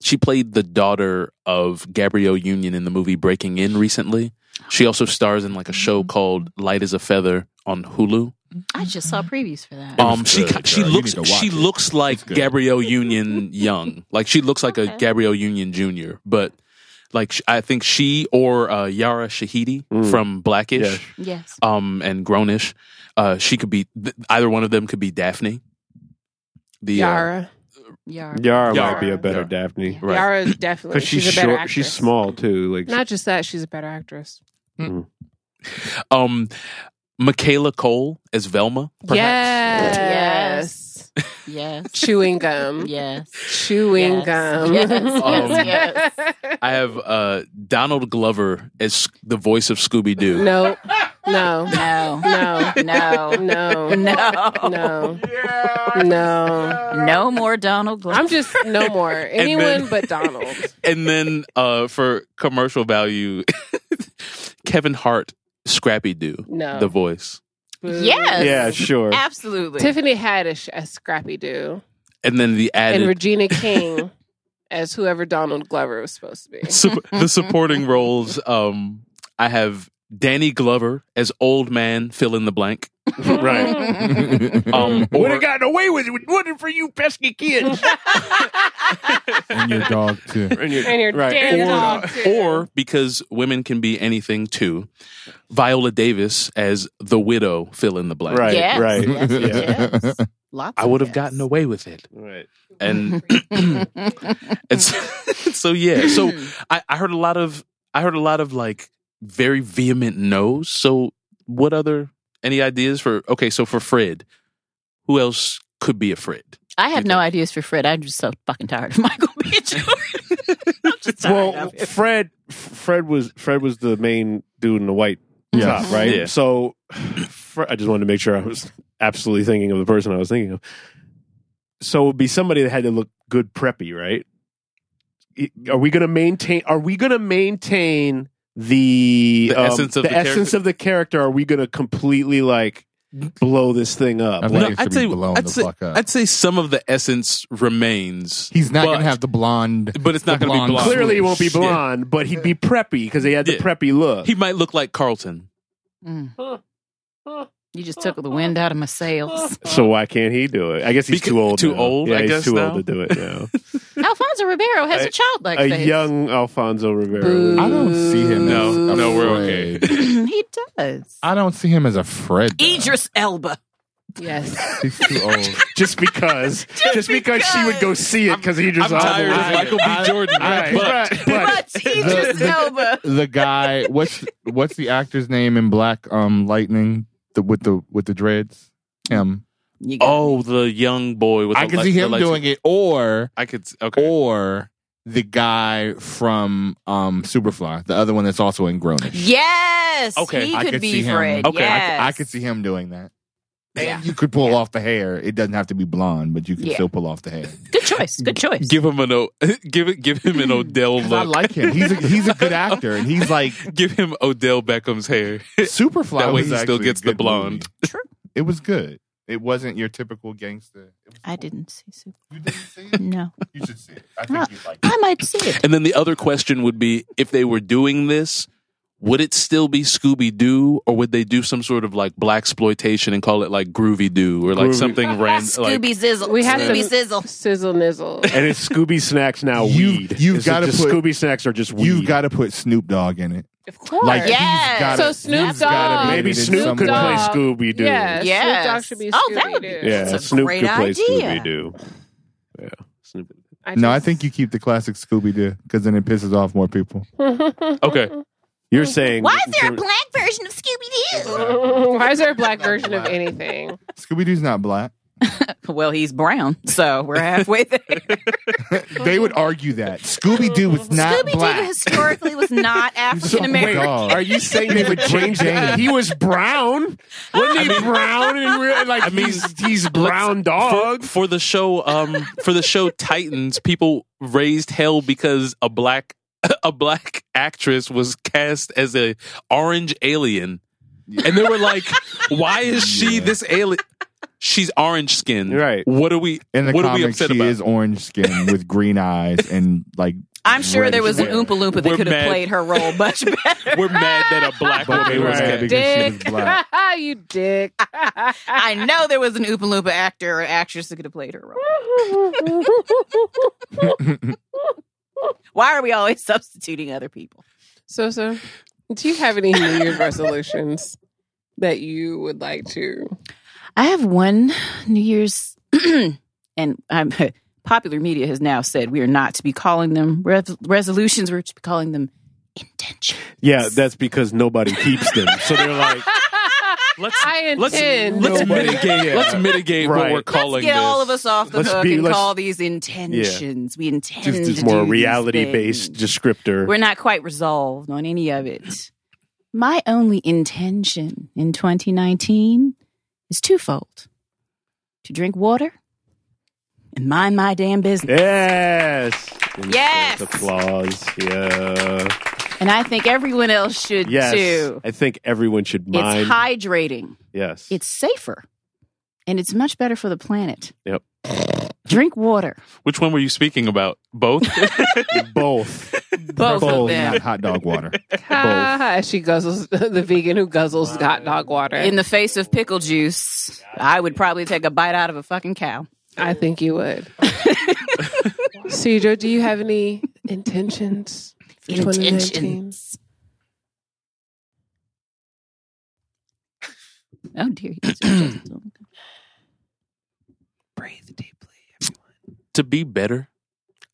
[SPEAKER 5] she played the daughter of Gabrielle Union in the movie Breaking In recently. She also stars in like a show
[SPEAKER 3] Mm-hmm.
[SPEAKER 5] called Light as a Feather on Hulu.
[SPEAKER 7] I just saw previews for that.
[SPEAKER 5] Um,
[SPEAKER 8] was
[SPEAKER 5] she
[SPEAKER 8] good,
[SPEAKER 5] ki- she
[SPEAKER 8] girl. You
[SPEAKER 5] looks
[SPEAKER 8] need to watch
[SPEAKER 5] she
[SPEAKER 8] it.
[SPEAKER 5] looks like
[SPEAKER 8] good.
[SPEAKER 5] Gabrielle Union young, like she looks like a Gabrielle Union junior. But like sh- I think she or uh, Yara Shahidi
[SPEAKER 4] Mm.
[SPEAKER 5] from Blackish,
[SPEAKER 4] Yes.
[SPEAKER 7] yes.
[SPEAKER 5] um, and Grownish, uh, she could be th- either one of them could be Daphne. The uh,
[SPEAKER 3] Yara.
[SPEAKER 7] Yar.
[SPEAKER 4] Yara, might
[SPEAKER 5] Yara.
[SPEAKER 4] be a better
[SPEAKER 5] Yara.
[SPEAKER 4] Daphne.
[SPEAKER 5] right.
[SPEAKER 3] Yara is definitely.
[SPEAKER 4] Because she's,
[SPEAKER 3] She's, a better
[SPEAKER 4] short.
[SPEAKER 3] actress.
[SPEAKER 4] She's small too. Like
[SPEAKER 3] Not just that, she's a better actress.
[SPEAKER 5] um, Michaela Cole as Velma.
[SPEAKER 3] Yes.
[SPEAKER 7] Yes.
[SPEAKER 3] Chewing
[SPEAKER 7] Mm-hmm.
[SPEAKER 3] gum.
[SPEAKER 7] Yes.
[SPEAKER 3] Chewing
[SPEAKER 7] Yes.
[SPEAKER 3] gum.
[SPEAKER 7] Yes, yes,
[SPEAKER 5] I have uh, Donald Glover as the voice of Scooby Doo.
[SPEAKER 3] No. No.
[SPEAKER 7] No.
[SPEAKER 3] No.
[SPEAKER 7] No.
[SPEAKER 3] No.
[SPEAKER 7] No.
[SPEAKER 3] No. No.
[SPEAKER 7] No more Donald Glover.
[SPEAKER 3] I'm just no more. Anyone
[SPEAKER 5] then-
[SPEAKER 3] but Donald.
[SPEAKER 5] and then uh, for commercial value, Kevin Hart, Scrappy Doo,
[SPEAKER 3] No.
[SPEAKER 5] the voice,
[SPEAKER 3] Boo.
[SPEAKER 7] Yes.
[SPEAKER 4] yeah, sure.
[SPEAKER 7] Absolutely.
[SPEAKER 3] Tiffany Haddish as Scrappy Doo.
[SPEAKER 5] and then the
[SPEAKER 3] and
[SPEAKER 5] added
[SPEAKER 3] Regina King as whoever Donald Glover was supposed to be.
[SPEAKER 5] sup- the supporting roles. Um, I have Danny Glover as old man fill in the blank.
[SPEAKER 4] right.
[SPEAKER 5] Um,
[SPEAKER 4] Would
[SPEAKER 5] or,
[SPEAKER 4] have gotten away with it. Wouldn't for you pesky kids.
[SPEAKER 8] and your dog too.
[SPEAKER 4] and you're,
[SPEAKER 3] And your damn dog, too.
[SPEAKER 5] uh, or because women can be anything too. Viola Davis as the widow fill in the blank.
[SPEAKER 4] Right.
[SPEAKER 7] yes.
[SPEAKER 4] right.
[SPEAKER 7] Yes.
[SPEAKER 8] Yeah.
[SPEAKER 7] yes. Lots
[SPEAKER 5] I
[SPEAKER 7] of
[SPEAKER 5] would have
[SPEAKER 7] yes.
[SPEAKER 5] gotten away with it.
[SPEAKER 4] Right.
[SPEAKER 5] and and so, so yeah so I, I heard a lot of i heard a lot of like very vehement no's so what other any ideas for okay so for fred who else could be a fred
[SPEAKER 7] I have no ideas for Fred. I'm just so fucking tired of Michael B. Jordan. I'm just tired
[SPEAKER 4] Well,
[SPEAKER 7] of him.
[SPEAKER 4] Fred, Fred was Fred was the main dude in the white
[SPEAKER 8] Yeah.
[SPEAKER 4] top, right?
[SPEAKER 5] Yeah.
[SPEAKER 4] So, Fre- I just wanted to make sure I was absolutely thinking of the person I was thinking of. So it would be somebody that had to look good preppy, right? It- Are we going to maintain? Are we going to maintain the,
[SPEAKER 5] The essence of the
[SPEAKER 4] essence
[SPEAKER 5] character?
[SPEAKER 4] of the character? Are we going to completely like blow this thing up?
[SPEAKER 5] No,
[SPEAKER 4] Like,
[SPEAKER 5] I'd say- I'd say- I'd say some of the essence remains.
[SPEAKER 2] He's not
[SPEAKER 5] but-
[SPEAKER 2] gonna have the blonde.
[SPEAKER 5] but it's not
[SPEAKER 2] the
[SPEAKER 5] gonna be blonde.
[SPEAKER 4] clearly, he won't be
[SPEAKER 5] Yeah.
[SPEAKER 4] blonde, but he'd be preppy because he had the
[SPEAKER 5] Yeah.
[SPEAKER 4] preppy look.
[SPEAKER 5] He might look like Carlton.
[SPEAKER 7] Mm. You just took the wind out of my sails.
[SPEAKER 4] so why can't he do it? I guess he's
[SPEAKER 5] Because-
[SPEAKER 4] too old.
[SPEAKER 5] too
[SPEAKER 4] now.
[SPEAKER 5] old,
[SPEAKER 4] Yeah,
[SPEAKER 5] I
[SPEAKER 4] he's
[SPEAKER 5] guess,
[SPEAKER 4] too
[SPEAKER 5] now?
[SPEAKER 4] old to do it now.
[SPEAKER 7] Alfonso Ribeiro has a,
[SPEAKER 4] A-
[SPEAKER 7] childlike
[SPEAKER 4] A
[SPEAKER 7] face.
[SPEAKER 4] young Alfonso Rivera.
[SPEAKER 3] Boo.
[SPEAKER 4] would-
[SPEAKER 8] I don't see him.
[SPEAKER 5] Uh, No,
[SPEAKER 8] as
[SPEAKER 5] no, we're
[SPEAKER 8] afraid.
[SPEAKER 5] okay.
[SPEAKER 7] he does.
[SPEAKER 8] I don't see him as a Fred. though.
[SPEAKER 6] Idris Elba.
[SPEAKER 3] Yes.
[SPEAKER 8] He's too old.
[SPEAKER 4] just because, just, because. she would go see it because he just.
[SPEAKER 5] I'm tired of Michael B. Jordan.
[SPEAKER 4] Right,
[SPEAKER 5] but
[SPEAKER 4] right, right.
[SPEAKER 7] But Idris Elba.
[SPEAKER 8] the guy. What's what's the actor's name in Black um, Lightning? The, with the with the dreads. Him.
[SPEAKER 7] You got
[SPEAKER 5] Oh, the young boy with
[SPEAKER 8] I
[SPEAKER 5] the
[SPEAKER 8] can
[SPEAKER 5] li-
[SPEAKER 8] see
[SPEAKER 5] the
[SPEAKER 8] him
[SPEAKER 5] lights-
[SPEAKER 8] doing it, Oh. or
[SPEAKER 5] I could. Okay.
[SPEAKER 8] or the guy from um, Superfly, the other one that's also in Grownish.
[SPEAKER 7] Yes.
[SPEAKER 5] Okay,
[SPEAKER 7] He
[SPEAKER 8] I
[SPEAKER 7] could
[SPEAKER 8] could
[SPEAKER 7] be
[SPEAKER 8] see him.
[SPEAKER 7] Fred.
[SPEAKER 5] Okay,
[SPEAKER 8] I c-
[SPEAKER 7] Yes.
[SPEAKER 8] I, could see him doing that. And
[SPEAKER 7] Yeah.
[SPEAKER 8] you could pull off the hair. It doesn't have to be blonde, but you can
[SPEAKER 7] Yeah.
[SPEAKER 8] still pull off the hair.
[SPEAKER 7] Good choice. Good choice.
[SPEAKER 5] Give him an o- give it. Give him an Odell
[SPEAKER 8] 'Cause I
[SPEAKER 5] look.
[SPEAKER 8] like him. He's a, he's a good actor, and he's like
[SPEAKER 5] give him Odell Beckham's hair.
[SPEAKER 8] Superfly.
[SPEAKER 5] That way
[SPEAKER 8] was
[SPEAKER 5] he still
[SPEAKER 8] actually a
[SPEAKER 5] gets the
[SPEAKER 8] good
[SPEAKER 5] blonde.
[SPEAKER 8] movie.
[SPEAKER 7] True.
[SPEAKER 8] It was good. It wasn't your typical gangster. It was
[SPEAKER 7] I
[SPEAKER 8] cool.
[SPEAKER 7] didn't see Super.
[SPEAKER 8] You didn't see it.
[SPEAKER 7] No.
[SPEAKER 8] You should see it. I
[SPEAKER 7] Well,
[SPEAKER 8] think you'd like it.
[SPEAKER 7] I might see it.
[SPEAKER 5] And then the other question would be if they were doing this, would it still be Scooby Doo or would they do some sort of like black exploitation and call it like Groovy Doo or like
[SPEAKER 4] Groovy.
[SPEAKER 5] something random?
[SPEAKER 7] Scooby
[SPEAKER 5] Like,
[SPEAKER 7] Sizzle.
[SPEAKER 3] We had
[SPEAKER 7] Scooby
[SPEAKER 3] some-
[SPEAKER 7] Sizzle.
[SPEAKER 3] Sizzle nizzle.
[SPEAKER 4] And it's Scooby Snacks now.
[SPEAKER 8] You-
[SPEAKER 4] weed.
[SPEAKER 8] you've
[SPEAKER 4] Is it
[SPEAKER 8] gotta
[SPEAKER 4] just
[SPEAKER 8] put-
[SPEAKER 4] Scooby Snacks are just weed.
[SPEAKER 8] You've got to put Snoop Dogg in it.
[SPEAKER 3] Of course.
[SPEAKER 8] Like
[SPEAKER 7] Yeah.
[SPEAKER 8] he's gotta,
[SPEAKER 3] So Snoop
[SPEAKER 8] he's gotta
[SPEAKER 3] Dogg.
[SPEAKER 8] be
[SPEAKER 4] Maybe
[SPEAKER 8] in it
[SPEAKER 4] Snoop could
[SPEAKER 8] some way.
[SPEAKER 4] play
[SPEAKER 3] Dog.
[SPEAKER 4] Scooby Doo.
[SPEAKER 3] Yes.
[SPEAKER 7] Yes.
[SPEAKER 3] Snoop Dogg should be
[SPEAKER 7] Oh, that would be
[SPEAKER 3] Scooby-Doo.
[SPEAKER 4] yeah.
[SPEAKER 7] That's a
[SPEAKER 4] Snoop
[SPEAKER 7] great
[SPEAKER 4] could play
[SPEAKER 7] idea.
[SPEAKER 4] Scooby Doo. Yeah, Snoop.
[SPEAKER 3] I
[SPEAKER 8] No, I
[SPEAKER 3] just-
[SPEAKER 8] think you keep the classic Scooby Doo because then it pisses off more people.
[SPEAKER 5] okay.
[SPEAKER 4] You're saying
[SPEAKER 6] Why is there a black version of Scooby Doo?
[SPEAKER 3] Why is there a black version of anything?
[SPEAKER 8] Scooby Doo's not black.
[SPEAKER 7] Well, he's brown, so we're halfway there.
[SPEAKER 8] they would argue that Scooby Doo was not
[SPEAKER 7] Scooby Doo
[SPEAKER 8] black.
[SPEAKER 7] historically was not African American.
[SPEAKER 8] dog.
[SPEAKER 4] Are you saying they would change that? He was brown. Wasn't he brown? And real, like
[SPEAKER 5] I mean,
[SPEAKER 4] he's, he's brown dog.
[SPEAKER 5] For, for the show, um, for the show Titans, people raised hell because a black a black actress was cast as a orange alien, and they were like, "Why is she
[SPEAKER 8] Yeah.
[SPEAKER 5] this alien? She's orange skinned,
[SPEAKER 4] Right.
[SPEAKER 5] What are we?
[SPEAKER 8] In the
[SPEAKER 5] what are we
[SPEAKER 8] comics,
[SPEAKER 5] upset
[SPEAKER 8] she
[SPEAKER 5] about?
[SPEAKER 8] is orange skin with green eyes and like.
[SPEAKER 7] I'm sure there was an Oompa Loompa that
[SPEAKER 5] We're
[SPEAKER 7] could have
[SPEAKER 5] mad.
[SPEAKER 7] played her role much better.
[SPEAKER 5] We're mad that a black
[SPEAKER 8] But
[SPEAKER 5] woman
[SPEAKER 8] they were
[SPEAKER 5] was
[SPEAKER 8] mad
[SPEAKER 5] gay.
[SPEAKER 8] because she was
[SPEAKER 3] Dick.
[SPEAKER 8] black.
[SPEAKER 3] you dick.
[SPEAKER 7] I know there was an Oompa Loompa actor or actress that could have played her role. Why are we always substituting other people?
[SPEAKER 3] so, so, do you have any New Year's resolutions that you would like to?
[SPEAKER 7] I have one New Year's, and I'm, popular media has now said we are not to be calling them res- resolutions. We're to be calling them intentions.
[SPEAKER 4] Yeah, that's because nobody keeps them. So they're like,
[SPEAKER 5] Let's
[SPEAKER 3] I
[SPEAKER 5] let's
[SPEAKER 3] intend.
[SPEAKER 5] let's
[SPEAKER 4] Nobody-
[SPEAKER 5] mitigate
[SPEAKER 4] Yeah.
[SPEAKER 5] let's mitigate what
[SPEAKER 4] Right.
[SPEAKER 5] we're calling
[SPEAKER 7] let's get
[SPEAKER 5] this.
[SPEAKER 7] all of us off the
[SPEAKER 4] Let's
[SPEAKER 7] hook
[SPEAKER 4] be-
[SPEAKER 7] and
[SPEAKER 4] let's-
[SPEAKER 7] call these intentions. We intend
[SPEAKER 4] just
[SPEAKER 7] to
[SPEAKER 4] this more
[SPEAKER 7] do these
[SPEAKER 4] reality based
[SPEAKER 7] things.
[SPEAKER 4] descriptor.
[SPEAKER 7] We're not quite resolved on any of it. My only intention in 2019 is twofold: to drink water and mind my damn business.
[SPEAKER 4] yes.
[SPEAKER 7] Yes.
[SPEAKER 4] Applause. Yeah.
[SPEAKER 7] And I think everyone else should
[SPEAKER 4] Yes.
[SPEAKER 7] too.
[SPEAKER 4] I think everyone should mind.
[SPEAKER 7] It's hydrating.
[SPEAKER 4] Yes.
[SPEAKER 7] It's safer. And it's much better for the planet.
[SPEAKER 4] Yep.
[SPEAKER 7] Drink water.
[SPEAKER 5] Which one were you speaking about? Both.
[SPEAKER 4] both.
[SPEAKER 7] Both, of
[SPEAKER 8] Bold,
[SPEAKER 7] them.
[SPEAKER 8] not hot dog water.
[SPEAKER 3] Ah, she guzzles the vegan who guzzles hot dog water.
[SPEAKER 7] In the face of pickle juice, I would probably take a bite out of a fucking cow.
[SPEAKER 3] I think you would. Cedra, do you have any intentions? for 2019?
[SPEAKER 7] Oh dear.
[SPEAKER 3] Breathe deeply.
[SPEAKER 5] to be better.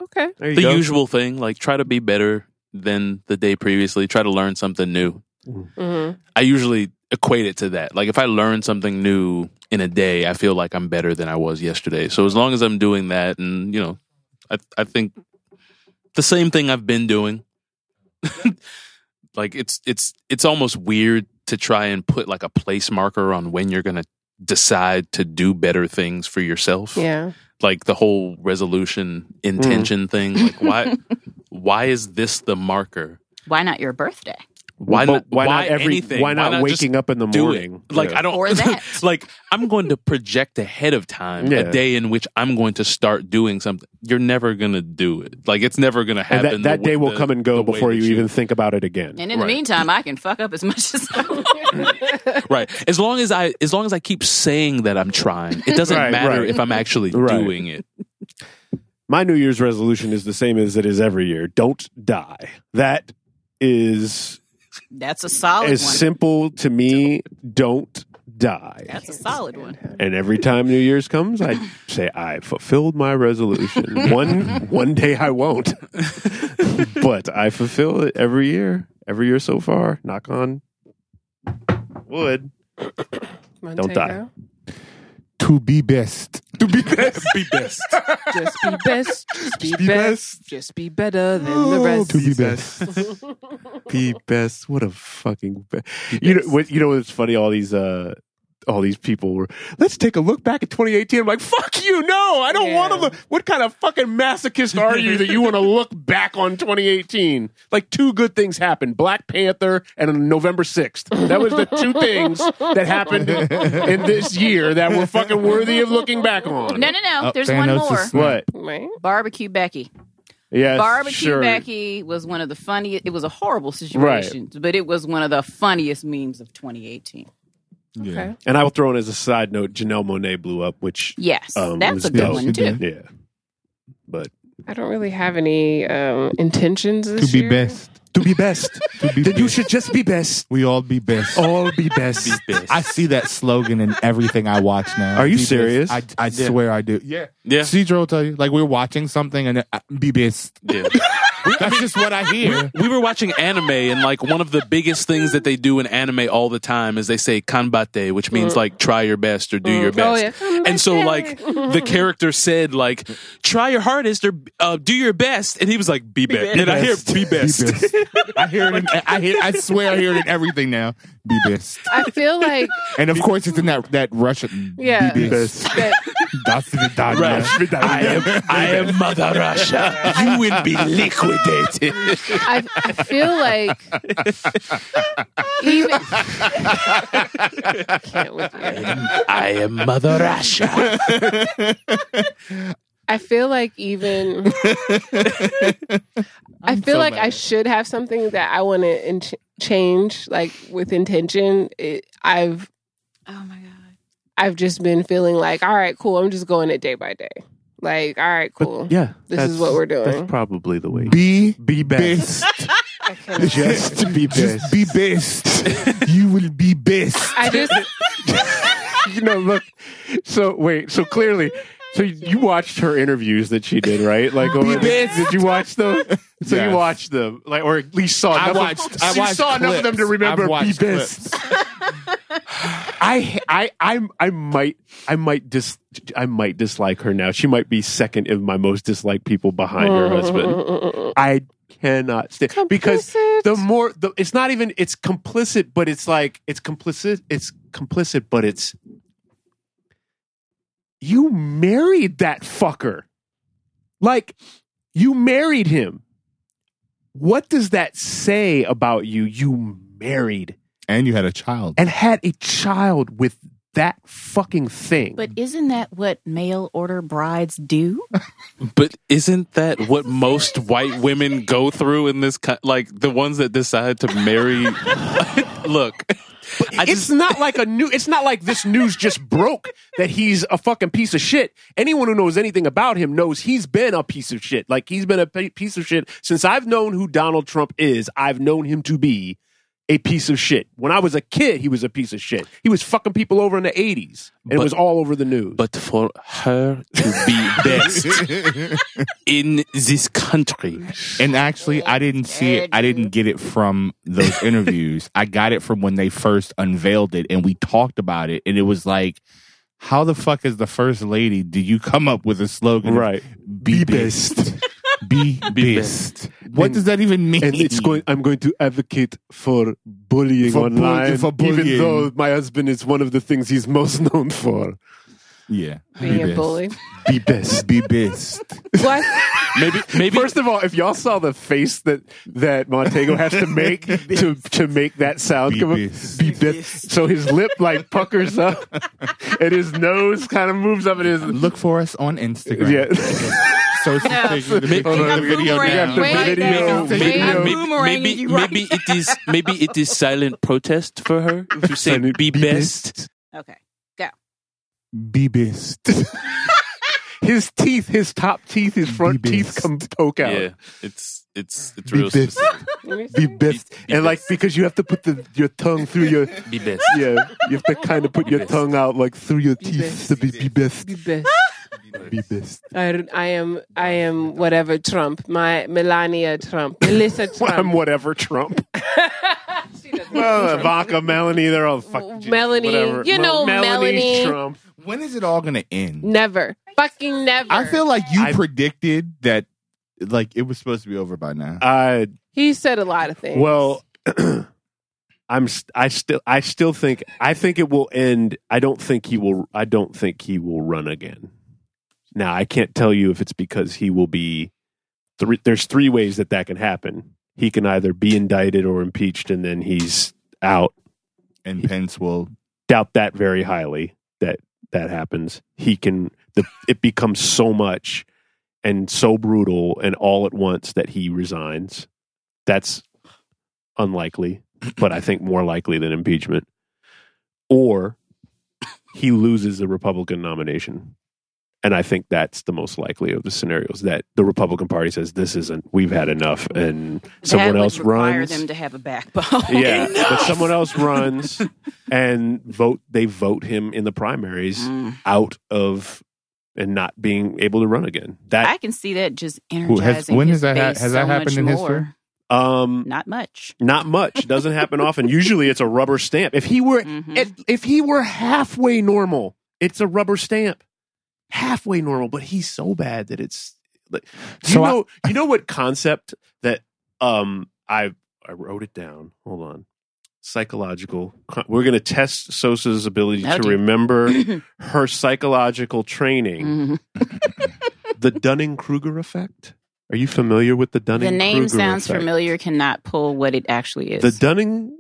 [SPEAKER 3] Okay.
[SPEAKER 4] There you
[SPEAKER 5] The
[SPEAKER 4] go.
[SPEAKER 5] usual thing, like try to be better than the day previously. Try to learn something new.
[SPEAKER 3] Mhm.
[SPEAKER 5] I usually equate it to that. Like if I learn something new in a day, I feel like I'm better than I was yesterday. So as long as I'm doing that, and you know, I I think the same thing I've been doing. like it's it's it's almost weird to try and put like a place marker on when you're gonna decide to do better things for yourself.
[SPEAKER 3] Yeah.
[SPEAKER 5] Like the whole resolution
[SPEAKER 4] Mm.
[SPEAKER 5] intention thing. Like why why is this the marker?
[SPEAKER 7] Why not your birthday?
[SPEAKER 5] Why
[SPEAKER 4] But
[SPEAKER 5] not
[SPEAKER 4] why, not every?
[SPEAKER 5] anything?
[SPEAKER 4] Why not,
[SPEAKER 5] just
[SPEAKER 4] waking up in the
[SPEAKER 5] do
[SPEAKER 4] morning?
[SPEAKER 5] it? Like I don't
[SPEAKER 7] Or that.
[SPEAKER 5] like I'm going to project ahead of time
[SPEAKER 4] Yeah.
[SPEAKER 5] a day in which I'm going to start doing something. You're never gonna do it. Like it's never gonna
[SPEAKER 4] And
[SPEAKER 5] happen.
[SPEAKER 4] that, that
[SPEAKER 5] the
[SPEAKER 4] day
[SPEAKER 5] way-
[SPEAKER 4] will
[SPEAKER 5] the-
[SPEAKER 4] come and go
[SPEAKER 5] the way
[SPEAKER 4] before
[SPEAKER 5] that
[SPEAKER 4] you even think about it again.
[SPEAKER 7] And
[SPEAKER 5] Right.
[SPEAKER 7] in the meantime, I can fuck up as much as I want.
[SPEAKER 5] Right. As long as I as long as I keep saying that I'm trying, it doesn't
[SPEAKER 4] Right,
[SPEAKER 5] matter
[SPEAKER 4] right.
[SPEAKER 5] if I'm actually
[SPEAKER 4] Right.
[SPEAKER 5] doing it.
[SPEAKER 4] my New Year's resolution is the same as it is every year. Don't die. That is
[SPEAKER 7] That's a solid
[SPEAKER 4] as
[SPEAKER 7] one.
[SPEAKER 4] simple to me. Don't die.
[SPEAKER 7] That's a solid one.
[SPEAKER 4] And every time New Year's comes, I say I fulfilled my resolution. one one day I won't, but I fulfill it every year. Every year so far. Knock on wood. Don't die.
[SPEAKER 8] To be best.
[SPEAKER 4] To be best. be best.
[SPEAKER 3] Just be best. Just be,
[SPEAKER 4] be Oh,
[SPEAKER 3] best. Just be better than the rest.
[SPEAKER 4] to be best. be best. What a fucking be- you know. What, you know what's funny? All these uh, all these people were. Let's take a look back at 2018. I'm like, fuck you. No, I don't
[SPEAKER 3] Yeah.
[SPEAKER 4] want to look. What kind of fucking masochist are you that you want to look back on 2018? Like two good things happened: Black Panther and November 6th. That was the two things that happened in this year that were fucking worthy of looking back on.
[SPEAKER 7] No, no, no.
[SPEAKER 8] Oh,
[SPEAKER 7] There's one
[SPEAKER 8] Thanos is
[SPEAKER 7] more.
[SPEAKER 8] smart.
[SPEAKER 4] What?
[SPEAKER 3] Right?
[SPEAKER 7] Barbecue Becky.
[SPEAKER 4] Yes.
[SPEAKER 7] Barbecue
[SPEAKER 4] sure.
[SPEAKER 7] Becky was one of the funniest. It was a horrible situation, but it was one of the funniest memes of 2018.
[SPEAKER 3] Okay.
[SPEAKER 4] And I will throw in as a side note: Janelle Monet blew up, which
[SPEAKER 7] Yes,
[SPEAKER 4] Um, it was
[SPEAKER 7] that's a good
[SPEAKER 4] dope.
[SPEAKER 7] one too.
[SPEAKER 4] Yeah. But
[SPEAKER 3] I don't really have any um, intentions this
[SPEAKER 8] To be
[SPEAKER 3] year.
[SPEAKER 8] best.
[SPEAKER 4] to be best,
[SPEAKER 8] To be best.
[SPEAKER 4] should just be best.
[SPEAKER 8] we all be best.
[SPEAKER 4] All be best.
[SPEAKER 8] I see that slogan in everything I watch now.
[SPEAKER 4] Are you
[SPEAKER 8] Be best.
[SPEAKER 4] serious?
[SPEAKER 8] I, I swear I do. Yeah.
[SPEAKER 5] Yeah.
[SPEAKER 8] Cedro will tell you. Like, we're watching something and uh, be best.
[SPEAKER 5] Yeah.
[SPEAKER 8] That's just what I hear.
[SPEAKER 5] we were watching anime and like one of the biggest things that they do in anime all the time is they say kanbate which means like try your best or do your
[SPEAKER 3] Oh,
[SPEAKER 5] best
[SPEAKER 3] yeah.
[SPEAKER 5] and so like the character said like try your hardest or uh, do your best and he was like be, best. and i hear be best,
[SPEAKER 8] I hear it. In, I hear. I swear, I hear it in everything now. Be best,
[SPEAKER 3] I feel like
[SPEAKER 8] and of course, it's in that that Russian.
[SPEAKER 3] Yeah.
[SPEAKER 8] Be best.
[SPEAKER 3] that
[SPEAKER 8] Das Vidania.
[SPEAKER 5] Right. i am i am mother russia you will be liquidated
[SPEAKER 3] I, I feel like even can't with you.
[SPEAKER 5] i am mother russia
[SPEAKER 3] I feel like even I feel
[SPEAKER 8] so
[SPEAKER 3] like I
[SPEAKER 8] mad.
[SPEAKER 3] should have something that I want to in- change, like with intention. It, I've
[SPEAKER 7] Oh my god.
[SPEAKER 3] I've just been feeling like, all right, cool. I'm just going it day by day. Like, all right, cool.
[SPEAKER 4] yeah.
[SPEAKER 3] This is what we're doing.
[SPEAKER 4] That's probably the way.
[SPEAKER 8] Be
[SPEAKER 4] Be
[SPEAKER 8] best.
[SPEAKER 3] I, cannot.
[SPEAKER 4] Just be
[SPEAKER 8] Just be best. You will be best.
[SPEAKER 3] I just
[SPEAKER 4] you know, look. So wait. So clearly. So you- you watched her interviews that she did, right? Like, over the,
[SPEAKER 8] best.
[SPEAKER 4] did you watch them? So
[SPEAKER 8] Yes.
[SPEAKER 4] you watched them, like, or at least saw.
[SPEAKER 8] I
[SPEAKER 4] enough
[SPEAKER 8] watched.
[SPEAKER 4] Of,
[SPEAKER 8] I
[SPEAKER 4] you
[SPEAKER 8] watched
[SPEAKER 4] saw enough of them to
[SPEAKER 8] clips.
[SPEAKER 4] remember.
[SPEAKER 8] I've
[SPEAKER 4] Be
[SPEAKER 8] watched
[SPEAKER 4] best. I I I I might I might dis I might dislike her now. She might be second of my most disliked people behind her husband. I cannot stand because
[SPEAKER 3] Complicit.
[SPEAKER 4] the more the it's not even it's complicit, but it's like it's complicit. It's complicit, but it's you married that fucker. Like you married him. What does that say about you? You married
[SPEAKER 8] And you had a child.
[SPEAKER 4] and had a child with that fucking thing.
[SPEAKER 7] But isn't that what mail order brides do?
[SPEAKER 5] But isn't that what most white women go through in this co- like the ones that decide to marry look I
[SPEAKER 4] it's not like a new. It's not like this news just broke that he's a fucking piece of shit. Anyone who knows anything about him knows he's been a piece of shit. Like he's been a p- piece of shit since I've known who Donald Trump is. I've known him to be a piece of shit. When I was a kid, he was a piece of shit. He was fucking people over in the eighties. It
[SPEAKER 5] But-
[SPEAKER 4] was all over the news.
[SPEAKER 5] but for her to be best in this country.
[SPEAKER 8] And actually, I didn't see it. I didn't get it from those interviews. I got it from when they first unveiled it and we talked about it. And it was like, how the fuck is the first lady? Did you come up with a slogan? of,
[SPEAKER 4] Right.
[SPEAKER 8] Be, best. Be, best. What does that even mean?
[SPEAKER 4] and it's going. I'm going to advocate for bullying
[SPEAKER 8] For bull-
[SPEAKER 4] online,
[SPEAKER 8] for
[SPEAKER 4] even
[SPEAKER 8] bullying.
[SPEAKER 4] though my husband is one of the things he's most known for.
[SPEAKER 8] Yeah.
[SPEAKER 3] being a bully.
[SPEAKER 8] Be best. Be best.
[SPEAKER 3] What?
[SPEAKER 5] Maybe maybe
[SPEAKER 4] First of all, if y'all saw the face that that Montego has to make to to make that sound come up,
[SPEAKER 8] Beepis.
[SPEAKER 4] beep, beep. so his lip like puckers up, and his nose kind of moves up, and his
[SPEAKER 8] Look for us on Instagram.
[SPEAKER 4] yeah.
[SPEAKER 8] Social taking the picture
[SPEAKER 7] I'm
[SPEAKER 8] of the video
[SPEAKER 7] boomerang.
[SPEAKER 8] now.
[SPEAKER 7] Wait,
[SPEAKER 4] The video-
[SPEAKER 7] wait, wait.
[SPEAKER 5] maybe
[SPEAKER 7] I'm
[SPEAKER 5] maybe,
[SPEAKER 7] boomeranging
[SPEAKER 5] maybe,
[SPEAKER 7] you right
[SPEAKER 5] maybe it is maybe it is silent protest for her to say
[SPEAKER 4] Silent
[SPEAKER 5] be
[SPEAKER 4] be
[SPEAKER 5] best.
[SPEAKER 7] Okay.
[SPEAKER 8] Be best.
[SPEAKER 4] his teeth, his top teeth, his front
[SPEAKER 8] Beepis.
[SPEAKER 4] teeth come poke out.
[SPEAKER 5] Yeah, it's it's it's
[SPEAKER 8] Be
[SPEAKER 5] real.
[SPEAKER 8] best.
[SPEAKER 5] specific.
[SPEAKER 3] Let me see.
[SPEAKER 4] Be best,
[SPEAKER 5] Beep-
[SPEAKER 4] and like
[SPEAKER 5] beepis.
[SPEAKER 4] because you have to put the, your tongue through your
[SPEAKER 5] Be best.
[SPEAKER 4] yeah, you have to kind of put your
[SPEAKER 5] Beepis.
[SPEAKER 4] tongue out like through your
[SPEAKER 3] Beepis.
[SPEAKER 4] teeth to be be best,
[SPEAKER 3] Be best.
[SPEAKER 4] be best.
[SPEAKER 3] I, I am I am whatever Trump. My Melania Trump. Melissa
[SPEAKER 4] I'm
[SPEAKER 3] Trump.
[SPEAKER 4] whatever Trump. well, Ivanka, Melanie, they're all fucking
[SPEAKER 3] Melanie, you know Melanie.
[SPEAKER 4] Trump.
[SPEAKER 8] When is it all going to end?
[SPEAKER 3] never. Fucking never.
[SPEAKER 8] I feel like you
[SPEAKER 4] I-
[SPEAKER 8] predicted that, like it was supposed to be over by now.
[SPEAKER 4] Uh,
[SPEAKER 3] he said a lot of things.
[SPEAKER 4] well, I'm. St- I still. I still think. I think it will end. I don't think he will. I don't think he will run again. Now I can't tell you if it's because he will be. Three, there's three ways that that can happen. He can either be indicted or impeached, and then he's out.
[SPEAKER 8] and Pence will.
[SPEAKER 4] doubt that very highly that that happens. He can the it becomes so much and so brutal and all at once that he resigns. That's unlikely, but I think more likely than impeachment. Or he loses the Republican nomination. And I think that's the most likely of the scenarios that the Republican Party says this isn't we've had enough and someone
[SPEAKER 7] that
[SPEAKER 4] else
[SPEAKER 7] would require
[SPEAKER 4] runs
[SPEAKER 7] them to have a backbone.
[SPEAKER 4] yeah, but someone else runs and vote. They vote him in the primaries
[SPEAKER 7] Mm.
[SPEAKER 4] out of and not being able to run again.
[SPEAKER 7] I
[SPEAKER 4] That
[SPEAKER 7] can see that just
[SPEAKER 8] has-
[SPEAKER 7] energizing.
[SPEAKER 8] when
[SPEAKER 7] his
[SPEAKER 8] has that ha-
[SPEAKER 7] base
[SPEAKER 8] has that
[SPEAKER 7] so much
[SPEAKER 8] happened in
[SPEAKER 7] more.
[SPEAKER 8] history?
[SPEAKER 4] um,
[SPEAKER 7] Not much.
[SPEAKER 4] not much doesn't happen often. Usually, it's a rubber stamp. If he were
[SPEAKER 7] Mhm.
[SPEAKER 4] if, if he were halfway normal, it's a rubber stamp, halfway normal. But he's so bad that it's. Like, do
[SPEAKER 8] So
[SPEAKER 4] you
[SPEAKER 8] I-
[SPEAKER 4] know, you know what concept that um I I wrote it down. Hold on, psychological. We're gonna test Sosa's ability
[SPEAKER 7] Oh,
[SPEAKER 4] to
[SPEAKER 7] dear.
[SPEAKER 4] remember her psychological training.
[SPEAKER 7] Mhm.
[SPEAKER 4] The Dunning Kruger effect. Are you familiar with the Dunning?
[SPEAKER 7] The name sounds familiar. Cannot pull what it actually is.
[SPEAKER 4] The Dunning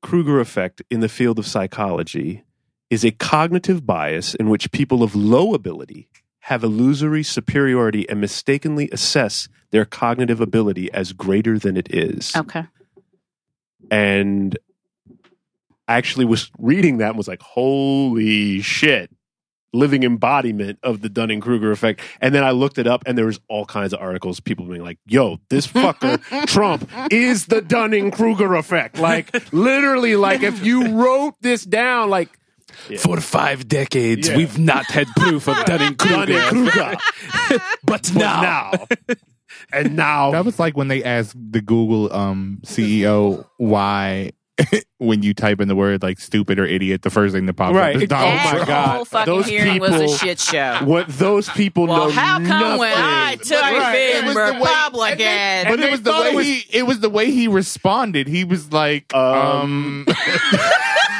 [SPEAKER 4] Kruger effect in the field of psychology is a cognitive bias in which people of low ability have illusory superiority and mistakenly assess their cognitive ability as greater than it is.
[SPEAKER 7] okay.
[SPEAKER 4] And I actually was reading that and was like, holy shit. Living embodiment of the Dunning Kruger effect. And then I looked it up and there was all kinds of articles, people being like, yo, this fucker, Trump, is the Dunning Kruger effect. Like, literally, like if you wrote this down, like
[SPEAKER 5] For five decades,
[SPEAKER 4] Yeah.
[SPEAKER 5] we've not had proof of Dunning
[SPEAKER 4] Dunning
[SPEAKER 5] Kruger,
[SPEAKER 4] Kruger
[SPEAKER 5] but now,
[SPEAKER 4] now. And now
[SPEAKER 8] That was like when they asked the Google um, CEO why, when you type in the word like stupid or idiot, the first thing that pops
[SPEAKER 4] Right.
[SPEAKER 8] up is "Oh Donald
[SPEAKER 7] that
[SPEAKER 4] my
[SPEAKER 8] Trump.
[SPEAKER 4] God.
[SPEAKER 7] whole fucking
[SPEAKER 4] Those
[SPEAKER 7] hearing was
[SPEAKER 4] people-
[SPEAKER 7] a shit show.
[SPEAKER 4] what those people
[SPEAKER 7] Well,
[SPEAKER 4] know.
[SPEAKER 7] how come
[SPEAKER 4] nothing.
[SPEAKER 7] when I took
[SPEAKER 8] Right. It was
[SPEAKER 7] in
[SPEAKER 8] the way-
[SPEAKER 7] Republican?
[SPEAKER 8] But
[SPEAKER 4] they
[SPEAKER 8] it was the
[SPEAKER 4] thought
[SPEAKER 8] way
[SPEAKER 4] it was-
[SPEAKER 8] he it was the way he responded. He was like, um,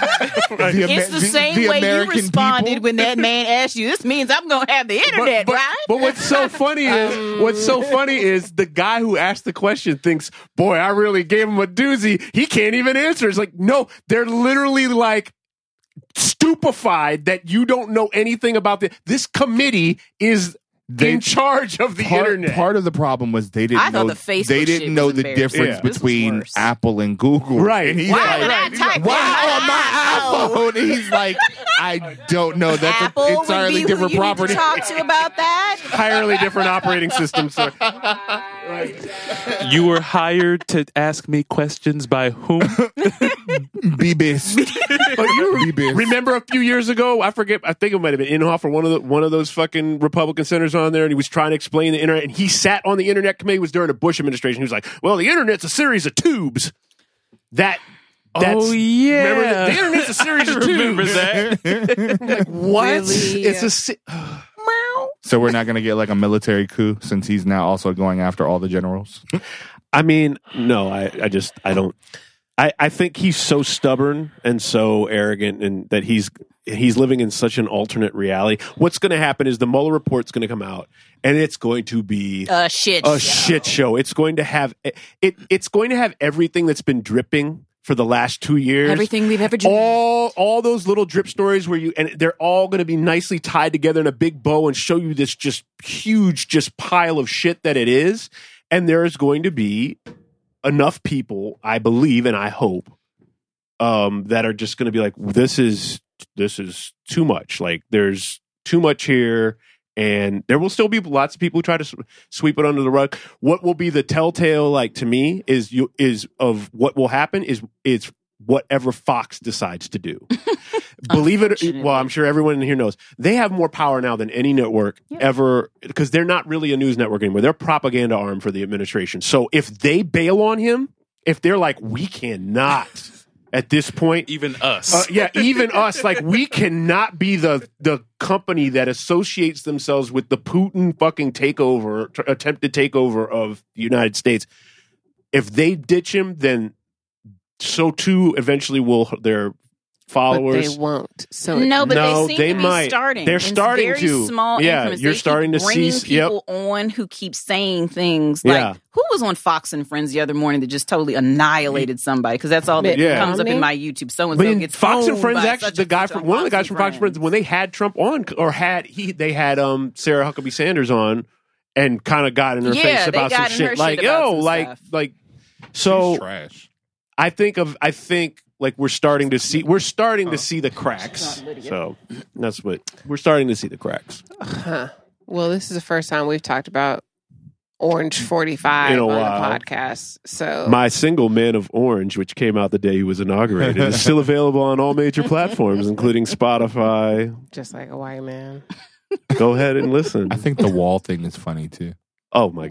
[SPEAKER 4] Um,
[SPEAKER 8] the Amer-
[SPEAKER 7] It's the same way you responded
[SPEAKER 8] people-
[SPEAKER 7] when that man asked you. This means I'm gonna have the internet,
[SPEAKER 4] but, but-
[SPEAKER 7] right? Um,
[SPEAKER 4] but what's so funny is what's so funny is the guy who asked the question thinks, "Boy, I really gave him a doozy. He can't even answer." It's like, no, they're literally like stupefied that you don't know anything about the. This committee is
[SPEAKER 8] They-
[SPEAKER 4] in charge of the
[SPEAKER 8] part,
[SPEAKER 4] internet.
[SPEAKER 8] part of the problem was they didn't
[SPEAKER 7] I thought
[SPEAKER 8] know
[SPEAKER 7] the Facebook
[SPEAKER 8] they
[SPEAKER 7] shit
[SPEAKER 8] didn't
[SPEAKER 7] was
[SPEAKER 8] know the
[SPEAKER 7] embarrassing.
[SPEAKER 8] difference
[SPEAKER 4] Yeah.
[SPEAKER 7] This was
[SPEAKER 8] between
[SPEAKER 7] worse.
[SPEAKER 8] Apple and Google.
[SPEAKER 4] Right.
[SPEAKER 8] And he's
[SPEAKER 7] Why
[SPEAKER 8] like,
[SPEAKER 7] would I type
[SPEAKER 8] Why
[SPEAKER 7] that
[SPEAKER 8] on my iPhone? And he's like, I don't know. That's
[SPEAKER 7] Apple
[SPEAKER 8] an
[SPEAKER 7] would be
[SPEAKER 8] entirely
[SPEAKER 7] who
[SPEAKER 8] different
[SPEAKER 7] you
[SPEAKER 8] property.
[SPEAKER 7] need to talk to about that.
[SPEAKER 4] entirely different operating system. So
[SPEAKER 5] you were hired to ask me questions by whom?
[SPEAKER 8] Beebis. Beebis.
[SPEAKER 4] Remember a few years ago, I forget. I think it might have been Inhofe or one of the, one of those fucking Republican senators on there, and he was trying to explain the internet. And he sat on the internet committee. It was during the Bush administration. He was like, "Well, the internet's a series of tubes." That that's
[SPEAKER 5] oh yeah,
[SPEAKER 4] remember that? the internet's a series
[SPEAKER 5] I
[SPEAKER 4] of
[SPEAKER 5] remember
[SPEAKER 4] tubes.
[SPEAKER 5] that.
[SPEAKER 4] What?
[SPEAKER 3] Really?
[SPEAKER 4] It's a si-
[SPEAKER 8] So we're not going to get like a military coup since he's now also going after all the generals.
[SPEAKER 4] I mean, no, I I just I don't. I, I think he's so stubborn and so arrogant and that he's he's living in such an alternate reality. What's going to happen is the Mueller report's going to come out and it's going to be
[SPEAKER 7] Uh, shit.
[SPEAKER 4] a shit show. It's going to have it, it it's going to have everything that's been dripping for the last 2 years.
[SPEAKER 7] Everything we've ever done.
[SPEAKER 4] all all those little drip stories where you and they're all going to be nicely tied together in a big bow and show you this just huge just pile of shit that it is and there is going to be enough people i believe and i hope um that are just going to be like this is this is too much like there's too much here and there will still be lots of people who try to sw- sweep it under the rug what will be the telltale like to me is you is of what will happen is is whatever fox decides to do believe it or- well i'm sure everyone in here knows they have more power now than any network ever because they're not really a news network anymore they're a propaganda arm for the administration so if they bail on him if they're like we cannot at this point
[SPEAKER 5] Even us.
[SPEAKER 4] uh, yeah, even us, like we cannot be the the company that associates themselves with the Putin fucking takeover, tr- attempted takeover of the United States. If they ditch him, then so too eventually will their
[SPEAKER 3] but they
[SPEAKER 4] followers.
[SPEAKER 3] won't. So it-
[SPEAKER 7] No, but
[SPEAKER 4] No,
[SPEAKER 7] they seem
[SPEAKER 4] they
[SPEAKER 7] to be
[SPEAKER 4] might.
[SPEAKER 7] starting.
[SPEAKER 4] They're
[SPEAKER 7] in
[SPEAKER 4] starting
[SPEAKER 7] very
[SPEAKER 4] to.
[SPEAKER 7] Small
[SPEAKER 4] Yeah,
[SPEAKER 7] increments.
[SPEAKER 4] you're
[SPEAKER 7] They keep
[SPEAKER 4] starting to see
[SPEAKER 7] bringing
[SPEAKER 4] s- yep.
[SPEAKER 7] people on who keep saying things
[SPEAKER 4] Yeah.
[SPEAKER 7] like, "Who was on Fox and Friends the other morning that just totally annihilated somebody?" Because that's all that
[SPEAKER 4] Yeah.
[SPEAKER 7] comes up
[SPEAKER 3] Romney?
[SPEAKER 7] in my YouTube. So and
[SPEAKER 4] But
[SPEAKER 7] so
[SPEAKER 4] in
[SPEAKER 7] gets
[SPEAKER 4] Fox and
[SPEAKER 7] owned
[SPEAKER 4] Friends,
[SPEAKER 7] by
[SPEAKER 4] actually,
[SPEAKER 7] such
[SPEAKER 4] the
[SPEAKER 7] and
[SPEAKER 4] guy
[SPEAKER 7] such
[SPEAKER 4] from
[SPEAKER 7] on
[SPEAKER 4] one of the guys from Fox and Friends, when they had Trump on, or had he, they had um Sarah Huckabee Sanders on, and kind of got in her
[SPEAKER 7] Yeah,
[SPEAKER 4] face
[SPEAKER 7] they
[SPEAKER 4] about some
[SPEAKER 7] got in her
[SPEAKER 4] shit,
[SPEAKER 7] shit
[SPEAKER 4] like
[SPEAKER 7] about
[SPEAKER 4] yo,
[SPEAKER 7] some
[SPEAKER 4] like
[SPEAKER 7] stuff.
[SPEAKER 4] like so.
[SPEAKER 8] trash.
[SPEAKER 4] I think of I think like we're starting to see we're starting
[SPEAKER 8] Oh.
[SPEAKER 4] to see the cracks. So that's what we're starting to see the cracks.
[SPEAKER 3] huh. well, this is the first time we've talked about Orange Forty Five
[SPEAKER 4] In a
[SPEAKER 3] on
[SPEAKER 4] while.
[SPEAKER 3] the podcast.
[SPEAKER 8] Oh.
[SPEAKER 3] So
[SPEAKER 4] My single "Man of Orange," which came out the day he was inaugurated, is still available on all major platforms, including Spotify.
[SPEAKER 3] just like a white man,
[SPEAKER 4] Go ahead and listen.
[SPEAKER 8] I think the wall thing is funny too
[SPEAKER 4] Oh my!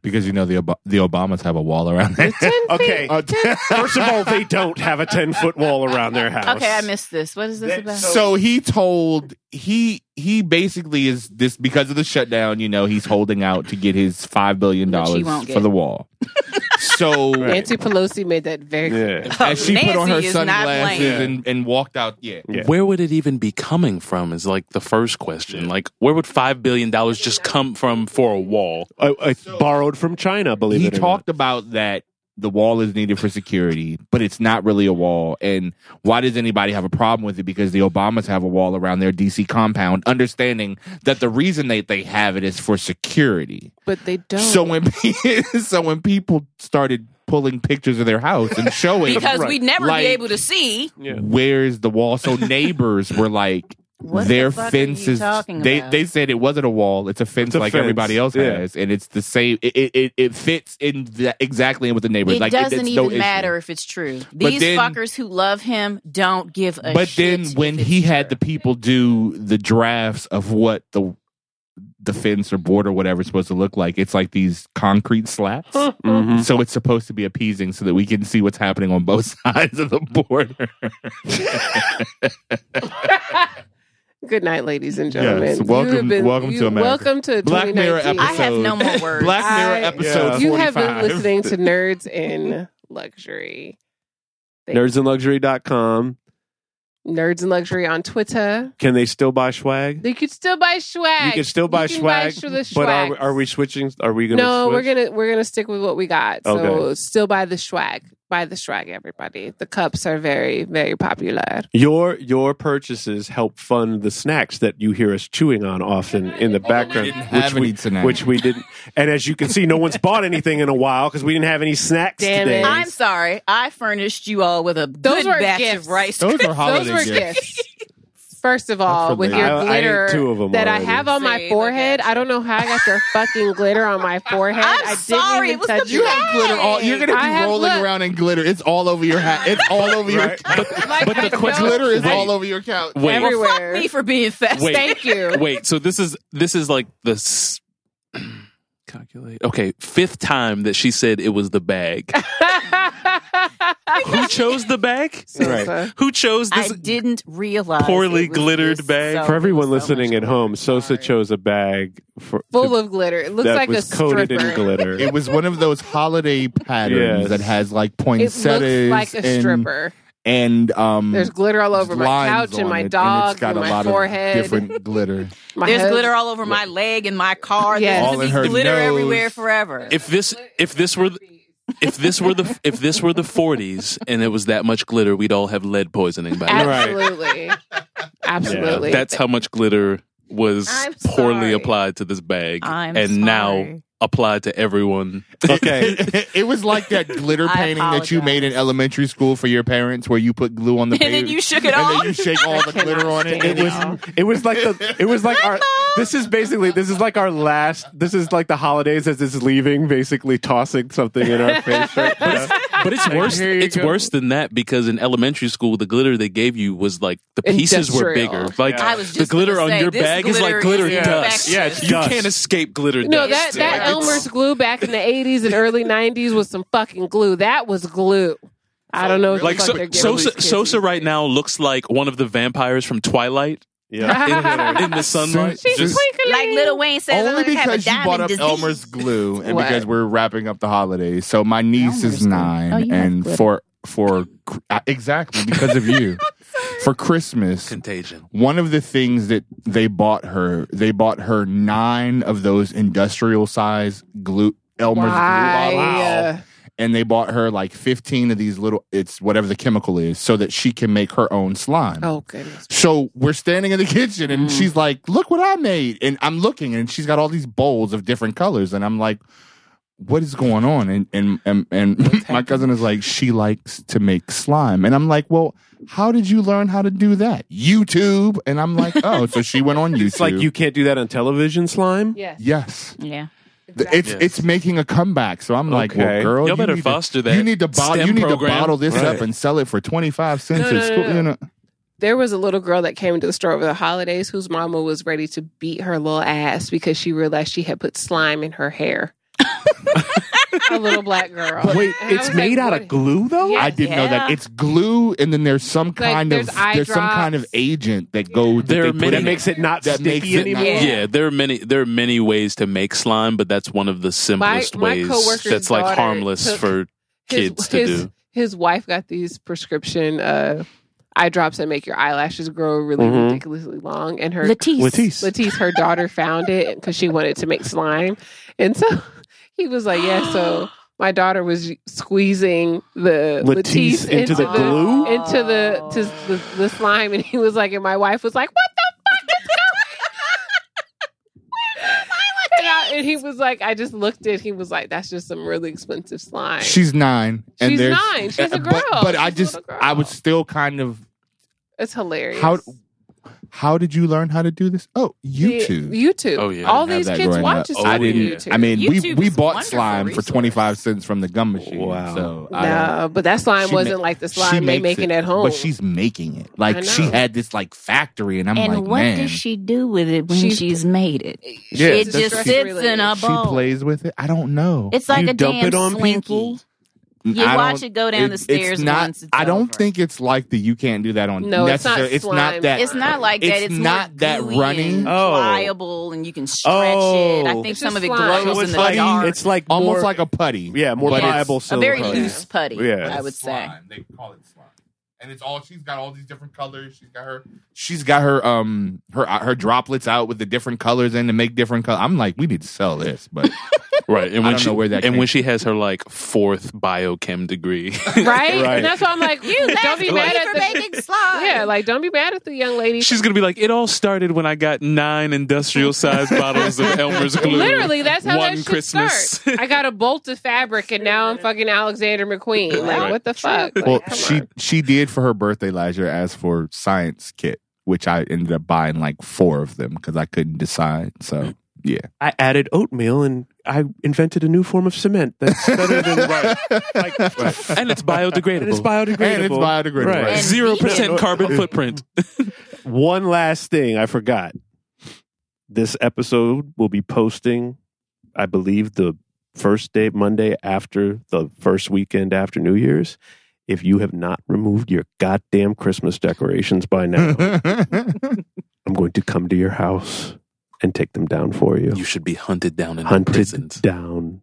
[SPEAKER 8] because you know the Ob- the Obamas have a wall around there.
[SPEAKER 4] Okay, Uh, first of all, they don't have a ten foot wall around their house.
[SPEAKER 7] Okay, I missed this. What is this about?
[SPEAKER 8] So he told he he basically is this because of the shutdown. You know, he's holding out to get his five billion
[SPEAKER 7] Which he
[SPEAKER 8] dollars
[SPEAKER 7] won't
[SPEAKER 8] for
[SPEAKER 7] get.
[SPEAKER 8] the wall. So
[SPEAKER 3] Nancy Pelosi made that very clear.
[SPEAKER 4] Yeah,
[SPEAKER 8] as she put on her
[SPEAKER 7] Nancy is not
[SPEAKER 8] sunglasses
[SPEAKER 7] playing.
[SPEAKER 8] and, and walked out, yeah,
[SPEAKER 4] yeah.
[SPEAKER 5] Where would it even be coming from? Is like the first question. Like, where would $5 billion just come from for a wall?
[SPEAKER 4] I, I borrowed from China. Believe
[SPEAKER 8] he
[SPEAKER 4] it or
[SPEAKER 8] talked about that the wall is needed for security, but it's not really a wall. And why does anybody have a problem with it? Because the Obamas have a wall around their DC compound, understanding that the reason they, they have it is for security.
[SPEAKER 3] but they don't.
[SPEAKER 8] So when pe- so when people started pulling pictures of their house and showing
[SPEAKER 7] because
[SPEAKER 4] Right.
[SPEAKER 7] we'd never
[SPEAKER 8] Like-
[SPEAKER 7] be able to see.
[SPEAKER 8] where's the wall, so neighbors were like.
[SPEAKER 7] What the
[SPEAKER 8] their
[SPEAKER 7] fuck are you
[SPEAKER 8] fences
[SPEAKER 7] talking
[SPEAKER 8] they
[SPEAKER 7] about?
[SPEAKER 8] they said it wasn't a wall it's a fence
[SPEAKER 4] It's a
[SPEAKER 8] like
[SPEAKER 4] fence,
[SPEAKER 8] everybody else
[SPEAKER 4] yeah.
[SPEAKER 8] has and it's the same it it- it, it fits in the, exactly in with the neighbors
[SPEAKER 7] It
[SPEAKER 8] like
[SPEAKER 7] doesn't
[SPEAKER 8] it's
[SPEAKER 7] even
[SPEAKER 8] no issue.
[SPEAKER 7] matter if it's true. These
[SPEAKER 8] then-
[SPEAKER 7] fuckers who love him don't give a
[SPEAKER 8] but
[SPEAKER 7] shit.
[SPEAKER 8] then
[SPEAKER 7] if
[SPEAKER 8] when
[SPEAKER 7] it's
[SPEAKER 8] he had
[SPEAKER 7] true.
[SPEAKER 8] the people do the drafts of what the the fence or board or whatever is supposed to look like, it's like these concrete slats.
[SPEAKER 4] not. Mhm.
[SPEAKER 8] So it's supposed to be appeasing so that we can see what's happening on both sides of the border.
[SPEAKER 3] Good night, ladies and gentlemen.
[SPEAKER 8] Yes, welcome-
[SPEAKER 3] You have
[SPEAKER 8] welcome to
[SPEAKER 3] you-
[SPEAKER 8] America.
[SPEAKER 3] Welcome to
[SPEAKER 8] Black Mirror
[SPEAKER 3] 2019.
[SPEAKER 7] I have no more words.
[SPEAKER 8] Black Mirror
[SPEAKER 3] I-
[SPEAKER 8] episode
[SPEAKER 4] Yeah.
[SPEAKER 3] You have been
[SPEAKER 8] 45.
[SPEAKER 3] listening to Nerds in Luxury.
[SPEAKER 4] Nerdsandluxury.com.
[SPEAKER 3] Nerds in Luxury on Twitter.
[SPEAKER 4] Can they still buy swag?
[SPEAKER 3] You could still buy swag.
[SPEAKER 4] You can still buy
[SPEAKER 3] can
[SPEAKER 4] swag,
[SPEAKER 3] sh- the
[SPEAKER 4] but are, we-
[SPEAKER 3] schwags.
[SPEAKER 4] are we switching? Are we going to?
[SPEAKER 3] no, we're gonna we're gonna stick with what we got. So
[SPEAKER 4] Okay.
[SPEAKER 3] still buy the swag. Buy the swag, everybody. The cups are very very popular.
[SPEAKER 4] Your your purchases help fund the snacks that you hear us chewing on often in the background,
[SPEAKER 8] didn't
[SPEAKER 4] which
[SPEAKER 8] have any
[SPEAKER 4] we
[SPEAKER 8] tonight.
[SPEAKER 4] which we didn't. And as you can see, no one's bought anything in a while because we didn't have any snacks
[SPEAKER 3] Damn
[SPEAKER 4] today.
[SPEAKER 3] it.
[SPEAKER 7] I'm sorry. I furnished you all with a
[SPEAKER 3] Those
[SPEAKER 7] good
[SPEAKER 3] were
[SPEAKER 7] batch
[SPEAKER 3] gifts.
[SPEAKER 7] of rice.
[SPEAKER 8] Those are holiday
[SPEAKER 3] Those were
[SPEAKER 8] gifts.
[SPEAKER 3] gifts. First of all,
[SPEAKER 8] That's
[SPEAKER 3] with
[SPEAKER 8] related.
[SPEAKER 3] your
[SPEAKER 4] I- I ate
[SPEAKER 3] glitter
[SPEAKER 4] two of 'em
[SPEAKER 3] that I
[SPEAKER 4] already.
[SPEAKER 3] have on my
[SPEAKER 7] See, look
[SPEAKER 3] forehead,
[SPEAKER 7] at
[SPEAKER 3] I don't know how I got your fucking glitter on my forehead.
[SPEAKER 7] I'm
[SPEAKER 3] I didn't
[SPEAKER 7] sorry,
[SPEAKER 3] even
[SPEAKER 7] it was
[SPEAKER 3] touch
[SPEAKER 7] the
[SPEAKER 8] You have
[SPEAKER 7] Yay!
[SPEAKER 8] glitter all you're gonna be
[SPEAKER 3] I have-
[SPEAKER 8] rolling
[SPEAKER 3] look.
[SPEAKER 8] around in glitter. It's all over your hat. It's all over your
[SPEAKER 4] Right.
[SPEAKER 8] couch.
[SPEAKER 3] Like,
[SPEAKER 5] But
[SPEAKER 3] I
[SPEAKER 5] the quick
[SPEAKER 3] don't-
[SPEAKER 8] glitter is
[SPEAKER 5] Wait.
[SPEAKER 8] all over your couch.
[SPEAKER 5] Wait,
[SPEAKER 3] Every-
[SPEAKER 7] Well, fuck
[SPEAKER 3] everywhere.
[SPEAKER 7] me for being fat.
[SPEAKER 5] Wait.
[SPEAKER 3] Thank you.
[SPEAKER 5] wait. So this is this is like the s- calculate. Okay, fifth time that she said it was the bag. Who chose the bag?
[SPEAKER 3] Sosa.
[SPEAKER 5] Who chose
[SPEAKER 7] I
[SPEAKER 5] this?
[SPEAKER 7] didn't realize
[SPEAKER 5] poorly
[SPEAKER 7] it was
[SPEAKER 5] glittered
[SPEAKER 7] this
[SPEAKER 5] bag.
[SPEAKER 7] so-
[SPEAKER 4] For everyone
[SPEAKER 7] so much
[SPEAKER 4] listening at
[SPEAKER 7] more.
[SPEAKER 4] home, Sosa
[SPEAKER 7] Sorry.
[SPEAKER 4] chose a bag for,
[SPEAKER 3] Full
[SPEAKER 4] to-
[SPEAKER 3] of glitter. It looks
[SPEAKER 4] that
[SPEAKER 3] like a
[SPEAKER 4] was coated in
[SPEAKER 3] stripper.
[SPEAKER 4] glitter.
[SPEAKER 8] It was one of those holiday patterns
[SPEAKER 4] Yes.
[SPEAKER 8] that has like
[SPEAKER 3] It
[SPEAKER 8] poinsettias
[SPEAKER 3] looks like a
[SPEAKER 8] and-
[SPEAKER 3] stripper.
[SPEAKER 8] and um
[SPEAKER 3] There's glitter all over my
[SPEAKER 8] lines
[SPEAKER 3] couch and
[SPEAKER 8] on
[SPEAKER 3] my
[SPEAKER 8] it,
[SPEAKER 3] dog
[SPEAKER 8] it's got
[SPEAKER 3] and
[SPEAKER 8] a
[SPEAKER 3] my
[SPEAKER 8] lot
[SPEAKER 3] forehead.
[SPEAKER 8] of different glitter.
[SPEAKER 3] My
[SPEAKER 7] There's
[SPEAKER 3] husband-
[SPEAKER 7] glitter all over my leg and my car.
[SPEAKER 3] Yes.
[SPEAKER 7] There's
[SPEAKER 8] All in
[SPEAKER 7] gonna
[SPEAKER 8] her
[SPEAKER 7] be glitter
[SPEAKER 8] nose.
[SPEAKER 7] everywhere forever.
[SPEAKER 5] If this, if this were, the, if this were the, if this were the 40s, and it was that much glitter, we'd all have lead poisoning by now.
[SPEAKER 3] Absolutely. Absolutely.
[SPEAKER 5] That's how much glitter was
[SPEAKER 7] I'm
[SPEAKER 5] poorly
[SPEAKER 7] sorry.
[SPEAKER 5] applied to this bag,
[SPEAKER 7] I'm
[SPEAKER 5] and now
[SPEAKER 7] sorry.
[SPEAKER 5] applied to everyone.
[SPEAKER 4] okay.
[SPEAKER 8] it was like that glitter
[SPEAKER 7] I
[SPEAKER 8] painting that you made in elementary school for your parents, where you put glue on the
[SPEAKER 7] and then
[SPEAKER 8] page
[SPEAKER 7] you shook it
[SPEAKER 8] and then you
[SPEAKER 7] off.
[SPEAKER 8] shake all the
[SPEAKER 3] cannot
[SPEAKER 8] glitter on it.
[SPEAKER 3] stand
[SPEAKER 4] It
[SPEAKER 8] It was
[SPEAKER 4] was it was like the it was like our this is basically this is like our last this is like the holidays as it's leaving basically tossing something in our face right now.
[SPEAKER 5] But it's worse.
[SPEAKER 4] here you
[SPEAKER 5] It's
[SPEAKER 4] go.
[SPEAKER 5] worse than that because in elementary school, the glitter they gave you was like the pieces were bigger.
[SPEAKER 3] Industrial.
[SPEAKER 5] Like
[SPEAKER 4] Yeah.
[SPEAKER 7] I was
[SPEAKER 5] the
[SPEAKER 7] just
[SPEAKER 5] glitter
[SPEAKER 7] gonna
[SPEAKER 5] on
[SPEAKER 7] say,
[SPEAKER 5] your
[SPEAKER 7] this
[SPEAKER 5] bag is like
[SPEAKER 7] glitter
[SPEAKER 5] glitter
[SPEAKER 7] is
[SPEAKER 5] dust.
[SPEAKER 7] infectious. Yeah,
[SPEAKER 4] it's
[SPEAKER 5] you
[SPEAKER 4] dust.
[SPEAKER 5] can't escape glitter
[SPEAKER 3] no, that
[SPEAKER 5] dust.
[SPEAKER 3] that
[SPEAKER 5] Like,
[SPEAKER 3] Elmer's glue back in the 80s and early 90s was some fucking glue. That was glue. I don't know. What
[SPEAKER 5] Like
[SPEAKER 3] the fuck
[SPEAKER 5] so,
[SPEAKER 3] they're giving these
[SPEAKER 5] Sosa,
[SPEAKER 3] kids
[SPEAKER 5] Sosa
[SPEAKER 3] these
[SPEAKER 5] right
[SPEAKER 3] days.
[SPEAKER 5] now looks like one of the vampires from Twilight in,
[SPEAKER 4] yeah
[SPEAKER 5] in the sunlight.
[SPEAKER 8] She's
[SPEAKER 5] Just-
[SPEAKER 7] Like Little Wayne says,
[SPEAKER 8] only
[SPEAKER 7] I'm gonna have a
[SPEAKER 8] because you bought
[SPEAKER 7] diamond
[SPEAKER 8] up
[SPEAKER 7] disease.
[SPEAKER 8] Elmer's glue and
[SPEAKER 3] What?
[SPEAKER 8] because we're wrapping up the holidays. So my niece is nine,
[SPEAKER 7] Oh, you have
[SPEAKER 8] and
[SPEAKER 7] glitter.
[SPEAKER 8] for for uh, exactly because of you for Christmas.
[SPEAKER 5] contagion.
[SPEAKER 8] One of the things that they bought her, they bought her nine of those industrial size glue Elmer's
[SPEAKER 3] Why?
[SPEAKER 8] glue bottles. and they bought her like 15 of these little it's whatever the chemical is so that she can make her own slime
[SPEAKER 3] Oh, goodness.
[SPEAKER 8] so we're standing in the kitchen and she's like look what i made and i'm looking and she's got all these bowls of different colors and i'm like what is going on and and and, and my cousin is like she likes to make slime and i'm like well how did you learn how to do that youtube and i'm like oh so she went on youtube
[SPEAKER 4] it's like you can't do that on television slime
[SPEAKER 3] Yes.
[SPEAKER 8] yes
[SPEAKER 7] Yeah.
[SPEAKER 8] it's it's making a comeback. So I'm like,
[SPEAKER 4] Okay.
[SPEAKER 8] well, girl,
[SPEAKER 5] Y'all
[SPEAKER 8] you
[SPEAKER 5] better
[SPEAKER 8] need
[SPEAKER 5] foster
[SPEAKER 8] to,
[SPEAKER 5] that
[SPEAKER 8] You need to bottle.
[SPEAKER 5] STEM
[SPEAKER 8] You need
[SPEAKER 5] program.
[SPEAKER 8] to bottle this
[SPEAKER 4] Right.
[SPEAKER 8] up and sell it for 25 cents
[SPEAKER 3] No,
[SPEAKER 8] at
[SPEAKER 3] no,
[SPEAKER 8] school.
[SPEAKER 3] no, no.
[SPEAKER 8] You know,
[SPEAKER 3] There was a little girl that came into the store over the holidays whose mama was ready to beat her little ass because she realized she had put slime in her hair. a little black girl.
[SPEAKER 4] wait
[SPEAKER 3] And I
[SPEAKER 4] it's
[SPEAKER 3] was like,
[SPEAKER 4] made out
[SPEAKER 3] what-
[SPEAKER 4] of glue though
[SPEAKER 3] Yeah.
[SPEAKER 8] I didn't know that
[SPEAKER 7] Yeah.
[SPEAKER 8] it's glue, and then there's some kind
[SPEAKER 3] there's
[SPEAKER 8] of
[SPEAKER 3] eye
[SPEAKER 8] there's some kind of
[SPEAKER 3] drops.
[SPEAKER 8] agent that goes.
[SPEAKER 5] There are
[SPEAKER 8] that they put
[SPEAKER 5] many-
[SPEAKER 4] that
[SPEAKER 8] in
[SPEAKER 4] makes it not
[SPEAKER 8] That makes
[SPEAKER 4] sticky
[SPEAKER 8] it not-
[SPEAKER 4] anymore
[SPEAKER 7] Yeah.
[SPEAKER 5] Yeah. there are many. There are many ways to make slime, but that's one of the simplest
[SPEAKER 3] my
[SPEAKER 5] ways.
[SPEAKER 3] coworker's
[SPEAKER 5] That's like
[SPEAKER 3] daughter
[SPEAKER 5] harmless
[SPEAKER 3] took
[SPEAKER 5] for
[SPEAKER 3] his-
[SPEAKER 5] kids to
[SPEAKER 3] his-
[SPEAKER 5] do.
[SPEAKER 3] His wife got these prescription uh, eye drops that make your eyelashes grow really
[SPEAKER 4] Mhm.
[SPEAKER 3] ridiculously long, and her
[SPEAKER 4] Latisse.
[SPEAKER 3] Latisse, her daughter, found it because she wanted to make slime. And so he was like, Yeah, so my daughter was squeezing the
[SPEAKER 4] Latisse
[SPEAKER 3] Latisse,
[SPEAKER 4] into the glue?
[SPEAKER 3] into the to the, the slime, and he was like, and my wife was like, What the fuck is going on? And, I- and he was like, I just looked at. He was like, that's just some really expensive slime.
[SPEAKER 8] She's nine, and
[SPEAKER 3] She's
[SPEAKER 8] there's
[SPEAKER 3] nine. She's a
[SPEAKER 8] But,
[SPEAKER 3] girl.
[SPEAKER 8] but I
[SPEAKER 3] She's a
[SPEAKER 8] just
[SPEAKER 3] little girl.
[SPEAKER 8] I was still kind of
[SPEAKER 3] it's hilarious.
[SPEAKER 8] how how did you learn how to do this? Oh,
[SPEAKER 3] The-
[SPEAKER 8] YouTube.
[SPEAKER 3] YouTube.
[SPEAKER 5] Oh, yeah.
[SPEAKER 3] All
[SPEAKER 8] Didn't have
[SPEAKER 3] these
[SPEAKER 8] that
[SPEAKER 3] kids
[SPEAKER 8] growing
[SPEAKER 3] watch
[SPEAKER 8] up.
[SPEAKER 3] this
[SPEAKER 8] I
[SPEAKER 3] on
[SPEAKER 5] didn't-
[SPEAKER 3] YouTube.
[SPEAKER 8] I mean, we
[SPEAKER 7] YouTube
[SPEAKER 8] we
[SPEAKER 7] is a
[SPEAKER 8] bought
[SPEAKER 7] wonderful
[SPEAKER 8] slime
[SPEAKER 7] resource.
[SPEAKER 8] for 25 cents from the gum machine.
[SPEAKER 4] Wow.
[SPEAKER 8] So I don't-
[SPEAKER 3] No, but that slime
[SPEAKER 8] She
[SPEAKER 3] wasn't
[SPEAKER 8] ma-
[SPEAKER 3] like the
[SPEAKER 8] She
[SPEAKER 3] slime they
[SPEAKER 8] makes
[SPEAKER 3] making
[SPEAKER 8] it,
[SPEAKER 3] at home.
[SPEAKER 8] But she's making it. Like she
[SPEAKER 3] know.
[SPEAKER 8] had this like factory, and I'm
[SPEAKER 7] And
[SPEAKER 8] like,
[SPEAKER 7] what
[SPEAKER 8] man,
[SPEAKER 7] does she do with it when
[SPEAKER 3] She's-
[SPEAKER 7] she's, made it?
[SPEAKER 8] Yeah,
[SPEAKER 7] it
[SPEAKER 8] does
[SPEAKER 7] just
[SPEAKER 8] she-
[SPEAKER 7] sits in a
[SPEAKER 8] she
[SPEAKER 7] bowl.
[SPEAKER 8] plays with it. I don't know.
[SPEAKER 7] It's like
[SPEAKER 4] You
[SPEAKER 7] a
[SPEAKER 4] dump
[SPEAKER 7] damn
[SPEAKER 4] it on
[SPEAKER 7] slinky.
[SPEAKER 4] people?
[SPEAKER 7] You
[SPEAKER 8] I
[SPEAKER 7] watch
[SPEAKER 8] don't-
[SPEAKER 7] it go down the stairs
[SPEAKER 8] It's not,
[SPEAKER 7] once it's
[SPEAKER 8] I don't
[SPEAKER 7] over.
[SPEAKER 8] think it's like the you can't do that on.
[SPEAKER 3] No, it's not
[SPEAKER 8] necessarily-
[SPEAKER 3] slime.
[SPEAKER 8] that.
[SPEAKER 7] It's not like that.
[SPEAKER 8] It's
[SPEAKER 7] It's,
[SPEAKER 8] not
[SPEAKER 7] more
[SPEAKER 8] that
[SPEAKER 7] gooey
[SPEAKER 8] runny.
[SPEAKER 7] and
[SPEAKER 4] Oh.
[SPEAKER 7] pliable, and you can stretch it. I
[SPEAKER 4] Oh.
[SPEAKER 7] think
[SPEAKER 3] It's
[SPEAKER 7] some
[SPEAKER 3] just
[SPEAKER 7] of it
[SPEAKER 3] slime.
[SPEAKER 7] glows
[SPEAKER 4] So
[SPEAKER 7] in
[SPEAKER 4] it's
[SPEAKER 7] the
[SPEAKER 4] like
[SPEAKER 7] dark.
[SPEAKER 4] it's like
[SPEAKER 8] almost
[SPEAKER 4] more-
[SPEAKER 8] like a putty.
[SPEAKER 4] yeah more
[SPEAKER 8] but it's
[SPEAKER 4] pliable
[SPEAKER 7] a very
[SPEAKER 4] silicone.
[SPEAKER 7] loose putty,
[SPEAKER 4] Yeah.
[SPEAKER 7] I would say.
[SPEAKER 8] They call it slime. And it's all she's got all these different colors. She's got her she's got her um her her droplets out with the different colors in to make different colors. I'm like, we need to sell this, but
[SPEAKER 5] Right, and
[SPEAKER 8] I
[SPEAKER 5] when
[SPEAKER 8] don't
[SPEAKER 5] she
[SPEAKER 8] know where that
[SPEAKER 5] and
[SPEAKER 8] came
[SPEAKER 5] when she has her like fourth biochem degree,
[SPEAKER 3] right?
[SPEAKER 4] Right.
[SPEAKER 3] And that's why I'm like, you don't be mad
[SPEAKER 6] for
[SPEAKER 3] at the
[SPEAKER 6] making slime.
[SPEAKER 3] yeah, like don't be mad at the young lady.
[SPEAKER 5] she's gonna be like, "It all started when I got nine industrial-sized bottles of Elmer's glue."
[SPEAKER 3] Literally, that's how
[SPEAKER 5] one
[SPEAKER 3] that should
[SPEAKER 5] Christmas.
[SPEAKER 3] start. I got a bolt of fabric, and now I'm fucking Alexander McQueen. Like,
[SPEAKER 5] Right.
[SPEAKER 3] what the fuck? Like,
[SPEAKER 8] well
[SPEAKER 3] come
[SPEAKER 8] she
[SPEAKER 3] on.
[SPEAKER 8] she did for her birthday last year ask for science kit, which I ended up buying like four of them because I couldn't decide. So yeah.
[SPEAKER 4] Mm. I added oatmeal and I invented a new form of cement that's better than rice. Like,
[SPEAKER 5] and it's biodegradable.
[SPEAKER 4] And it's biodegradable.
[SPEAKER 8] And it's biodegradable.
[SPEAKER 4] Right.
[SPEAKER 7] And
[SPEAKER 5] Zero
[SPEAKER 7] vegan.
[SPEAKER 5] percent carbon footprint.
[SPEAKER 4] One last thing I forgot. This episode will be posting, I believe, the first day, Monday after the first weekend after New Year's, if you have not removed your goddamn Christmas decorations by now, I'm going to come to your house and take them down for you.
[SPEAKER 5] You should be hunted down in the
[SPEAKER 4] Hunted
[SPEAKER 5] prisons.
[SPEAKER 4] down.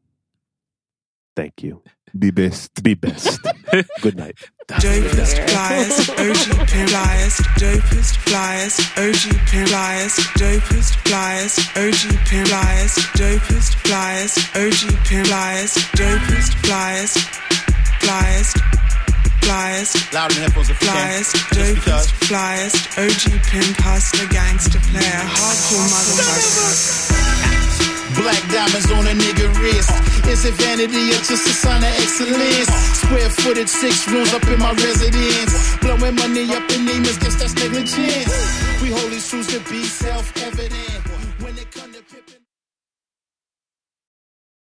[SPEAKER 4] Thank you.
[SPEAKER 8] Be best.
[SPEAKER 4] Be best. Good night.
[SPEAKER 1] Dopest flyers, OG pin flyers, dopest flyers, OG pin flyers, dopest flyers, OG pin flyers, dopest flyers, OG pin flyers, dopest flyers, flyers, flyers,
[SPEAKER 2] Loud and headphones if you can.
[SPEAKER 1] flyers,
[SPEAKER 2] Just
[SPEAKER 1] dopest
[SPEAKER 2] because.
[SPEAKER 1] flyers, OG pin pasta gangster player, hardcore motherfucker.
[SPEAKER 2] Black diamonds on a nigga wrist. Is it vanity or just a sign of excellence? Square footed, six rooms up in my residence. Blowing money up in demons, guess that's negligence. We hold these truths to be self evident. When it comes